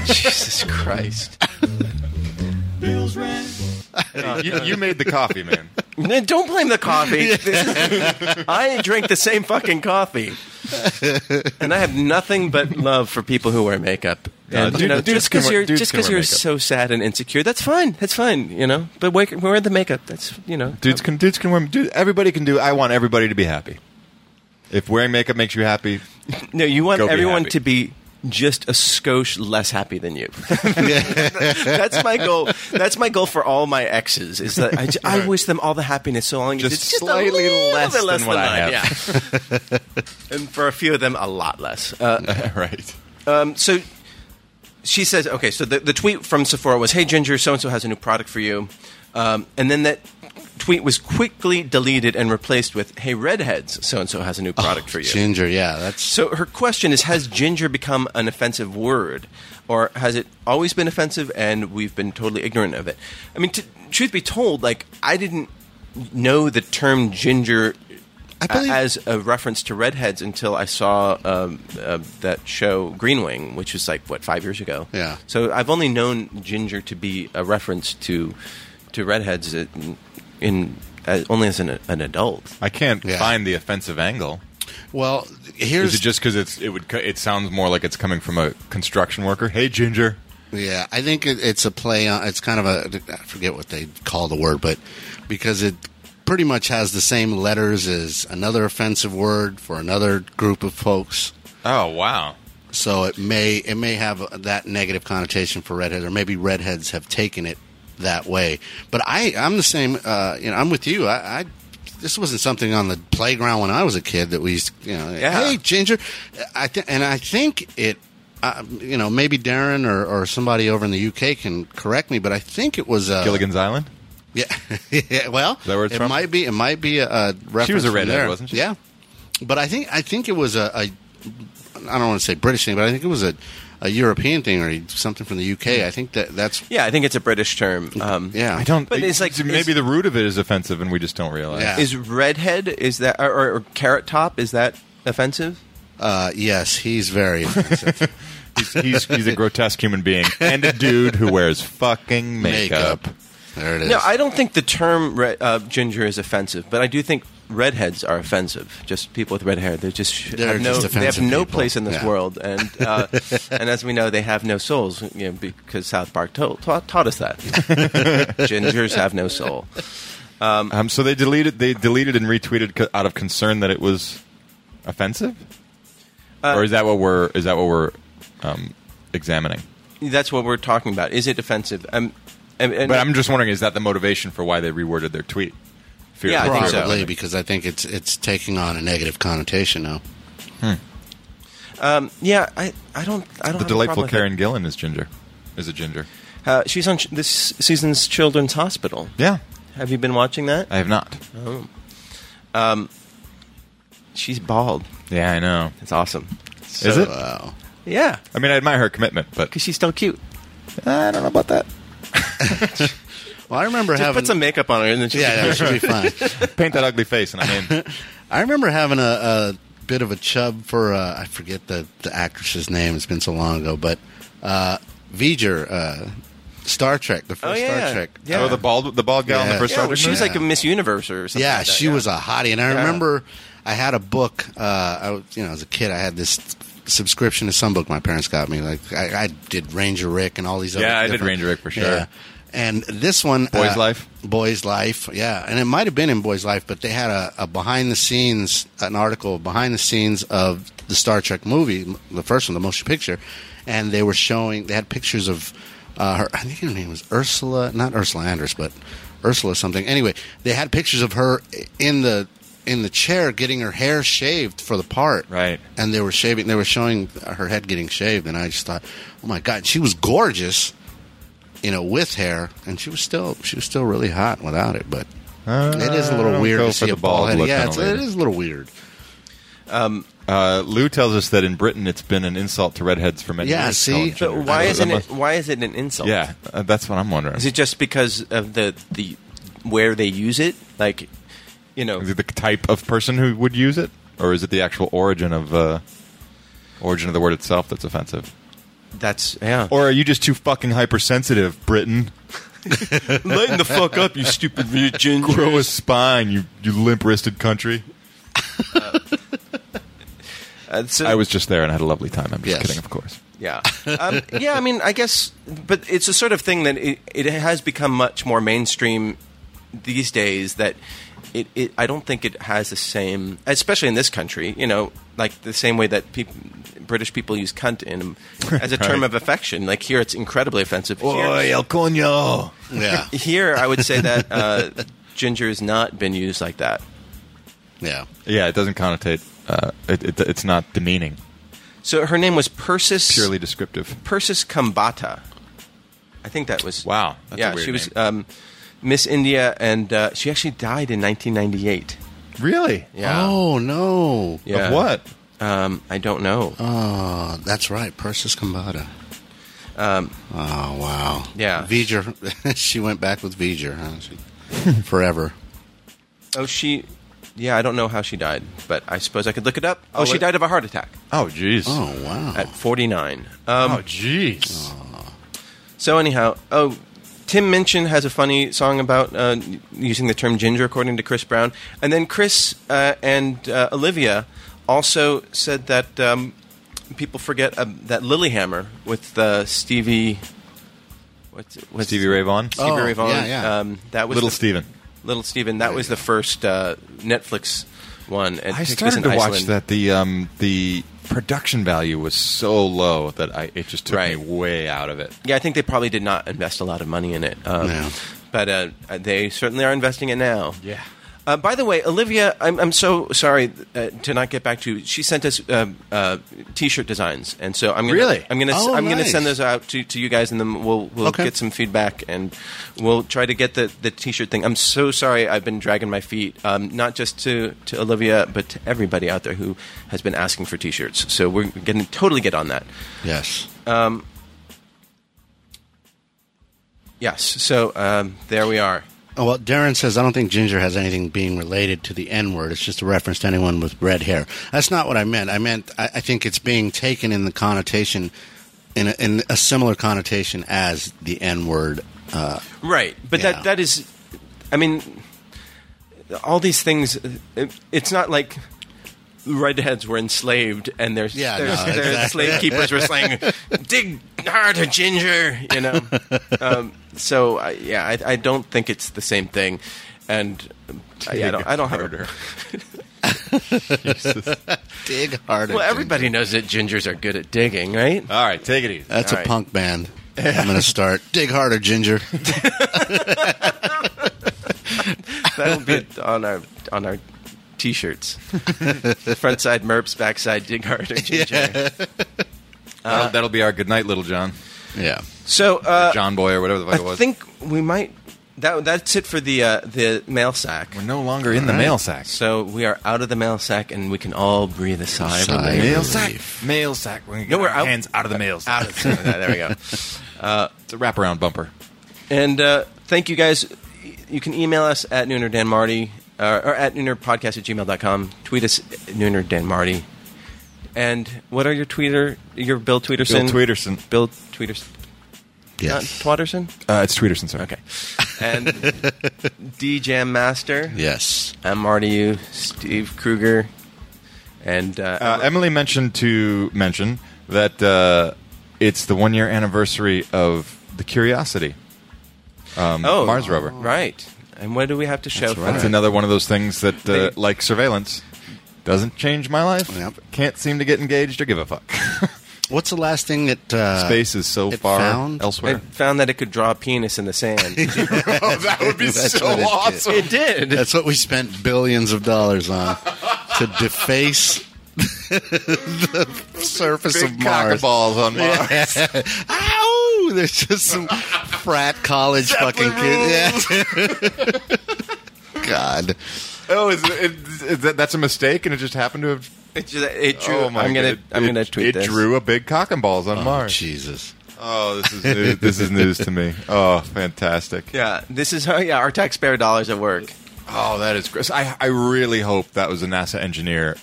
Jesus Christ.
[laughs] you, you made the coffee, man.
No, Don't blame the
[laughs]
coffee. [laughs] This is- I drink the same fucking coffee. And I have nothing but love for people who wear makeup.
Yeah,
And,
dude-
you know,
dudes
just
can
because
wear-
you're
dudes
just
can
because
wear
you're
makeup.
so sad and insecure, that's fine. That's fine, you know. But wear, wear the makeup. That's you know.
Dudes can dudes can wear. Dude, everybody can do. I want everybody to be happy. If wearing makeup makes you happy,
No, you want
Go be
everyone
happy.
to be just a skosh less happy than you. [laughs] That's my goal. That's my goal for all my exes. Is that I, ju- I wish them all the happiness so long as
Just
it's just
slightly
a little
less
bit
than
less
what I
mine, Yeah. [laughs] and for a few of them, a lot less. Uh,
[laughs] [laughs] right?
um, so she says, okay. So the, the tweet from Sephora was, "Hey Ginger, so and so has a new product for you," um, and then that tweet was quickly deleted and replaced with, "Hey redheads, so and so has a new product
Oh,
for you."
ginger, yeah, that's
So her question is: Has ginger become an offensive word, or has it always been offensive and we've been totally ignorant of it? I mean, t- truth be told, like I didn't know the term ginger
I believe-
a- as a reference to redheads until I saw um, uh, that show Green Wing, which was like what five years ago.
Yeah.
So I've only known ginger to be a reference to to redheads in, in as, only as an, an adult.
I can't
Yeah.
find the offensive angle.
well.
Is
Here's
it just because it's it would co- it sounds more like it's coming from a construction worker? Hey, Ginger.
yeah. I think it, it's a play on. It's kind of a I forget what they call the word, but because it pretty much has the same letters as another offensive word for another group of folks.
Oh wow.
So it may it may have that negative connotation for redheads, or maybe redheads have taken it that way. But I I'm the same. Uh, you know, I'm with you. I, I this wasn't something on the playground when I was a kid that we used. To, you know,
Yeah.
hey ginger. I th- and I think it. uh, you know, maybe Darren or, or somebody over in the UK can correct me, but I think it was uh,
Gilligan's Island.
Yeah, [laughs] yeah. Well,
that where it's
it
from?
might be. It might be a, a reference.
was a
from
redhead,
there.
wasn't she?
Yeah, but I think I think it was a. a I don't want to say British thing, but I think it was a, a European thing or something from the UK. I think that that's
Yeah, I think it's a British term. Um,
yeah.
I don't.
But it's like-
maybe
it's-
the root of it is offensive, and we just don't realize.
Yeah.
Is redhead is that or, or, or carrot top is that offensive?
Uh, yes, he's
[laughs]
very offensive.
He's, he's, he's [laughs] a grotesque human being and a dude who wears fucking makeup.
makeup. There it is.
No, I don't think the term re- uh, ginger is offensive, but I do think redheads are offensive. Just people with red hair, they just sh-
They're
have no,
just
they have
offensive
no
people.
place in this
Yeah.
world, and uh, and as we know, they have no souls, you know, because South Park to- ta- taught us that gingers have no soul.
Um, so they deleted they deleted and retweeted co- out of concern that it was offensive,
Uh,
or is that what we're is that what we're um, examining?
That's what we're talking about. Is it offensive? Um, and, and-
But I'm just wondering, is that the motivation for why they reworded their tweet? Fear
Yeah, I think so.
probably because I think it's it's taking on a negative connotation now.
um, yeah, I, I don't I don't have
The
a problem
delightful
with that.
Karen Gillan is ginger. Is a ginger.
Uh, she's on ch- this season's Children's Hospital.
Yeah,
Have you been watching that?
I have not.
She's bald.
Yeah, I know.
It's awesome.
is it?
Wow.
Yeah,
I mean, I admire her commitment, but
because she's still cute.
I don't know about that.
Well, I remember
Just
having
put some makeup on her and then she's
yeah, that should
[laughs]
be fine.
Paint that ugly face, and I'm [laughs] in.
I remember having a, a bit of a chub for uh, I forget the the actress's name. It's been so long ago, but uh, V'ger, uh Star Trek, the first
Oh, yeah.
Star Trek.
Yeah.
Oh, the bald the bald gal in the
Yeah.
first
Yeah,
Star
well,
Trek
she was
movie?
like a Miss Universe or something.
yeah,
like that,
she was a hottie, and I
Yeah.
remember I had a book. Uh, I was, you know, as a kid, I had this subscription to some book my parents got me. Like I, I did Ranger Rick and all these. other
Yeah, I did
different-
Ranger Rick for sure.
Yeah. And this one, uh,
Boy's Life?
Boys Life, yeah, and it might have been in Boys Life, but they had a, a behind the scenes, an article behind the scenes of the Star Trek movie, m- the first one, the motion picture, and they were showing. They had pictures of uh, her. I think her name was Ursula, not Ursula Andress, but Ursula something. Anyway, they had pictures of her in the in the chair getting her hair shaved for the part,
Right.
And they were shaving. They were showing her head getting shaved, and I just thought, oh my god, she was gorgeous you know, with hair, and she was still she was still really hot without it. But it is a
Uh, I
little
don't
weird
go
to
for the
see a bald
bald
head.
look
Yeah,
on a
it's, it
lady.
is a little weird.
Uh, Lou tells us that in Britain it's been an insult to redheads for many
Yeah,
years.
see?
calling
But
ginger.
why
That
isn't it?
must-
Why is it an insult?
Yeah, uh, that's what I'm wondering.
Is it just because of the the where they use it? Like, you know,
Is it the type of person who would use it, or is it the actual origin of uh, origin of the word itself that's offensive?
that's yeah.
Or are you just too fucking hypersensitive, Britain?
[laughs] lighten the fuck up, you stupid virgin.
Grow a spine, you you limp wristed country.
Uh, so-
I was just there and had a lovely time. I'm just
Yes.
kidding, of course. [laughs]
Yeah. Um, yeah, I mean, I guess, but it's a sort of thing that it, it has become much more mainstream these days that it, it, I don't think it has the same, especially in this country, you know, like the same way that peop British people use cunt
[laughs]
in as a term
Right.
of affection. Like here, it's incredibly offensive. Here,
Oi, el coño.
Yeah,
here I would say
[laughs]
that uh, ginger has not been used like that.
[laughs] yeah.
Yeah, it doesn't connotate. Uh, it, it, it's not demeaning.
So her name was Persis
Purely descriptive.
Persis Kambata. I think that was.
Wow, that's a
yeah,
weird
she was
name.
um, Miss India, and uh, she actually died in 1998.
Really?
Yeah.
Oh no.
Yeah.
Of what?
Um, I don't know.
Oh, that's right. Persis Kambata. Um. Oh wow.
Yeah.
V'ger. [laughs] she went back with V'ger. Huh? She, forever.
[laughs] oh, she. Yeah, I don't know how she died, but I suppose I could look it up. Oh, she
let-
died of a heart attack
Oh, jeez.
Oh wow.
at 49. Um,
Oh, jeez.
So anyhow, oh, Tim Minchin has a funny song about uh, using the term ginger, according to Chris Brown, and then Chris uh, and uh, Olivia also said that um, people forget um, that Lilyhammer with uh, Stevie. What's, what's
Stevie Ray Vaughan?
Stevie
Oh,
Ray Vaughan.
yeah, yeah.
Um, that was
Little
the-
Steven.
Little Steven. That was the first uh, Netflix one. And
I
takes place
started
in
to watch
Iceland.
that the um, the production value was so low that I it just took
Right.
me way out of it.
Yeah, I think they probably did not invest a lot of money in it. Um,
No.
But uh, they certainly are investing it now.
Yeah.
Uh, by the way, Olivia, I'm, I'm so sorry uh, to not get back to you. She sent us uh, uh, t-shirt designs, and so I'm gonna,
Really?
I'm gonna s-
Oh,
I'm gonna
nice.
send those out to, to you guys, and then we'll we'll
Okay.
get some feedback, and we'll try to get the, the t-shirt thing. I'm so sorry I've been dragging my feet, um, not just to, to Olivia, but to everybody out there who has been asking for t-shirts. So we're gonna totally get on that.
Yes.
Yes. So um, there we are.
Oh, well, Darren says, I don't think ginger has anything being related to the N word. It's just a reference to anyone with red hair. That's not what I meant. I meant, I, I think it's being taken in the connotation, in a, in a similar connotation as the N word. Uh,
Right, but
Yeah.
that that is, I mean, all these things. It, it's not like redheads were enslaved and their
Yeah,
their,
no,
their
exactly.
slave keepers were [laughs] saying, "Dig harder, ginger," you know. um, so I, yeah, I, I don't think it's the same thing, and um, I, I don't. I don't have a,
dig harder.
Well, everybody knows that gingers are good at digging, right?
[laughs] All right, take it easy.
That's a
All right.
punk band. I'm going
[laughs]
to start. Dig harder, ginger.
That'll be on our on our [laughs] t-shirts. Front side merps, backside dig harder, ginger.
that'll, that'll be our good night, little John,
yeah.
So uh,
John Boy, or whatever the fuck it
I
was.
think we might. That, that's it for the uh, the mail sack.
We're no longer in the mail sack.
So we are out of the mail sack, and we can all breathe a sigh. of
Sigh.
relief.
Mail
mail sack. We're gonna
No, we're out-
out of the mail Uh,
Out of the, there we
[laughs]
go.
It's a wraparound bumper.
And uh, thank you guys. You can email us at Nooner Dan Marty uh, or at noonerpodcast at gmail.com. Tweet us Nooner Dan Marty. And what are your tweeter? Your Bill Tweeterson.
Tweederson.
Bill Tweeterson. Not
Yes.
Twatterson.
Uh, it's Tweederson, sir.
Okay. And D Jam Master.
yes.
I'm Marty U, Steve Kruger, and uh,
Uh, Emily mentioned to mention that uh, it's the one year anniversary of the Curiosity um,
oh,
Mars rover.
Right. And what do we have to show for
That's
that?
another one of those things that, uh,
They-
like surveillance, doesn't change my life.
Yep.
Can't seem to get engaged or give a fuck.
What's the last thing that.
[laughs]
Uh,
Space is so
it
far
found-
elsewhere.
It found that it could draw a penis in the sand. [laughs] it
oh, that would [laughs] be
That's so what it did. awesome.
did.
That's what we spent billions of dollars on to deface [laughs] the surface of
Big cock
Mars.
balls on Mars.
Yeah. [laughs] Ow! There's just some frat college
Zeppelin
fucking kids. Yeah. [laughs] God.
[laughs] Oh, is, it, is that, that's a mistake, and it just happened to have.
it, ju- [laughs] it drew.
Oh my
I'm gonna.
God.
I'm
It-
gonna tweet
It
this.
drew a big cock and balls on
Oh,
Mars.
Jesus.
Oh, this is news, this is news to me. Oh, fantastic.
Yeah. This is [laughs] how. Yeah. Our taxpayer dollars at work.
Oh, that is great. I I really hope that was a NASA engineer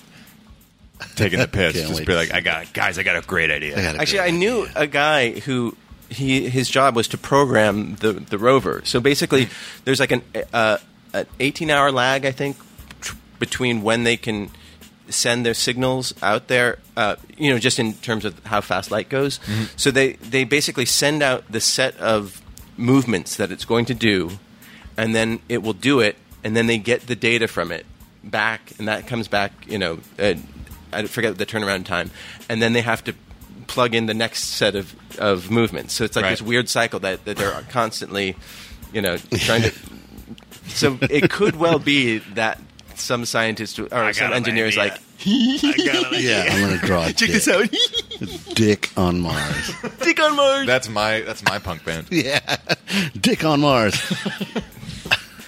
taking [laughs] the piss.
Can't
just
wait
be
to
like, I got guys, I got a great idea.
I got a
Actually,
good
I knew a guy who he his job was to program the the rover. So basically, there's like an uh, an 18 hour lag, I think, tr- between when they can send their signals out there. Uh, you know, just in terms of how fast light goes. So they they basically send out the set of movements that it's going to do, and then it will do it, and then they get the data from it back, and that comes back. You know. Uh, I forget the turnaround time, and then they have to plug in the next set of, of movements. So it's like
Right.
this weird cycle that, that they're constantly, you know, trying
[laughs]
to. so it could well be that some scientist or some
an
engineer is
idea.
like,
Yeah, I'm going to draw a Check dick. this out. dick on Mars.
"Dick on Mars."
That's my that's my punk [laughs] band.
Yeah. Dick on Mars.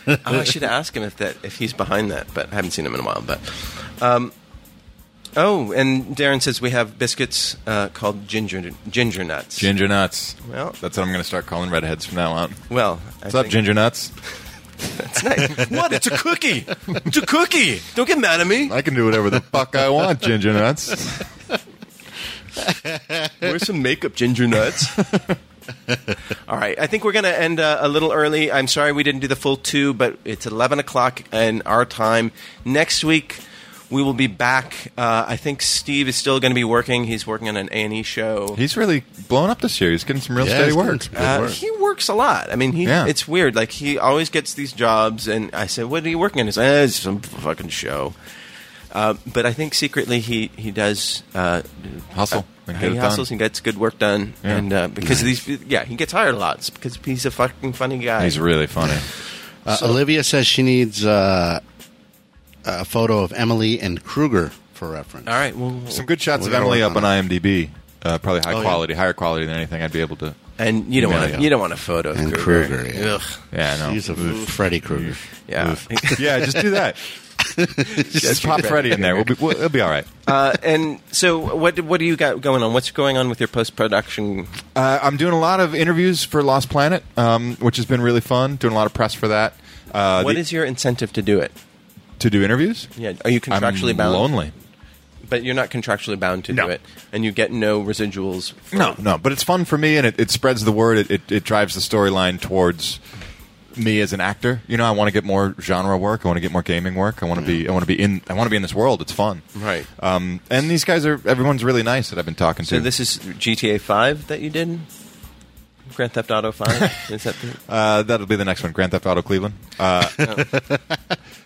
Oh, I should ask him if that if he's behind that, but I haven't seen him in a while. But um, oh, and Darren says we have biscuits uh, called ginger ginger nuts.
Ginger nuts.
Well-
that's what I'm going to start calling redheads from now on.
well, I
What's up,
think-
ginger nuts?
It's nice. what? It's a cookie. It's a cookie. Don't get mad at me.
I can do whatever [laughs] the fuck I want, ginger nuts.
Where's some makeup, ginger
[laughs]
nuts? All right, I think we're going to end uh, a little early. I'm sorry we didn't do the full two, but it's 11 o'clock in our time. Next week, we will be back. Uh, I think Steve is still going to be working. He's working on an A&E show.
He's really blown up this year. He's getting some real
Yeah,
steady
he's doing
work.
some good
Uh,
work.
he works a lot. I mean, he
Yeah.
it's weird. Like he always gets these jobs, and I said, "What are you working on?" He's like, eh, "It's some fucking show." Uh, but I think secretly he he does uh,
Hustle and get
he
it
hustles
done.
and gets good work done,
Yeah.
and uh, because these yeah he gets hired a lot It's because he's a fucking funny guy.
[laughs] He's really funny.
Uh, Olivia says she needs uh, a photo of Emily and Kruger for reference.
All right. Well,
Some good shots
We
of
gotta
Emily
work
up on
on
IMDb. Uh, probably high
Oh, yeah.
quality, higher quality than anything I'd be able to.
and you don't
Yeah,
want
yeah.
to you don't want a photo of
And
Kruger.
Kruger, yeah.
Ugh.
Yeah, I know.
He's a Freddy Krueger.
Yeah.
yeah, just do that. [laughs] just pop Freddy in there. We'll be, we'll, it'll be all right.
[laughs] uh, and so, what what do you got going on? What's going on with your post production?
Uh, I'm doing a lot of interviews for Lost Planet, um, which has been really fun. Doing a lot of press for that. Uh,
What
the-
is your incentive to do it?
to do interviews?
Yeah, are you contractually
I'm
bound?
Lonely.
But you're not contractually bound to
No.
do it, and you get no residuals. for-
No, no, but it's fun for me, and it, it spreads the word. It, it, it drives the storyline towards me as an actor. You know, I want to get more genre work. I want to get more gaming work. I want to be. I want to be in. I want to be in this world. It's fun,
Mm-hmm. Right.
Um, and these guys are. Everyone's really nice that I've been talking
So
to.
this is GTA Five that you did. Grand Theft Auto [laughs] Five. is that the,
Uh, that'll be the next one. Grand Theft Auto Cleveland.
[laughs]
Uh,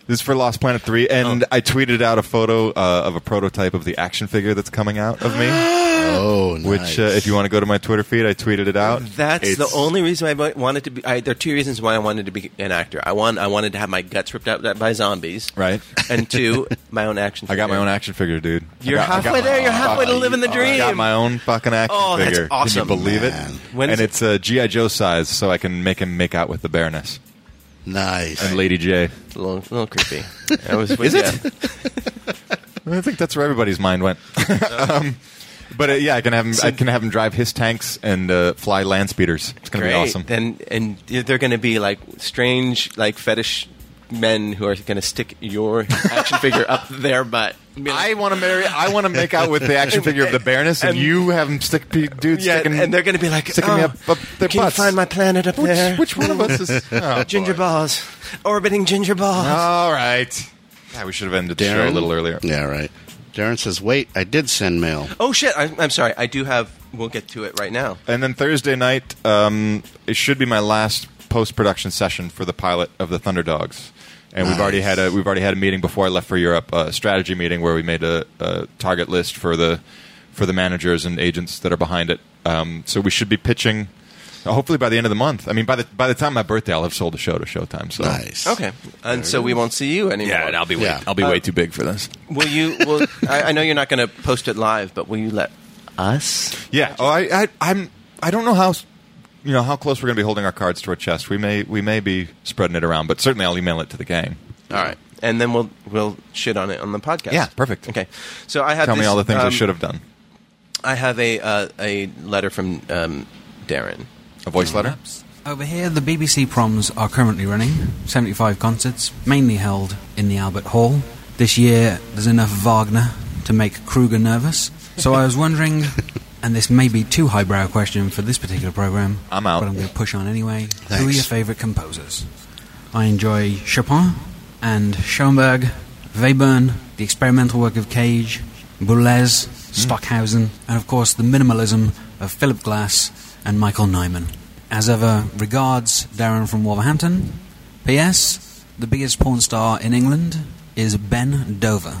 this is for Lost Planet Three,
Oh.
and I tweeted out a photo uh, of a prototype of the action figure that's coming out of me.
[gasps] Oh,
Which,
nice.
uh, if you want to go to my Twitter feed, I tweeted it out.
That's the
It's-
only reason I wa- wanted to be. I, there are two reasons why I wanted to be an actor. I one, I wanted to have my guts ripped out by zombies,
Right.
[laughs] And two, my own action. [laughs]
I got my
figure.
own action figure, dude. I
You're
got- I got
halfway
my
there. You're
own
halfway to
fucking-
living the
I
dream.
got my own fucking action
Oh, that's
figure.
awesome.
Can you believe
Man.
it?
When's
and
it-
it's a GI Joe size, so I can make him make out with the Baroness
nice.
and Lady J.
It's a little, little [laughs] creepy. I was,
Is
yeah.
it? I think that's where everybody's mind [laughs] went. um, but uh, yeah, I can have him. I can have him drive his tanks and uh, fly land speeders. It's gonna
Great.
be awesome.
And and they're going to be like strange, like fetish men who are going to stick your action figure up their [laughs] butt. And be like-
I want to marry. I want to make out with the action figure of the Baroness, [laughs] and,
And-
you have him stick pe- dudes.
yeah,
sticking,
and they're going to be like,
sticking me
oh,
up, up their
can
butts.
you find my planet up there?
which, which one of us [laughs] is oh,
ginger
boy.
balls, orbiting ginger balls.
All right. Yeah, we should have ended the show a
Darren?
little earlier.
Yeah, right. Darren says, "Wait, I did send mail."
Oh shit! I, I'm sorry. I do have. We'll get to it right now.
And then Thursday night, um, it should be my last post-production session for the pilot of the Thunderdogs. And we've already had a we've already had a meeting before I left for Europe, a strategy meeting where we made a, a target list for the for the managers and agents that are behind it. Um, so we should be pitching. uh, Hopefully by the end of the month. I mean, by the by the time my birthday, I'll have sold a show to Showtime. So
Nice.
Okay, and so we won't see you anymore.
yeah, and I'll be way,
Yeah.
I'll be way too big for this.
Will you? Will, I, I know you're not going to post it live, but will you let us?
Yeah. Oh, I, I, I'm. I don't know how, s- you know, how close we're going to be holding our cards to our chest. We may, we may be spreading it around, but certainly I'll email it to the gang.
All right, and then we'll we'll shit on it on the podcast.
Yeah, perfect.
Okay, so I have
Tell me
this,
all the things I
um,
should have done.
I have a uh, a letter from um, Darren.
A
Mm.
voice letter.
Over here, the BBC proms are currently running 75 concerts, mainly held in the Albert Hall. This year, there's enough Wagner to make Kruger nervous. So I was
[laughs]
wondering, and this may be too highbrow a question for this particular program,
I'm out.
but I'm going to push on anyway. Who are
Thanks.
your favorite composers? I enjoy Chopin and Schoenberg, Webern, the experimental work of Cage, Boulez, Stockhausen, and of course the minimalism of Philip Glass and Michael Nyman. As ever, regards Darren from Wolverhampton. P.S. The biggest porn star in England is Ben Dover.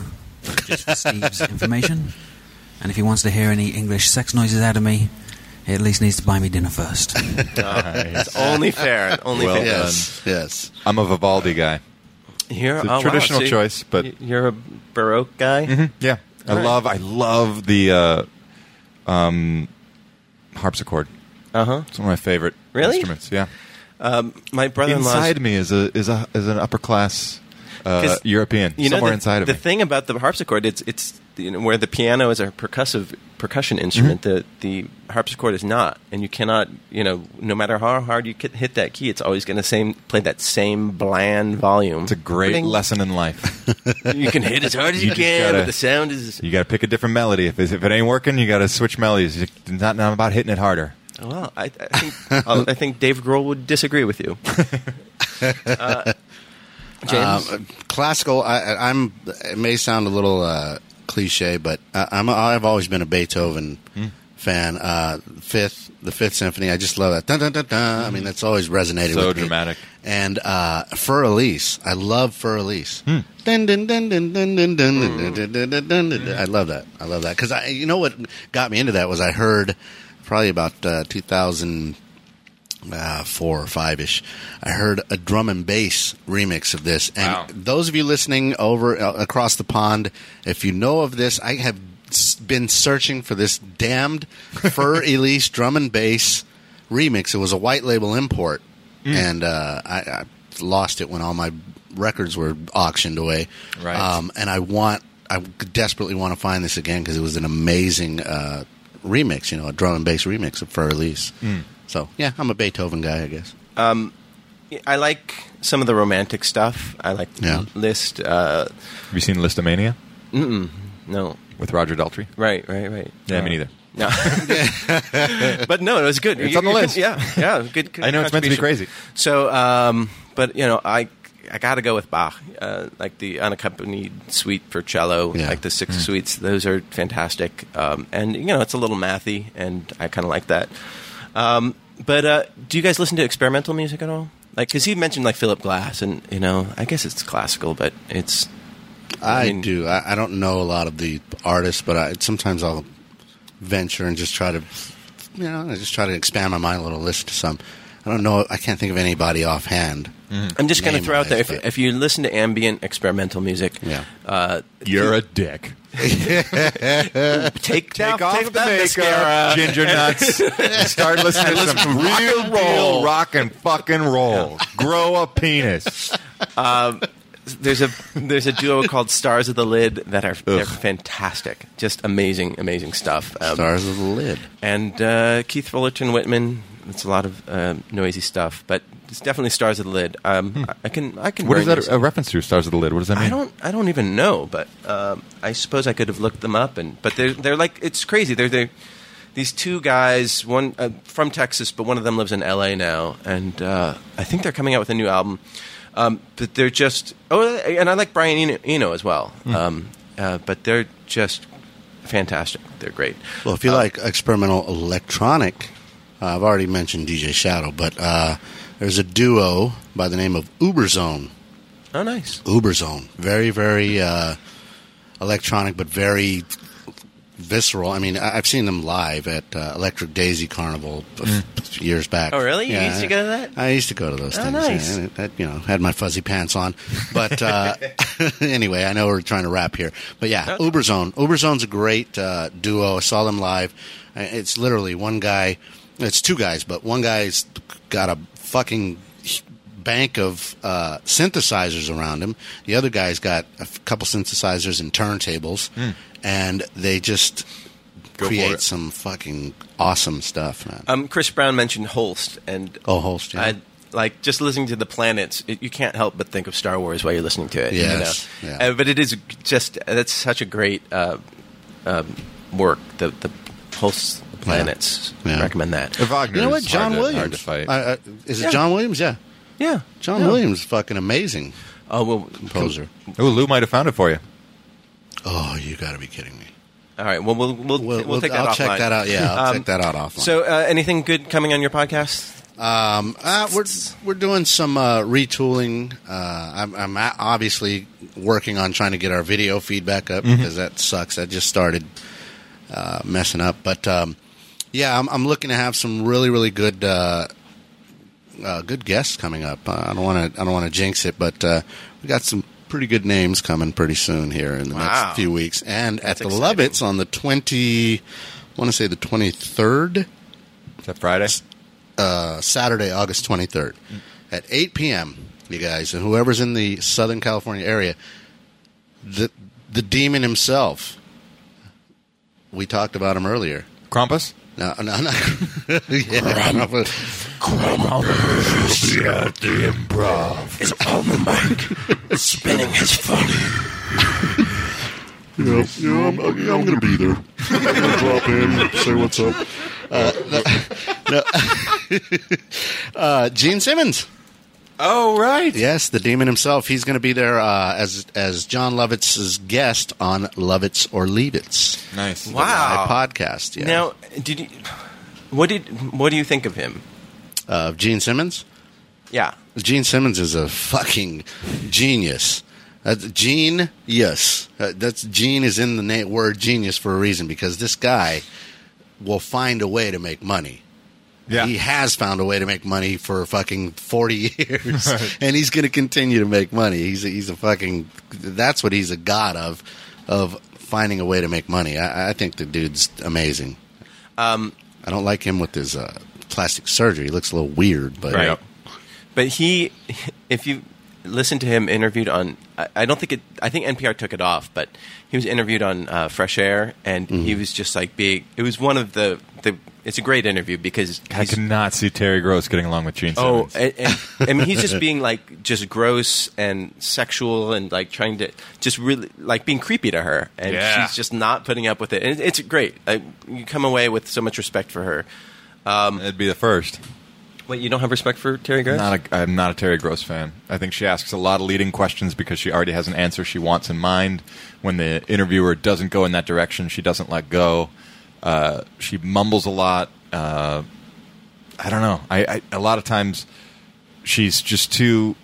Just for Steve's information. And if he wants to hear any English sex noises out of me, he at least needs to buy me dinner first.
It's only fair. Only
Well
fair.
done.
Yes. Yes.
[laughs] I'm a Vivaldi guy.
You're,
It's a
oh, wow,
traditional
see,
choice, but- Mm-hmm.
y- you're a baroque guy.
Yeah. I love, I love the uh, um, harpsichord.
Uh huh.
It's one of my favorite
Really?
instruments. Yeah.
My brother-in-law's
Inside me is a is a is an upper class uh,
'Cause,
European
you know,
somewhere
the,
inside of
the
me.
thing about the harpsichord it's it's you know, where the piano is a percussive percussion
Mm-hmm.
instrument the the harpsichord is not and you cannot you know no matter how hard you ki- hit that key it's always going to same play that same bland volume
it's a great
Ding.
lesson in life.
[laughs] you can hit as hard as
You
you,
just
can
gotta-
but the sound is
You got to pick a different melody. If, it- if it ain't working, you got to switch melodies. It's not, not about hitting it harder.
well i, I think I'll- i think dave grohl would disagree with
[laughs]
you uh, James,
Um, classical. I- I, I'm. It may sound a little uh, cliche, but I, I'm. I've always been a Beethoven fan. Uh, fifth, the Fifth Symphony. I just love that. Dun, dun, dun, dun. I mean, that's always resonated.
So
with me.
dramatic.
And uh, Fur Elise. I love Fur Elise.
Hmm.
Dun, dun, dun, dun, dun, dun, dun, dun, dun, dun, dun, dun, dun. I love that. I love that because I. You know what got me into that was I heard probably about uh, 2000 uh, four or five ish, I heard a drum and bass remix of this. And
Wow.
those of you listening over uh, across the pond, if you know of this, I have s- been searching for this damned
[laughs]
Fur Elise drum and bass remix. It was a white label import, and uh, I, I lost it when all my records were auctioned away.
Right.
Um, and I want, I desperately want to find this again because it was an amazing uh, remix. You know, a drum and bass remix of Fur Elise. So yeah, I'm a Beethoven guy, I guess.
I like some of the romantic stuff. I like
Yeah.
List. Uh,
Have you seen Listomania
no,
with Roger Daltrey?
right, right, right.
Yeah, me neither.
No, but no, [laughs] it was good.
It's on the list.
Yeah, yeah, good. good
I know it's meant to be
contribution.
crazy.
So, um, but you know, I I got to go with Bach, uh, like the unaccompanied suite for cello,
Yeah.
like the six
Mm.
suites. Those are fantastic, um, and you know, it's a little mathy, and I kind of like that. Um, but uh, do you guys listen to experimental music at all? Like, because he mentioned like Philip Glass, and you know, I guess it's classical, but it's
I,
mean-
do. I, I don't know a lot of the artists, but I, sometimes I'll venture and just try to, you know, I just try to expand my mind a little, listen to some. I don't know. I can't think of anybody offhand.
I'm just going to
Name
throw out
wise,
there if,
but-
if you listen to ambient experimental music,
Yeah.
uh,
You're a dick.
take,
Take off, the
that
mascara, [laughs] ginger nuts. and Start listening to some real roll, rock and fucking roll. Grow a penis.
there's a there's a duo [laughs] called Stars of the Lid that are they're fantastic, just amazing, amazing stuff. Um,
Stars of the Lid.
and uh, Keith Fullerton Whitman. It's a lot of uh, noisy stuff, but it's definitely Stars of the Lid. Um, I, I can I can.
What is
burn
that
you
a
some-
reference to? Stars of the lid. What does that mean?
I don't I don't even know, but um, I suppose I could have looked them up. And but they're they're like it's crazy. They're they these two guys, one uh, from Texas, but one of them lives in L.A. now, and uh, I think they're coming out with a new album. Um, but they're just oh, and I like Brian Eno, Eno as well. Um, uh, but they're just fantastic. They're great.
Well,
Uh,
if you like experimental electronic, uh, I've already mentioned DJ Shadow, but uh, there's a duo by the name of Uberzone.
Oh, nice.
Uberzone. Very, very uh, electronic, but very visceral. I mean, I- I've seen them live at uh, Electric Daisy Carnival a f- years back.
Mm. Oh, really? You used to go to that?
I used to go to those
Oh,
things.
nice.
yeah. I, you know, had my fuzzy pants on. But uh, [laughs] anyway, I know we're trying to wrap here. But yeah, Uberzone. Uberzone's a great uh, duo. I saw them live. Uh, It's literally one guy. It's two guys, but one guy's got a fucking bank of uh, synthesizers around him. The other guy's got a f- couple synthesizers and turntables, and they just
Go for
create
it.
some fucking awesome stuff, man.
Um, Chris Brown mentioned Holst, and
oh, Holst, yeah.
I like just listening to the planets. It, you can't help but think of Star Wars while you're listening to it. you
Yes,
know?
yeah.
Uh, but it is just that's such a great uh, um, work. The the hosts the planets
Yeah. Yeah.
recommend that.
Wagner
you know what,
is
John
hard to-
Williams?
hard to fight.
Uh, uh, is it
Yeah.
John Williams? Yeah,
Yeah,
John
Yeah.
Williams, is fucking amazing
Oh well,
composer.
Oh, Lou might have found it for you.
Oh, you got to be kidding me.
all right. Well, we'll we'll,
We'll,
we'll, take that
I'll
offline. Um,
check that out.
[laughs]
Yeah, I'll check that out offline.
So, uh, anything good coming on your podcast?
Um, uh, we're we're doing some uh, retooling. Uh, I'm, I'm a- obviously working on trying to get our video feedback
Mm-hmm.
up because that sucks. I just started uh, messing up, but um, yeah, I'm, I'm looking to have some really really good uh, uh, good guests coming up. Uh, I don't want to I don't want to jinx it, but uh, we got some pretty good names coming pretty soon here in the
Wow.
next few weeks, and at the
exciting.
Lovitz on the twenty. I want to say the twenty third
Is that Friday?
uh, Saturday, August 23rd at 8 p.m. You guys and whoever's in the Southern California area, the the demon himself. We talked about him earlier.
Krampus?
No, no, no. [laughs] yeah, I don't know if it-
Spinning his phone.
You know, you know, I'm, I'm gonna be there. I'm gonna drop in, say what's up.
uh, Gene Simmons.
Oh right.
Yes, the demon himself. He's going to be there uh, as as John Lovitz's guest on Lovitz or Leavitz
Nice.
Wow.
live podcast. Yeah.
Now, did you? What did? What do you think of him?
of Gene Simmons.
Yeah.
Gene Simmons is a fucking genius. That's Gene, yes. Uh, that's Gene is in the na- word genius for a reason because this guy will find a way to make money.
Yeah.
He has found a way to make money for fucking 40 [laughs] years. And he's going to continue to make money. He's a, he's a fucking, that's what he's a god of, of finding a way to make money. I, I think the dude's amazing.
Um,
I don't like him with his uh, plastic surgery. He looks a little weird, but
Right.
But he, if you listen to him interviewed on, I, I don't think it. I think NPR took it off, but he was interviewed on uh, Fresh Air, and he was just like big. It was one of the the. It's a great interview because
I
he's-
cannot see Terry Gross getting along with Gene
Oh,
Simmons.
and, and, I mean, he's just being like just gross and sexual and like trying to just really like being creepy to her, and
Yeah.
she's just not putting up with it. And it's great. I, you come away with so much respect for her.
It'd be the first.
Wait, you don't have respect for Terry Gross?
Not a, I'm not a Terry Gross fan. I think she asks a lot of leading questions because she already has an answer she wants in mind. When the interviewer doesn't go in that direction, she doesn't let go. Uh, she mumbles a lot. Uh, I don't know. I, I a lot of times she's just too.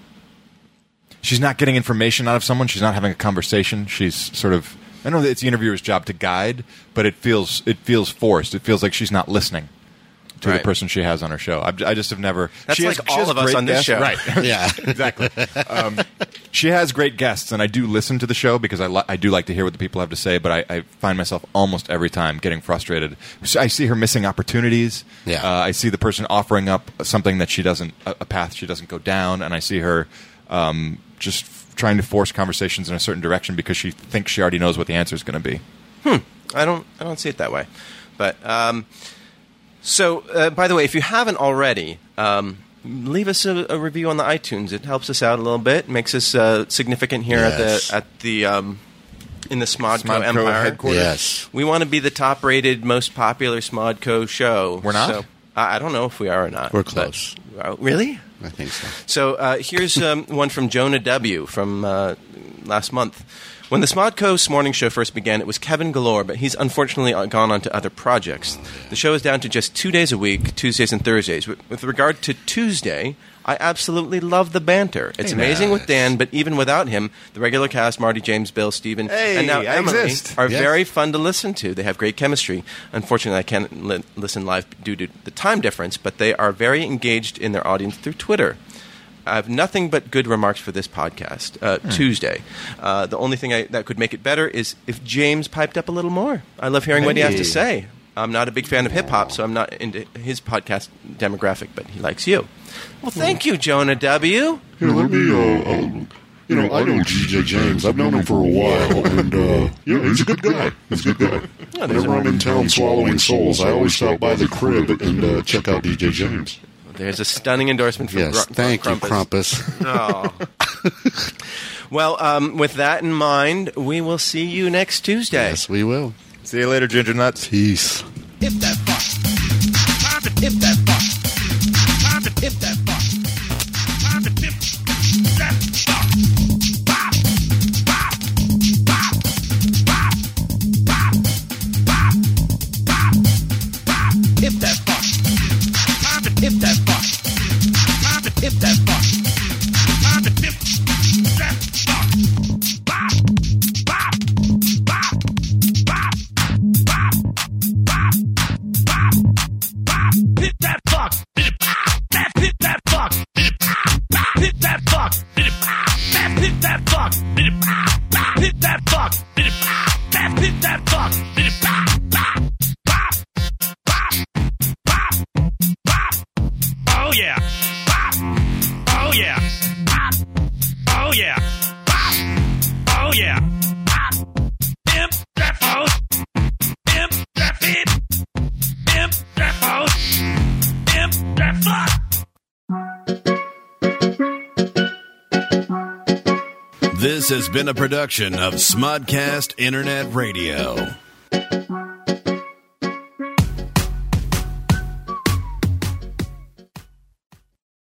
She's not getting information out of someone. She's not having a conversation. She's sort of. I know that it's the interviewer's job to guide, but it feels it feels forced. It feels like she's not listening to
Right.
the person she has on her show. I, I just have never.
That's
she has-
like
she
all
has
of us
great
on this
guests.
show.
right? [laughs]
yeah.
exactly. Um, she has great guests, and I do listen to the show because I, li- I do like to hear what the people have to say. But I, I find myself almost every time getting frustrated. So I see her missing opportunities.
Yeah.
Uh, I see the person offering up something that she doesn't a, a path she doesn't go down, and I see her um, just f- trying to force conversations in a certain direction because she thinks she already knows what the answer is going to be.
I don't I don't see it that way. But um, so uh, by the way, if you haven't already, um, leave us a, a review on the iTunes. It helps us out a little bit, makes us uh, significant here
Yes.
at the at the um, in the Smodco,
Smodco
Empire
headquarters.
yes.
We want to be the top rated, most popular Smodco show.
We're not?
So, I, I don't know if we are or not.
We're
but-
close.
Uh, really?
I think so.
So uh, here's um, one from Jonah W. from uh, last month. When the Smodco's morning show first began, it was Kevin Galore, but he's unfortunately uh, gone on to other projects. The show is down to just two days a week, Tuesdays and Thursdays. With with regard to Tuesday, I absolutely love the banter. It's amazing with Dan, but even without him, the regular cast, Marty, James, Bill, Steven,
Hey,
and now
I
Emily,
exist.
are
Yes.
very fun to listen to. They have great chemistry. Unfortunately, I can't li- listen live due to the time difference, but they are very engaged in their audience through Twitter. I have nothing but good remarks for this podcast uh,
Hmm.
Tuesday. Uh, the only thing I, that could make it better is if James piped up a little more. I love hearing what he has to say. I'm not a big fan of hip hop, so I'm not into his podcast demographic, but he likes you. Well,
Hmm.
thank you, Jonah W.
Here, let me. Uh, uh, you know, I know G.J. James. I've known him for a while, and uh, [laughs] yeah, he's a good guy. He's a good guy. Whenever I'm in town swallowing souls, I always stop by the crib and uh, check out D.J. James.
There's a stunning endorsement for
Yes.
Gr-
Thank you,
Krampus.
Crumpus.
[laughs]
Oh. well, um, with that in mind, we will see you next Tuesday.
yes, we will.
See you later, Ginger Nuts.
Peace.
If that box. Time to tip that box. Time to tip that box. Time to tip that box. Bop, bop, bop, bop, bop, bop, bop, bop. Tip that box. Time to tip that box. Time to tip that box. Time to tip that box. Bop, bop, bop, bop, bop, bop bop, bop, hit that fuck, hit it, bop, that hit that fuck, hit it, bop, bop, hit that fuck, hit it, bop, that hit that fuck, hit it, bop, bop, hit that fuck, hit it, bop, that hit that fuck, hit it, bop, bop, bop, bop, bop, bop, oh yeah, bop, oh yeah, bop, oh yeah, bop, oh yeah, bop, imp that phone, imp that fit. Imp that fuck. Imp that fuck.
[laughs] This has been a production of Smudcast Internet Radio.